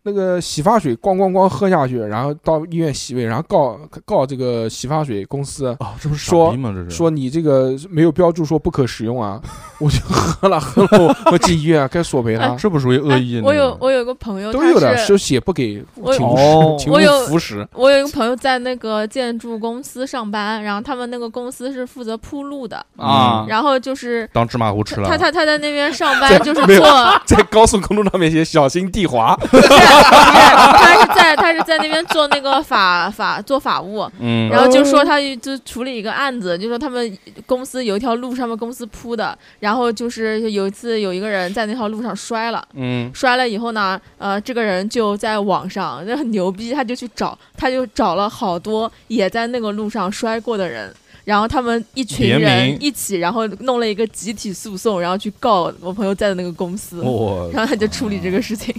那个洗发水咣咣咣喝下去，然后到医院洗胃，然后告告这个洗发水公司。啊，这不是说傻逼吗？这是说你这个没有标注，说不可使用啊！ *laughs* 我就喝了喝了，我我进医院该索赔他，这不属于恶意哎那种。我有我有个朋友，都他有的，是是写不给，我请哦勿使请我勿有服食。我有一个朋友在那个建筑公司上班，然后他们那个公司是负责铺路的，啊，然后就是当芝麻糊吃了。他他他在那边上班就是没有做，在高速公路上面写小心地滑，不是不是，他是在他是在那边做那个法法做法务。嗯，然后就说他就处理一个案子，就说他们公司有一条路，上面公司铺的，然后就是有一次有一个人在那条路上摔了，嗯摔了以后呢，呃，这个人就在网上，那很牛逼，他就去找，他就找了好多也在那个路上摔过的人，然后他们一群联名人一起，然后弄了一个集体诉讼，然后去告我朋友在的那个公司，我然后他就处理这个事情。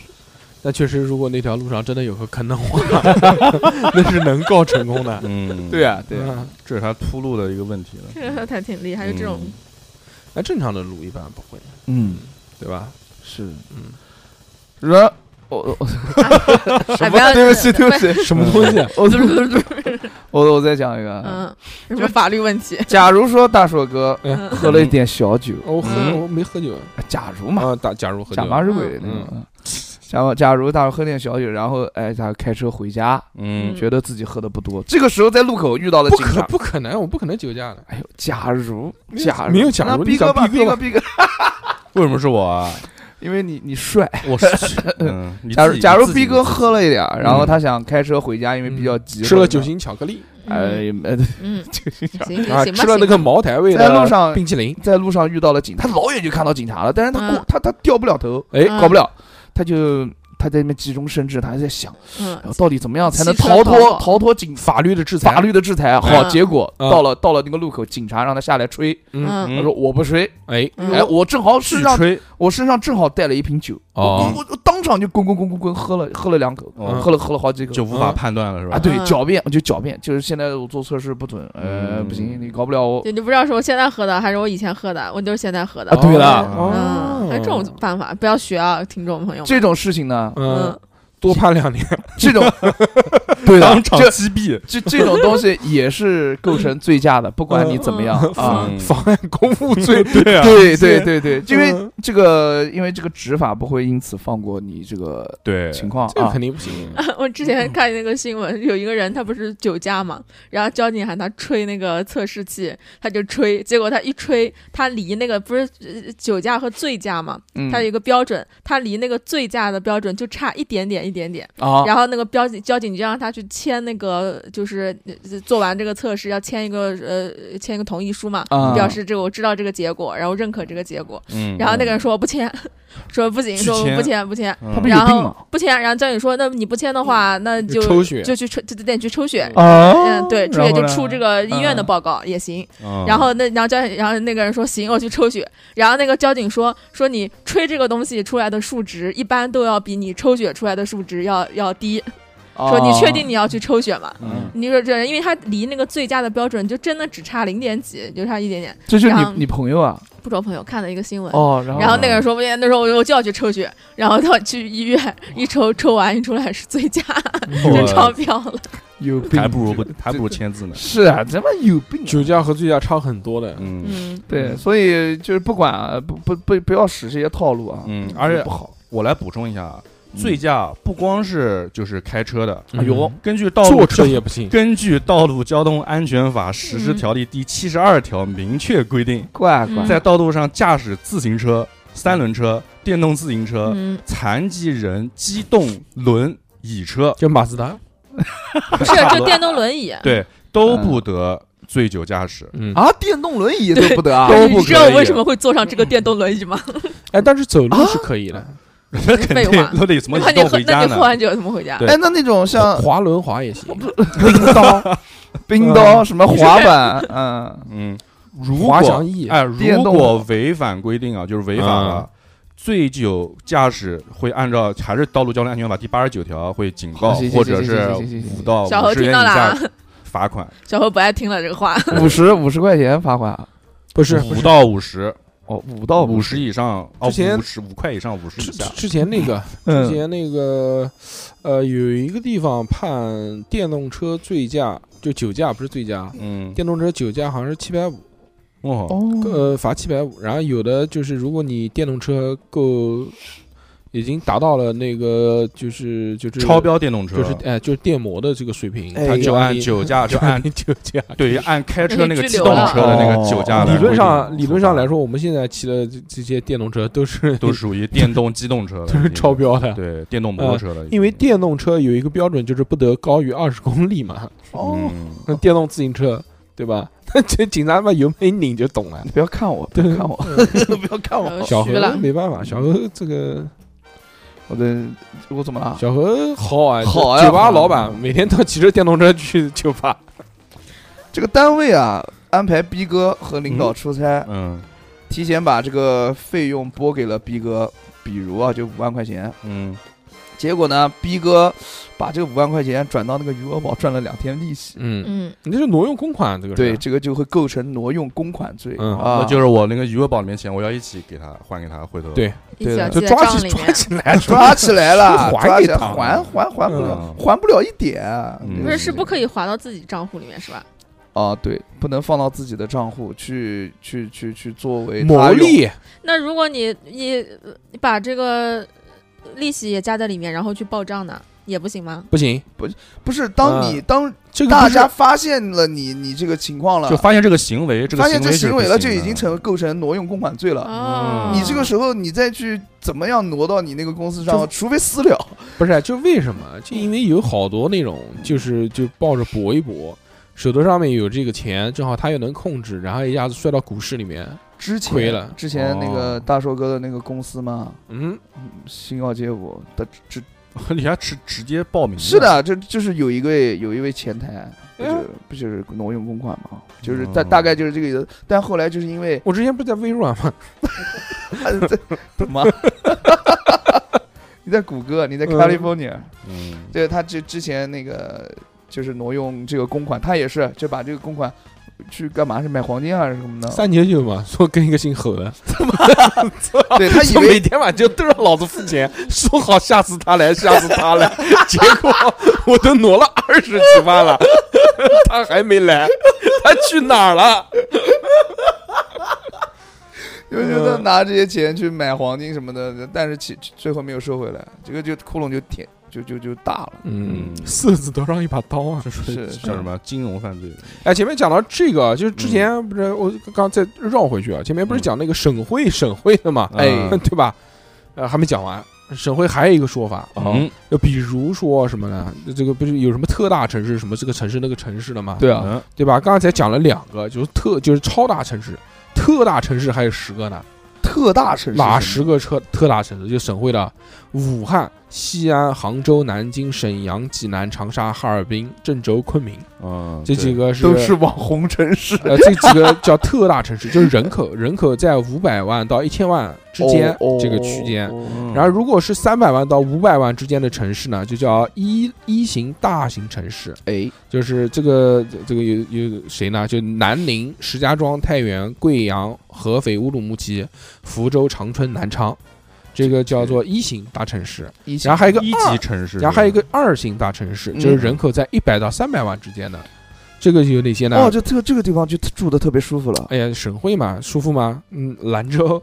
*laughs* 那确实，如果那条路上真的有个坑的话， *laughs* 那是能告成功的。*laughs* 嗯，对，啊，对啊，啊，这是他秃噜的一个问题了。他挺厉害，就这种，嗯那正常的路一般不会，嗯，对吧？是，嗯，然后我 *laughs* 我哎，不要对不起对不起，起，什么东西？ *laughs* 我我我再讲一个啊，嗯，什么法律问题？嗯假如说大硕哥哎，喝了一点小酒，我喝嗯我没喝酒假如嘛，啊，打假如喝酒嗯假，嘛是鬼那种。嗯假如假如大硕喝点小酒，然后哎，他开车回家，嗯嗯觉得自己喝的不多，这个时候在路口遇到了不警可察。不可能，我不可能酒驾的。哎呦，假如嗯没有假如没有假如那你逼讲哥吧，逼哥逼吧哥逼哥， *laughs* 为什么是我啊？因为你你帅。我是嗯，你假自如己假如自己逼哥喝了一点儿，然后嗯他想开车回家，因为比较急，吃了酒，心巧克力 *laughs* 哎， *laughs* 呃嗯，酒精巧克力行行啊，行吧，吃了那个茅台味的在路上冰淇淋，在路上遇到了警察，他老远就看到警察了，但是他过嗯他他掉不了头，哎嗯搞不了，他就他在那边急中生智，他还在想，嗯哎，呦到底怎么样才能骑车逃逃脱跑逃脱警法律的制裁，法律的制裁？好，嗯结果嗯到了到了那个路口，警察让他下来吹，嗯，他说我不吹，哎，嗯哎，我正好身上吹我身上正好带了一瓶酒，我哦，我我当场就滚滚滚滚滚喝了喝了两口，哦喝了喝了好几口就。无法判断了是啊，吧？对，嗯狡辩就狡辩，就是现在我做测试不准，呃，嗯不行，你搞不了我。对，你不知道是我现在喝的还是我以前喝的，我都是现在喝的哦啊。对了嗯，还有这种办法，不要学啊，听众朋友们。这种事情呢，嗯嗯，，多判两年，这 *laughs* 种对的当，场这击毙，这这种东西也是构成醉驾的，不管你怎么样啊。嗯妨碍公务罪，啊对对对对对，因为嗯这个，因为这个执法不会因此放过你这个对，情况这个啊肯。定不行。嗯 *laughs* 我之前看那个新闻，有一个人他不是酒驾嘛，然后交警喊他吹那个测试器，他就吹，结果他一吹，他离那个不是呃酒驾和醉驾嘛，嗯他有一个标准，他离那个醉驾的标准就差一点点一点点，啊，然后那个标警交警就让他去签那个，就是呃做完这个测试要签一个呃签一个同意书嘛，啊表示这个我知道这个结果，然后认可这个结果。嗯，然后那个人说我不签， *laughs* 说不行，拒说我不签签不签。嗯他不是有然病后吗不签，然后交警说那你不签的话，那就嗯抽血哦就去抽，就得去抽血。啊，哦嗯，对，抽血就出这个，个医院的嗯报告也行。嗯然后那然后交警，然后那个人说行，我去抽血。然后那个交警说说你吹这个东西出来的数值，一般都要比你抽血出来的数值要要低。哦说你确定你要去抽血吗？嗯你说这，因为他离那个醉驾的标准就真的只差零点几，就差一点点。这就是然后你你朋友啊？不找朋友看了一个新闻，哦，然后然后那个人说不行，那时候我我就要去抽血，然后他去医院一抽，抽完一出来是醉驾，就超标了。有病，还不如不还不如签字呢，是啊，他妈有病啊。酒驾和醉驾差很多的，嗯嗯，对，所以就是不管啊不不不不要使这些套路啊，嗯，而且不好。我来补充一下啊，醉驾不光是就是开车的，哎呦，根据道路坐车也不行。根据《道路交通安全法实施条例》第七十二条明确规定，怪嗯在道路上驾驶自行车、三轮车、电动自行车、嗯，残疾人机动轮椅车，就马自达，不是，就电动轮椅，对，都不得醉酒驾驶。嗯，啊，电动轮椅都不得啊，对都不你知道可我以为什么会坐上这个电动轮椅吗？哎，但是走啊路是可以的，那肯废话定都得怎么 *laughs* 那你移动喝，回那家你喝呢？完酒怎么回家？对哎，那那种像滑轮滑也哦行， *laughs* 冰刀、 *laughs* 冰刀什么滑 *laughs* 板，嗯，嗯，如滑翔果翼，哎，电如动果违反规定啊，就是违法了。醉酒驾驶会按照还是《道路交通安全法》第八十九条会警啊告，行行或者行是行行行五到小五何十听元以到了下啊，罚款，小何不爱听了这个话。五十五十块钱罚款啊，不是五到 *laughs* 五十，哦，五到五50十，以上，之哦，前五十五块以上，五十之以下之。之前那个，之嗯，前那个，呃，有一个地方判电动车醉驾，就酒驾不是醉驾，嗯，电动车酒驾好像是七百五，哦，哦，呃，罚七百五。然后有的就是，如果你电动车够，已经达到了那个就是就是超，标电动车就是哎就是电摩的这个水平，哎它就就按按酒驾，就按 *laughs* 按酒驾。对于按开车那那个就机拘留动车的那个酒驾来哦理论上规定理论上来，说，我们现在骑的这这些电动车都是都属于电动机动车了， *laughs* 都是超标的。对电动摩托车了，因为电动车有一个标准，就是不得高于二十公里嘛。哦，嗯那电动自行车，对吧？那这警察把油门一拧就懂了你。不要看我，不要看我， *laughs* 不要看我，小虚了何没办法，小何这个 *laughs* 我的我怎么了？小何好啊，好呀酒吧老板每天都骑着电动车去酒吧，这个单位啊，安排逼哥和领导出差，嗯提前把这个费用拨给了逼哥，比如啊，就五万块钱，嗯，结果呢，逼哥把这个五万块钱转到那个余额宝，赚了两天利息。嗯，嗯，你这是挪用公款，啊这个是对，，这个就会构成挪用公款罪、嗯啊，啊那就是我那个余额宝里面钱，我要一起给他还给他，回头对一起要就记在抓账起里抓面。起来，抓起来 *laughs* 了，还抓给起来他还还还不了，嗯还不了一点，嗯不是，是嗯不可以划到自己账户里面是吧？啊，对，不能放到自己的账户去去去去作为牟他用，利，那如果你你呃你把这个利息也加在里面，然后去报账呢，也不行吗？不行，不是当你、嗯当这个大不是家发现了你你这个情况了就，发现这个行为，这个啊发现这是行不为了，行就已的经成构成挪用公款罪了。哦，啊你这个时候，你再去怎么样挪到你那个公司上，除非私了。不是，就为什么？就因为有好多那种，就是就抱着搏一搏，手头上面有这个钱，正好他又能控制，然后一下子摔到股市里面，之亏前了哦之前那个大寿哥的那个公司嘛，嗯，新奥街舞的这 *laughs* 你还直直接报名？是，的，这就是有一位有一位前台，不哎就呀是不就是挪用公款嘛，就是哦大大概就是这个意思，但后来就是 *laughs* 因为我之前不是在微软吗？ *laughs* 这怎么？ *laughs* 你在谷歌，你在嗯 California，、嗯，对他之之前那个就是挪用这个公款，他也是就把这个公款去干嘛？是买黄金还是什么的？三九九嘛，说跟一个姓侯的，对他以说每为天晚就都让老子付钱，说好下次他来，下次他来，结果我都挪了二十几万了， *laughs* 他还没来，他去哪儿了？就觉得拿这些钱去买黄金什么的，但是其最后没有收回来，这个就窟窿就填就就就大了。嗯，色子头上一把刀啊！是叫什么金融犯罪？哎，前面讲到这个，就是嗯之前不是我刚再绕回去啊，前面不是讲那个省会省会的嘛，哎 *laughs* 嗯对吧？呃，还没讲完，省会还有一个说法，哦啊嗯，就比如说什么呢？这个不是有什么特大城市，什么这个城市那个城市的嘛，对啊，嗯对吧？刚才讲了两个，就是特就是超大城市，特大城市还有十个呢，特大城市哪十个车特大城市？就省会的武汉、西安、杭州、南京、沈阳、济南、长沙、哈尔滨、郑州、昆明，嗯，这几个个是都是网红城市 *laughs* 呃，这几个叫特大城市，就是人口人口在五百万到一千万之间哦哦这个区间。哦然后，如果是三百万到五百万之间的城市呢，就叫一一型大型城市。哎，就是这个这个有有谁呢？就南宁、石家庄、太原、贵阳、合肥、乌鲁木齐、福州、长春、南昌，这个叫做一型大城市。以前然后还有一个一二级城市，然后还有一个二型大城市，就是嗯人口在一百到三百万之间的，这个有哪些呢？哦，就这个这个地方就住的特别舒服了，哎呀，省会嘛，舒服吗？嗯，兰州，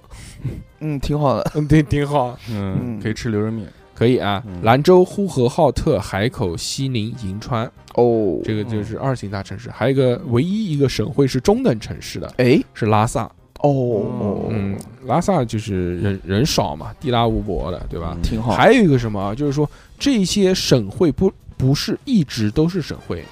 嗯，挺好的。嗯，对，挺 *laughs* 好，嗯，嗯可以吃牛肉面。可以啊。嗯兰州、呼和浩特、海口、西宁、银川，哦，这个就是二型大城市。还有一个唯一一个省会是中等城市的，哎，是拉萨。哦哦，嗯，拉萨就是人人少嘛，地大物博的，对吧？嗯挺好。还有一个什么啊，就是说这些省会不不是一直都是省会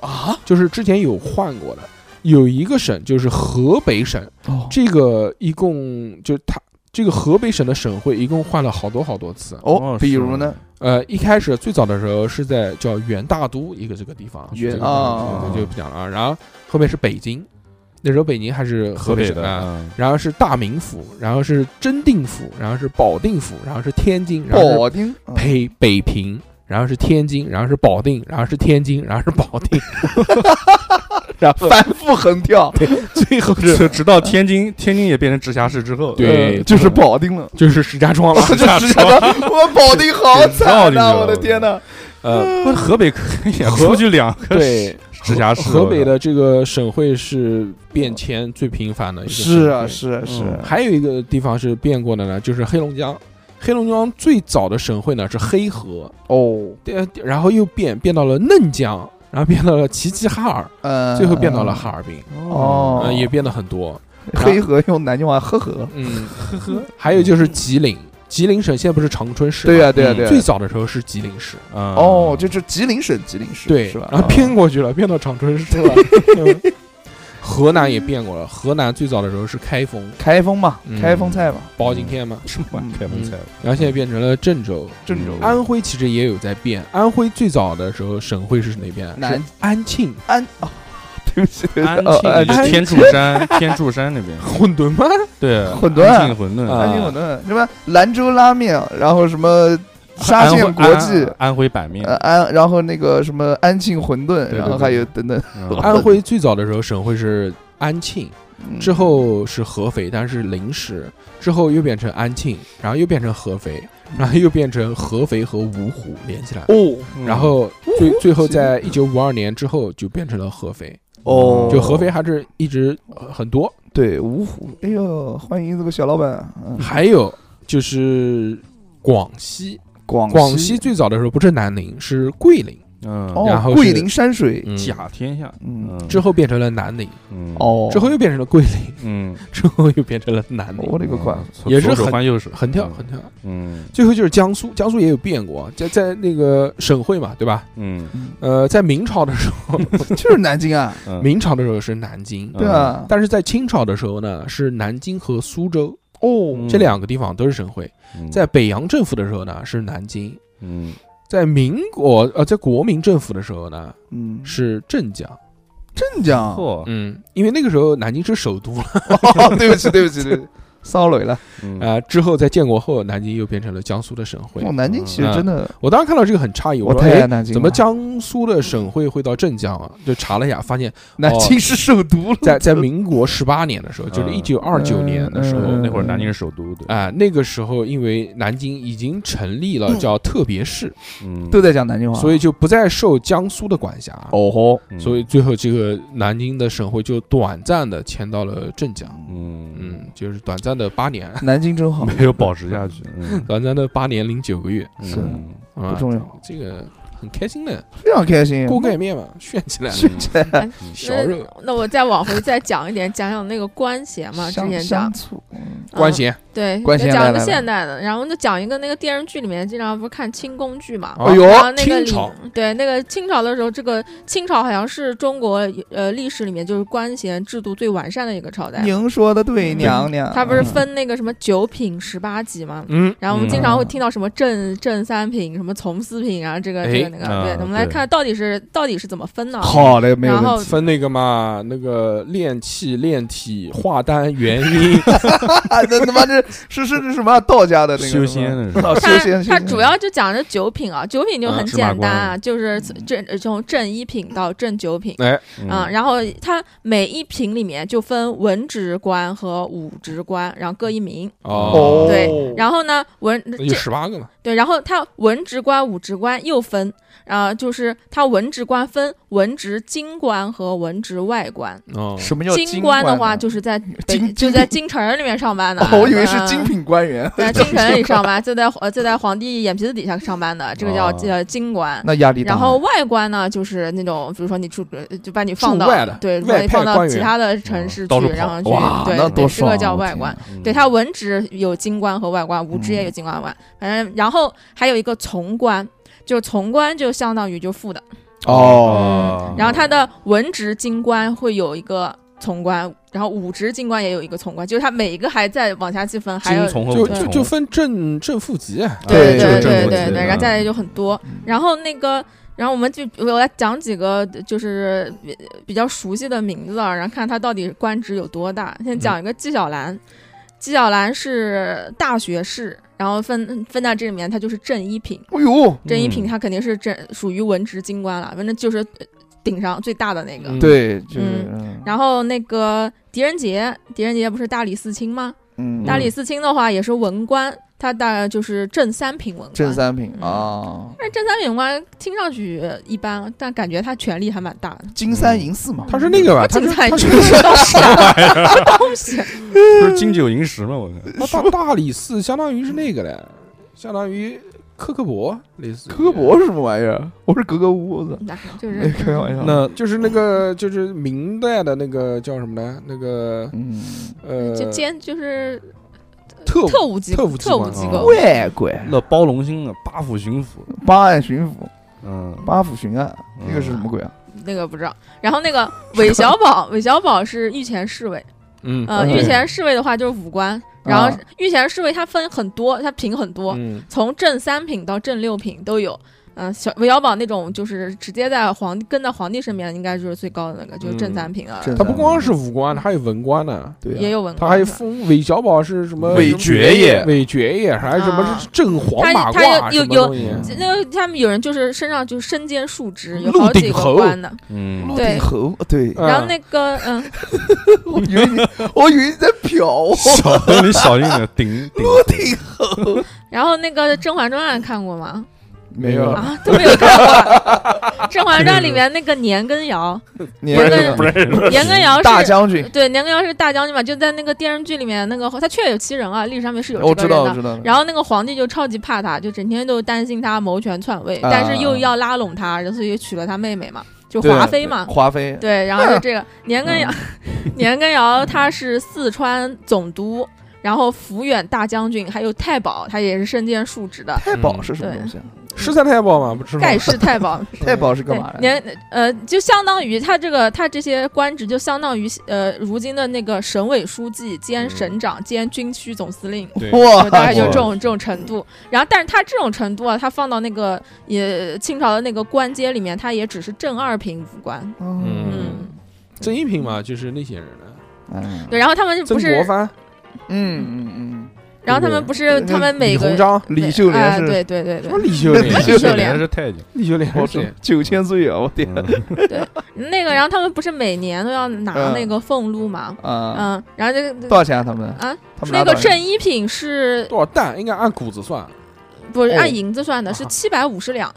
啊，就是之前有换过的。有一个省就是河北省，哦这个一共就是它这个河北省的省会一共换了好多好多次。哦哦，比如呢，呃，一开始最早的时候是在叫元大都一个这个地方，元这个啊对对对就不讲了啊。然后后面是北京，那时候北京还是河北北省的，啊。嗯然后是大名府，然后是真定府，然后是保定府，然后是天津，然后保定是北北平，然后是天津，然后是保定，然后是天津，然后是保 *laughs* 定， *laughs* 然后 *laughs* 反复横跳，最后 *laughs* 是直直到天津，天津也变成直辖市之后，对呃嗯就是保定了。就是石家 *laughs* 庄了。这 *laughs* 是 *laughs* 真的，我保定好惨呐！你知道你知道我的天呐，呃，不是河北可以啊出去两个对，直辖市，河北的这个省会是变迁最频繁的一个省会嗯是啊，是啊，是啊，还有一个地方是变过的呢，就是黑龙江。黑龙江最早的省会呢是黑河，哦，呃然后又变变到了嫩江，然后变到了齐齐哈尔，嗯，最后变到了哈尔滨，哦呃也变得很多。黑河用南京话呵呵， *laughs* 嗯，呵呵。还有就是吉林，吉林省现在不是长春市吗？对呀，对呀，嗯对呀最。早的时候是吉林市，嗯哦，就是吉林省，吉林市对，是吧？嗯然后偏过去了，变到长春市了。嗯河南也变过了，河南最早的时候是开封，开封嘛嗯，开封菜嘛，包青天嘛，什嗯么玩意儿开封菜，然后现在变成了郑州。郑州嗯安徽其实也有在变，安徽最早的时候省会是哪边？啊南是安庆，安啊，对不起，对不起呃安呃庆就是天柱山，天柱山那边，混沌吗？对，混沌安庆馄饨，啊安庆馄饨，什么兰州拉面，然后什么沙安徽县国际安，安徽板面呃，安，然后那个什么安庆馄饨，对然后对还有等等，嗯安徽最早的时候省会是安庆，嗯之后是合肥，但是临时，之后又变成安庆，然后又变成合肥，然后又变成合肥和芜湖连起来，哦嗯然后最最后在一九五二年之后就变成了合肥，哦，就合肥还是一直呃很多，对芜湖，哎呦，欢迎这个小老板，嗯，还有就是广西，广广西最早的时候不是南宁，是桂林，嗯，然哦后，是桂林山水，嗯甲天下，嗯，之后变成了南宁，嗯，哦，之后又变成了桂林， *laughs* 嗯，之后又变成了南宁，我勒个乖，嗯也是左手很换右手，横跳嗯横跳。嗯最后就是江苏，江苏也有变过，在在那个省会嘛，对吧？嗯呃，在明朝的时候， *laughs* 就是南京啊，嗯，明朝的时候是南嗯京，对啊，但是在清朝的时候呢，是南京和苏州嗯这两个地方都是省会。嗯在北洋政府的时候呢，是南京；嗯在民国呃，在国民政府的时候呢，嗯，是镇江。镇江，哦，嚯，嗯，因为那个时候南京是首都了 *laughs* 对不起，对不起，对不起，骚累了。嗯啊、之后在建国后，南京又变成了江苏的省会哇，。哦南京其实嗯真哦的，我当时看到这个很诧异，我说：“太爱哎，南京了，怎么江苏的省会会到镇江啊？”就查了一下，发现南京是首都了？在在民国十八年的时候，就是嗯一九二九年的时候，嗯那会儿南京是首都的，啊、那个时候因为南京已经成立嗯了叫特别市，嗯，都在讲南京话，所以就不再受江苏的管辖。哦吼，嗯所以最后这个南京的省会就短暂的迁到了镇江，嗯嗯，就是短暂的八年， *laughs* 南京真好，没有保持下去，嗯短暂的八年零九个月， *laughs* 是嗯啊不重要，这个很开心的，非常开心。锅盖面嘛，炫起来了，嗯炫起来了，小那肉那我再往回再讲一点，讲讲那个官衔嘛，之香前讲香醋，嗯关啊嗯衔，对，关就衔讲来一个来来现代的，然后就讲一个那个电视剧里面经常不是看清宫剧嘛，哎呦然后那个清里朝对那个清朝的时候，这个清朝好像是中国呃历史里面就是官衔制度最完善的一个朝代，您说的对，娘娘，它不是嗯分那个什么九品十八级嘛。嗯，然后我们嗯经常会听到什么正正三品、什么从四品，然后这个这哎个那个，对啊，我们来对看到底是到底是怎么分呢？好嘞，没有然问后题。分那个嘛，那个炼气、炼体、化丹、元 *laughs* 婴，啊， *laughs* 那他妈这是是是什么道家的那个修仙的什 *laughs* 么是哦，修它仙，修它仙主要就讲的九品啊，九品就嗯很芝麻简单啊，官就是正从正一品到正九品，哎，嗯嗯啊，然后它每一品里面就分文职官和武职官，然后各一名。哦，对，然后呢，文哎那就这十八个嘛，对，然后它文职官、武职官又分，啊、就是它文职官分文职京官和文职外官。哦，什么叫京官啊的话，就是是在北京就在京城里面上班的。 *laughs* 哦，我以为是嗯精品官 *laughs* 员，在京城里上班，就在呃就在皇帝眼皮子底下上班的，这个叫哦叫京官。那压力大。然后外观呢，就是那种，比如说你出呃就把你放到驻外的对，外把派你放到官员其他的城市到处去，跑然后去哇，对那多对，这爽啊！个叫我外天观。嗯对，它文职有京官和外官，武职也有嗯京官外，反正然后还有一个从官，就从官就相当于就副的，哦，嗯然后它的文职京官会有一个从官，然后武职京官也有一个从官，就是它每一个还在往下细分，还有金从和嗯就武就从就分正正负极，啊对对这个对正对国对旗对，然啊后再来就很多。嗯然后那个，然后我们就我来讲几个就是比比较熟悉的名字啊，然后看他到底官职有多大。嗯先讲一个纪晓岚，纪晓岚是大学士，然后分分在这里面，他就是正一品，哎呦，正一品嗯他肯定是正属于文职京官了，反正就是呃顶上最大的那个。嗯对，就是嗯然后那个狄仁杰，狄仁杰不是大理寺卿吗？嗯，大理理寺卿的话也是文官，他大概就是正三品文官。正三品嗯啊，但是正三品官听上去一般，但感觉他权力还蛮大的。金三银四嘛。他是那个吧？他金是三他是银四 *laughs* 到啥东西？不是金九银十吗？我看他大大理寺相当于是那个嘞，相当于科克伯类似于科博是什么玩意儿？我是格格巫，我操！那就是没开玩笑。那就是那个就是明代的那个叫什么呢？那个嗯，呃就兼就是特务特务机特务机特务关机啊构。外鬼，那包龙星的八府巡抚，八案巡抚，嗯，八府巡案，嗯那个是什么鬼啊？那个不知道，然后那个韦小宝，韦小宝是御前侍卫，嗯呃，嗯御前侍卫的话就是武官，然后啊御前侍卫他分很多，他品很多，嗯从正三品到正六品都有。嗯、小韦小宝那种就是直接在皇跟在皇帝身边，应该就是最高的那个，就是正三品了。正他不光是武官，他还有文官呢。对啊，也有文他官，还有是吧封韦小宝是什么韦爵爷韦爵爷还是什么啊是正黄他马他褂有什么有东西有那个他们有人就是身上就是身兼数职，有鹿好鼎几个侯官的。啊嗯鹿对鼎侯，对，嗯然后那个嗯，我以为你， *laughs* 我以为你在瞟我。小你小心点，顶顶鹿鼎侯，然后那个《甄嬛传》看过吗？ *laughs* 没有啊，都没有看过《甄嬛传》里面那个年羹尧，年不是羹不年羹尧大是。将军，对，年羹尧是大将军嘛，就在那个电视剧里面，那个他确有其人啊，历史上面是有我这知个道人我的。知道，然后那个皇帝就超级怕他，就整天都担心他谋权篡位，啊但是又要拉拢他，然后所以就娶了他妹妹嘛，就对啊华妃嘛。华妃对，然后就这个年羹尧， *laughs* 年羹尧他是四川总督，然后抚远大将军，还有太保，他也是身兼数职的。太保嗯是什么对东西啊？是在太保吗？不是吗？盖世太保，太保是干嘛对，的？年呃，就相当于他这个他这些官职，就相当于呃如今的那个省委书记兼省长兼军区总司令。对就大概哇，就这种这种程度，然后，但是他这种程度啊，他放到那个也清朝的那个官阶里面，他也只是正二品武官。嗯，正一品嘛，就是那些人了。嗯对，然后他们曾国不是，藩、嗯嗯然后他们不是对他们每李个鸿章，嗯，李秀莲哎是对对对什对么，李秀莲？李秀哦莲是太监，李秀莲我是谁？九千岁啊！我天那个，然后他们不是每年都要拿嗯那个俸禄嘛，啊，嗯，然后这 *laughs* 多个少钱啊？他们啊，他们拿那个多少钱正一品是多少担？应该按谷子算，不是哦按银子算的，是七百五十两，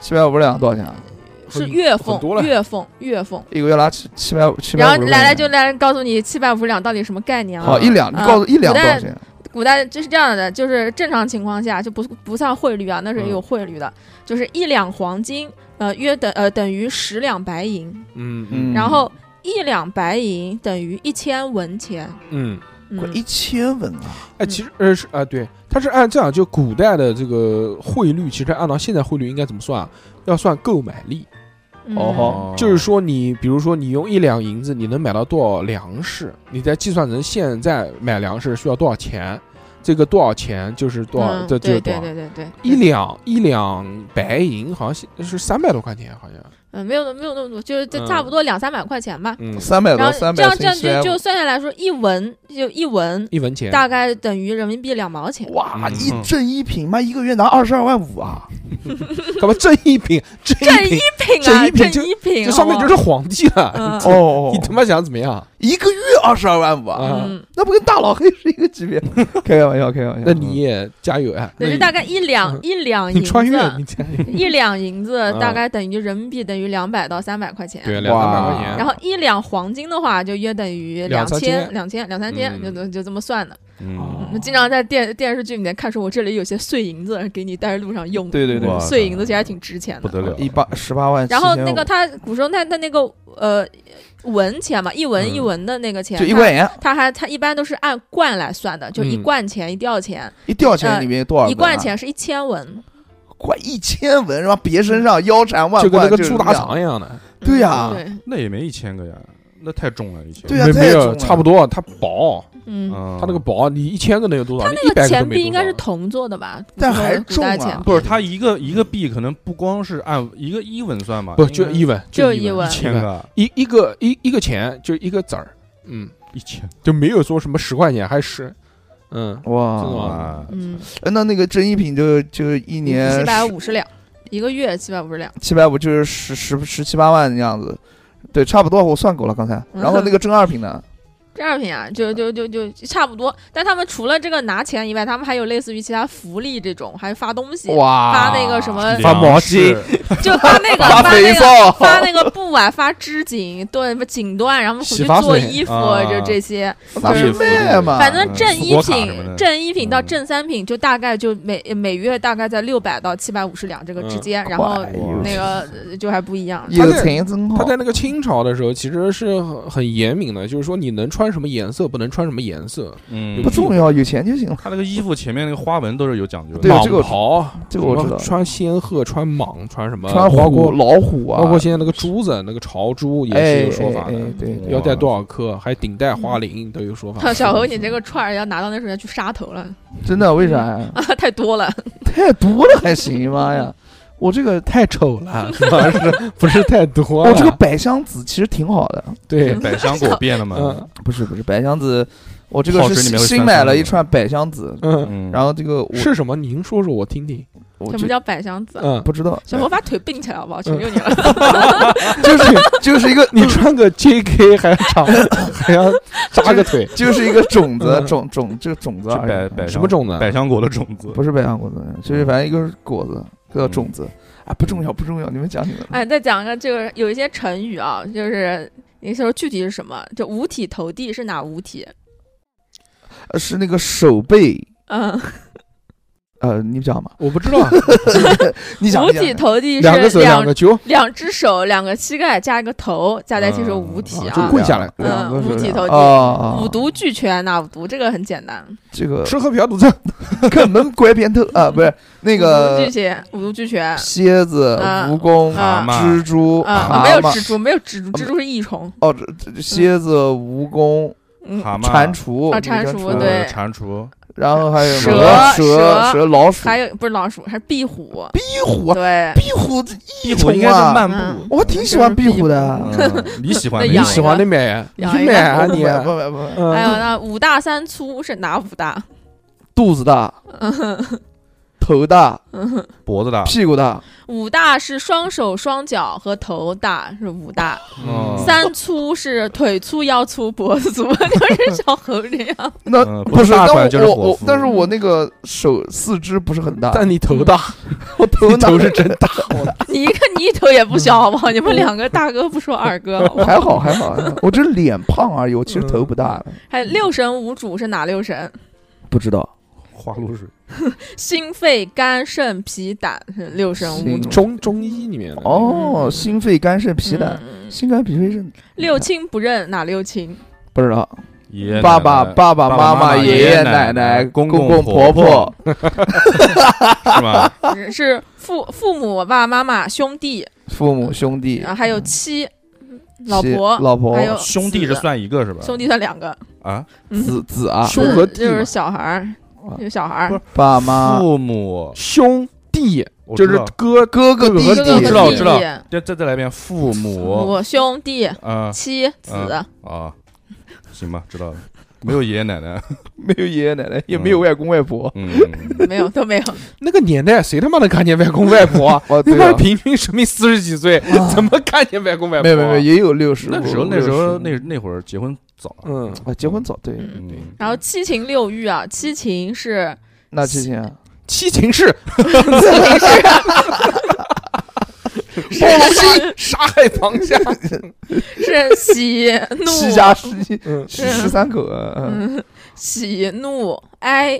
七百五十两多少钱啊？是月很多了俸，月俸，月俸。一个月拿七七百七百然五后十块钱，来来就来告诉你七百五十两到底什么概念啊哦，？一两，你啊告诉一两古多代少钱？古代就是这样的，就是正常情况下就不不算汇率啊，那时候也有嗯汇率的，就是一两黄金，呃，约等呃等于十两白银，嗯嗯然后一两白银等于一千文钱，嗯，快嗯，一千文啊！哎，其实呃是啊，对，它是按这样，就古代的这个汇率，其实按照现在汇率应该怎么算啊？要算购买力，嗯哦吼就是说你比如说你用一两银子，你能买到多少粮食？你再计算成现在买粮食需要多少钱？这个多少钱就是多少，嗯这就是对多对少。对对对，一两一两白银好像是三百多块钱，好像。嗯，没有没有那么多，就是这嗯差不多两三百块钱吧。嗯，三百然多，后三这百样这样乘就以就算下来说，一文就一文，一文钱。大概等于人民币两毛钱。哇，嗯一正一品妈一个月拿二十二万五啊！嗯干嘛正一 *laughs* 品？正正一哦一品， *laughs* 品啊， *laughs* 这一品就正一品，这上面就是皇帝 *laughs* 好不了。好嗯哦你他妈想怎么样？ *laughs* 一个月二十二万五啊！啊嗯，那不跟大老黑是一个级别？ *laughs* 开个玩笑，开个玩笑。那你也加油啊！对，就大概一两一两银你子，穿越，你加 *laughs* 油。一两银子嗯大概等于人民币等于两百到三百块钱。对，啊两哇三百块钱。然后一两黄金的话，就约等于两三千、千两千、两三千，嗯就就就这么算的。嗯，我经常在电电视剧里面看，说我这里有些碎银子给你带路上用的，对对对，哇碎银子其实还挺值钱不的。得了，一八十八万，然后那个他古时候他他那个呃文钱嘛，一文一文的那个钱，嗯就一他块钱，啊他还他一般都是按贯来算的，就一嗯贯钱一吊钱，一吊钱里面有多少？啊啊一贯，钱是一千文。快一千文，然后别身上腰缠万就跟贯，那个就是猪这大样肠一样的，对呀嗯对，那也没一千个呀，那太重了，一千。对呀没没太重有了差不多，它薄，嗯，嗯，它那个薄，你一千个能有多少？你那一百个都个钱没币应该多是少铜做的吧？但古代还古代重啊钱币不是它一个一个币，可能不光是按一个一文算嘛，不应该就一文，就一一文一千千个个，一一个一一个钱就一个子儿，嗯，一千就没有说什么十块钱还十，嗯，真的哇吗，啊，嗯，呃那那个正一品就就一年七百五十两，一个月七百五十两，七百五就是十十十七八万的样子，对，差不多我算过了刚才。嗯然后那个正二品呢，这二品啊，就就就就差不多。但他们除了这个拿钱以外，他们还有类似于其他福利这种，还发东西，哇，发那个什么，发毛巾粮食，就发那 *laughs* 个发发那肥个。皂，发那个布啊，发织锦，对，什么锦缎，啊然后回洗去发做水衣服，啊就这些。 *laughs* 那是福利卖嘛，反正正一富国卡什么品的，正一品到嗯正三品就大概就每每月大概在六百到七百五十两这个之间，然后哎呦那个呃就还不一样。有钱真好他。在那个清朝的时候，其实是很很严明的，就是说你能穿什么颜色，不能穿什么颜色，嗯不，重要，有钱就行了。它那个衣服前面那个花纹都是有讲究的，对啊蟒这个我知袍，这个我知道什么穿仙鹤，穿蟒，穿什么，穿包虎、括老虎啊，包括现在那个珠子，那个朝珠也哎是有说法哎哎的，嗯对，要带多少颗，还顶戴花翎都有说法。小侯，你这个串儿要拿到那时候要去杀头了 *laughs* 真的为啥 *laughs* 呀？啊，太多了。太多了还行，妈呀！我这个，太丑了，是吧？ *laughs* 是不是太多了？我这个百香子其实挺好的，对，百香果变的嘛嗯，不是不是百香子，我这个泡是水里新面会新酸买酸了的一串百香子，嗯，嗯，然后这个我是什么？您说说我听 *laughs* 听。我什就么叫百香子啊？ *laughs* 嗯，不知道，小侯把腿并起来好不好？求求你了。就是就是一个你穿个 JK 还要 *laughs* 长，还要扎个腿，就是一个种子嗯种种这个种子啊就而已百百什么种子？百香果的种子，不是百香果子，就是反正一个果子，叫种子啊，不重要不重要，你们讲你们的。哎，再讲一个，这个有一些成语啊，就是你说具体是什么？就五体投地是哪五体？呃是那个手背，嗯，呃，你讲嘛？我不知道 *laughs* 啊，你讲五一讲体投地是两个手两两个啊球，两只手、两个膝盖加一个头，加在一起是五体就啊跪。下来，嗯两个五手体两投地啊啊，啊五毒俱全呐，五毒这个很简单，这个吃喝嫖赌蹭，看门拐扁头啊，不是那五毒个俱全，五毒俱全。蝎子、啊蜈蚣、啊蜘蛛、啊，蛤没有蟆蜘蛛，没有蜘蛛，蜘蛛是益虫。哦，这这蝎子、蜈蚣、嗯，蛤蟆、蟾蜍啊蟾那蜍叫呃对蟾蜍、然后还有蛇蛇、蛇蛇、老鼠、还有不是老鼠，还是壁虎。壁壁虎，对，壁虎这壁益虎，虫应该是啊！漫嗯步。我挺喜欢壁虎的，嗯，你喜欢那哪养你种一喜欢的买，你养一去个哎买啊不你，买 *laughs* 不买不买，还有嗯，那五大三粗是哪五大？肚子大，头大，脖子大，屁股大，五大是双手、双脚和头大，是五大。哦嗯三粗是腿粗、腰粗、脖子粗， *laughs* 就是小猴这样。那嗯不是，大但款就是我伙我我夫，但是我那个手四肢不是很大，但你头大，我头你大头 *laughs* 是 *laughs* 真大，你一个你一头也不小，好不好？你们两个大哥不说二哥，好不好？还好还好，还好我这脸胖而已，我其实头不大，还有六神无主是哪六神？不知道花露水，心、肺、肝、肾、脾、胆是六神无主。中中医里面的哦，心肺肝肾脾胆，嗯心肝脾肺肾六亲不认哪六 *laughs* 亲？不知道，爷爸爸奶奶爸爸爸妈爸妈妈爷爷奶爷奶奶奶公公公公婆婆，是吧？是是父父母、爸爸妈妈、兄弟，父母兄弟然后还有妻、啊老妻婆、老婆还有兄弟子是算一个是吧？哦兄弟算两个，啊，嗯子子啊，兄和弟就是嘛小孩儿啊，有小孩儿不是，爸妈父母兄弟我就知是道哥哥哥哥哥弟和哥哥弟和我知道我弟知道弟再再再来一遍，父母我兄弟、啊妻、子，啊，行吧，知道了。没有爷爷奶奶， *laughs* 没有爷爷奶奶，也嗯没有外公外婆，嗯，没有都没有。那个年代谁他妈能看见外公外婆啊？ *laughs* 他哦对妈啊，平均寿命四十几岁， *laughs* 怎么看见外公外婆没啊？有没有没有也有六十，那时候五那时候六十那那会儿结婚早，嗯，啊结婚早对，嗯对然后七情六欲啊，七情是 *laughs* 那啊之前七情 *laughs* 是是杀害螃蟹，是喜怒七家十 *laughs* 一嗯十啊十三口，嗯嗯，喜怒哀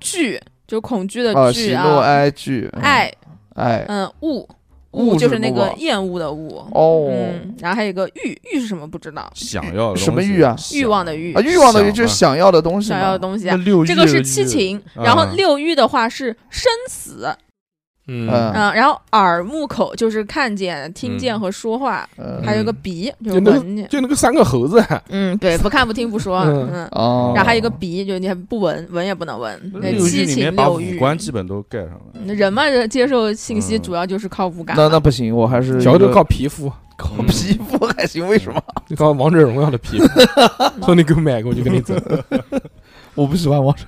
惧，就恐嗯惧的啊惧喜怒哀惧嗯爱，爱嗯，恶恶恶就是是那什么个恶厌恶的恶。哦嗯，然后还有一个欲，欲是什么不知道，想要的什么东西欲啊想欲望的欲啊，欲望的欲就是想想要的东西嘛，想要的东西那啊。六这日个是日七情，然后嗯六欲的话是生死，嗯嗯，啊嗯，然后耳目口就是看见、听见和说话，嗯还有一个鼻就就是那个闻见，就那个三个猴子，啊嗯，对，不看不听不说，嗯嗯，哦，然后还有一个鼻，就是你还不闻，闻也不能闻，那对六七欲里情面把六五欲。官基本都盖上了，嗯人嘛，这接受信息嗯主要就是靠五感。那那不行，我还是小一的个靠皮肤，靠嗯皮肤还行，为什么？就靠王者荣耀的皮肤，说你给我买个，我就给你整。我不喜欢王者，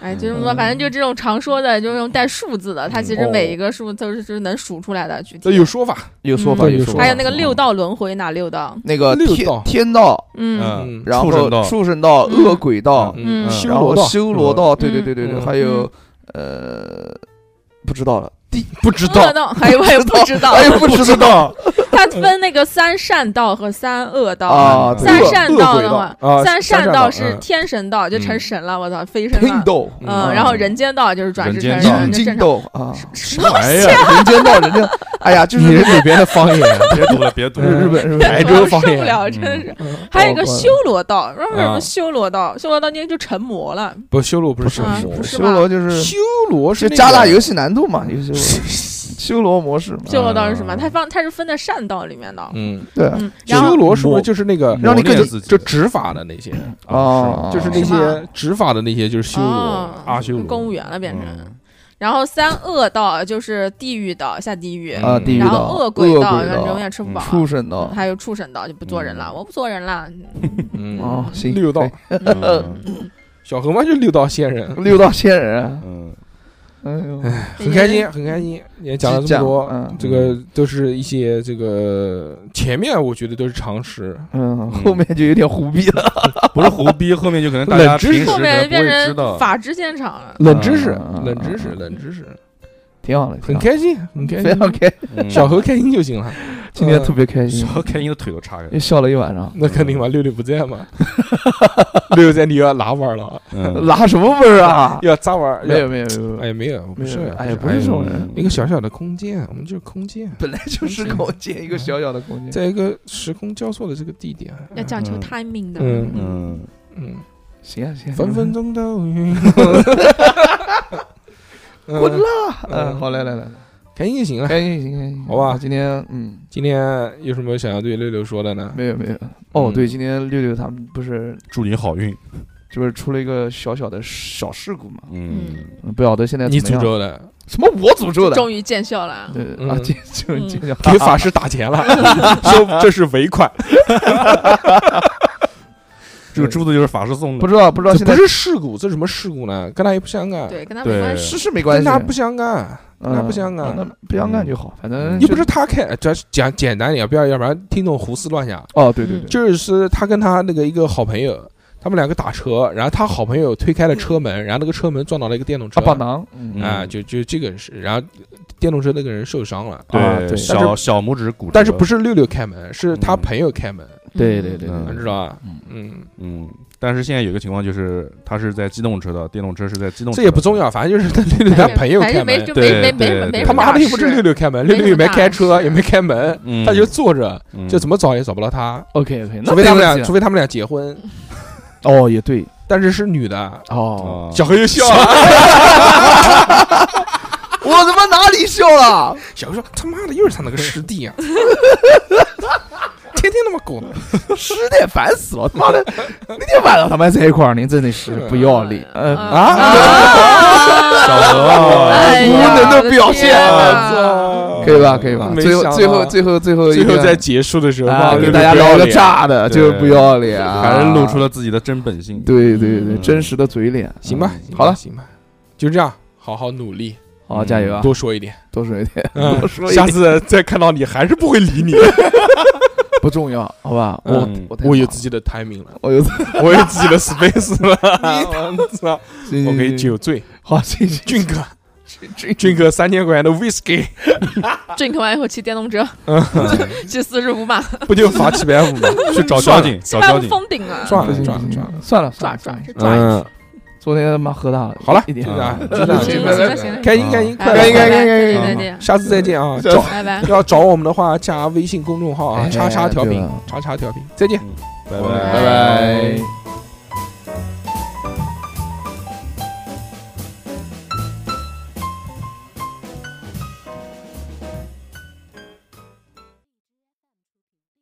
哎，就这嗯么说，反正就这种常说的，就是那种带数字的，它其实哦每一个数都是就是能数出来的具这体。有说法，有说法嗯有说法，还有哦那个六道轮回哪六道？那个六天道天道，嗯嗯，然后畜生道畜生道、嗯恶鬼道，嗯嗯修然罗后道，修罗道，对对对对对，嗯还有呃，不知道了，地不知恶道，道还有还有不知道， *laughs* 哎呦不知道它分那个三善道和三恶道。啊，对三恶善恶道鬼的话道啊，三善善道是嗯天神道，就成嗯神了，我操，飞升天了。道、嗯，嗯然后人间道就是转世成人间人，阴道间就正常。道啊，什什么么玩意 *laughs* 儿？人间道，人间，哎呀，就是你日是哪边的方言？啊哎别读了，别读 *laughs* 日了。本日台本州受方言不了，嗯真是。还有一个修罗道，不知道为什么啊修罗道，修罗道那就成魔了。不，修罗不是啊魔不是修吧罗就是嗯修罗就是那加大个游戏难度嘛，有些修罗模式嘛，修罗道是什么？啊它放它是分在善道里面的。嗯，对啊嗯，然修后罗是不是就是那个让你磨更练自己就执法的那些，哦，就是那是吗些执法的那些就是修罗哦阿修罗公务员了变成。嗯然后三恶道就是地狱道，下地狱。啊，地狱然道、后恶鬼道，道永远吃不饱。畜生道。还有畜生道就不做人了，嗯我不做人了。嗯哦，行，六道哎嗯小河嘛就六道仙 *laughs* 人，六道仙人，嗯，哎呦，很开心，很开心，也 *laughs* 讲了这么多，嗯这个都是一些这个前面我觉得都是常识，嗯，后面就有点胡逼了，不是胡逼，后面就可能大家冷知识平时可后能面不变会知成道。法制现场了。冷知识嗯，冷知识，冷知识。挺好的，挺很好的开心，嗯很开非常心。开，嗯小何开心就行了，今天特别开心小，何开心的腿都叉开了 *laughs* 又。笑了一晚上。那肯定嘛，六六不在 *laughs* 嘛，六六在你又要拿玩了，嗯，拉什么味儿 *laughs* 啊？又要扎玩，没要，有没有没有，没有哎没有，不是没有，哎呀哎嗯不是这种人一个小小的空间，我们就是空间，本来就是空间，一个小小的空间。在一个时空交错的这个地点，要讲求嗯 timing 的。嗯嗯，嗯，行啊行啊，分分钟都晕。 *laughs* 滚了！嗯，好来来来，来开心就行了。开心行行行，哎好吧今天嗯今天有什么想要对六六说的呢？没有没有。嗯哦对，今天六六他们不是祝你好运。就是出了一个小小的小事故嘛，嗯，嗯不晓得现在你怎么诅样咒的，什么我诅咒的？终于见效了啊，对嗯啊，这就嗯就就给法师打钱了， *laughs* 说这是尾 *laughs* 款，这个珠子就是法师送不的。知道不知道这现不在是事故，这是什么事故呢？跟他也不相干，对，跟他没对关，系。是是没关跟系，他不相干，跟他嗯不相干那不相干就好，反正又就不是他开，这讲简单点，不要要不然听众胡思乱想。哦，嗯对对对，就是他跟他那个一个好朋友，他们两个打车，然后他好朋友推开了车门，然后那个车门撞到了一个电动车啊，，棒囊，嗯嗯啊，就就这个是，然后电动车那个人受伤了，啊对小小拇指骨折，但是不是六六开门，是他嗯朋友开门，对对对，嗯你知道吧？嗯嗯，嗯，但是现在有一个情况就是，他是在机动车的，电动车是在机动车，这也不重。要，反正就是他六六反他正朋友反开正没门，就没对没没对没对没他妈的又不是事六六开门，没六六也什么没大开车，事也没开门，嗯他就坐着，嗯就怎么找也找不到他， OK OK，那除非他们没俩，关除系非他们俩结婚，哦也对但是是女的。哦，啊小黑又笑了，我他妈哪里笑了？小黑说：“他妈的，又是他那个师弟啊，天天他妈狗师弟烦死了，他妈的，那天晚上他们在一块儿，您真的是不要脸，啊嗯小啊！何啊，哎呀无能的表现我的天哪啊可以吧？可以吧？没最想后到最后最后最后一最后个在结束的时候，啊，哇给六大家六不聊要个脸炸的，就是对不要脸啊，还是露出了自己的真本性。对对对嗯真实的嘴脸。行吧，行吧好了行吧，就这样，好好努力，好，加油啊！多说一点，多说一点，嗯多说一下点次再看到你还是不会理你。 *laughs* 不重要，好吧？我嗯我太我有忙自己的 timing 了，了我有我有自己的 space 了， *laughs* 我操，行我可以行行酒醉。好，谢谢俊哥，俊俊哥三千块钱的 whisky drink 完以后骑电动车去四十五码，不就罚七百五吗？去找交警，找交警。封顶啊！算 *laughs* 不了行算了不行算了，算了抓算了算了抓是，抓一嗯昨天他妈喝大了，好了一点啊就这样，啊就嗯这样，行就这了样行了开心开心，哎快乐应该快乐应该对应该对对，下次再见啊！下找拜拜。要找我们的话，加微信公众号啊，哎叉叉调对频了，叉叉调频，再见。拜拜拜拜。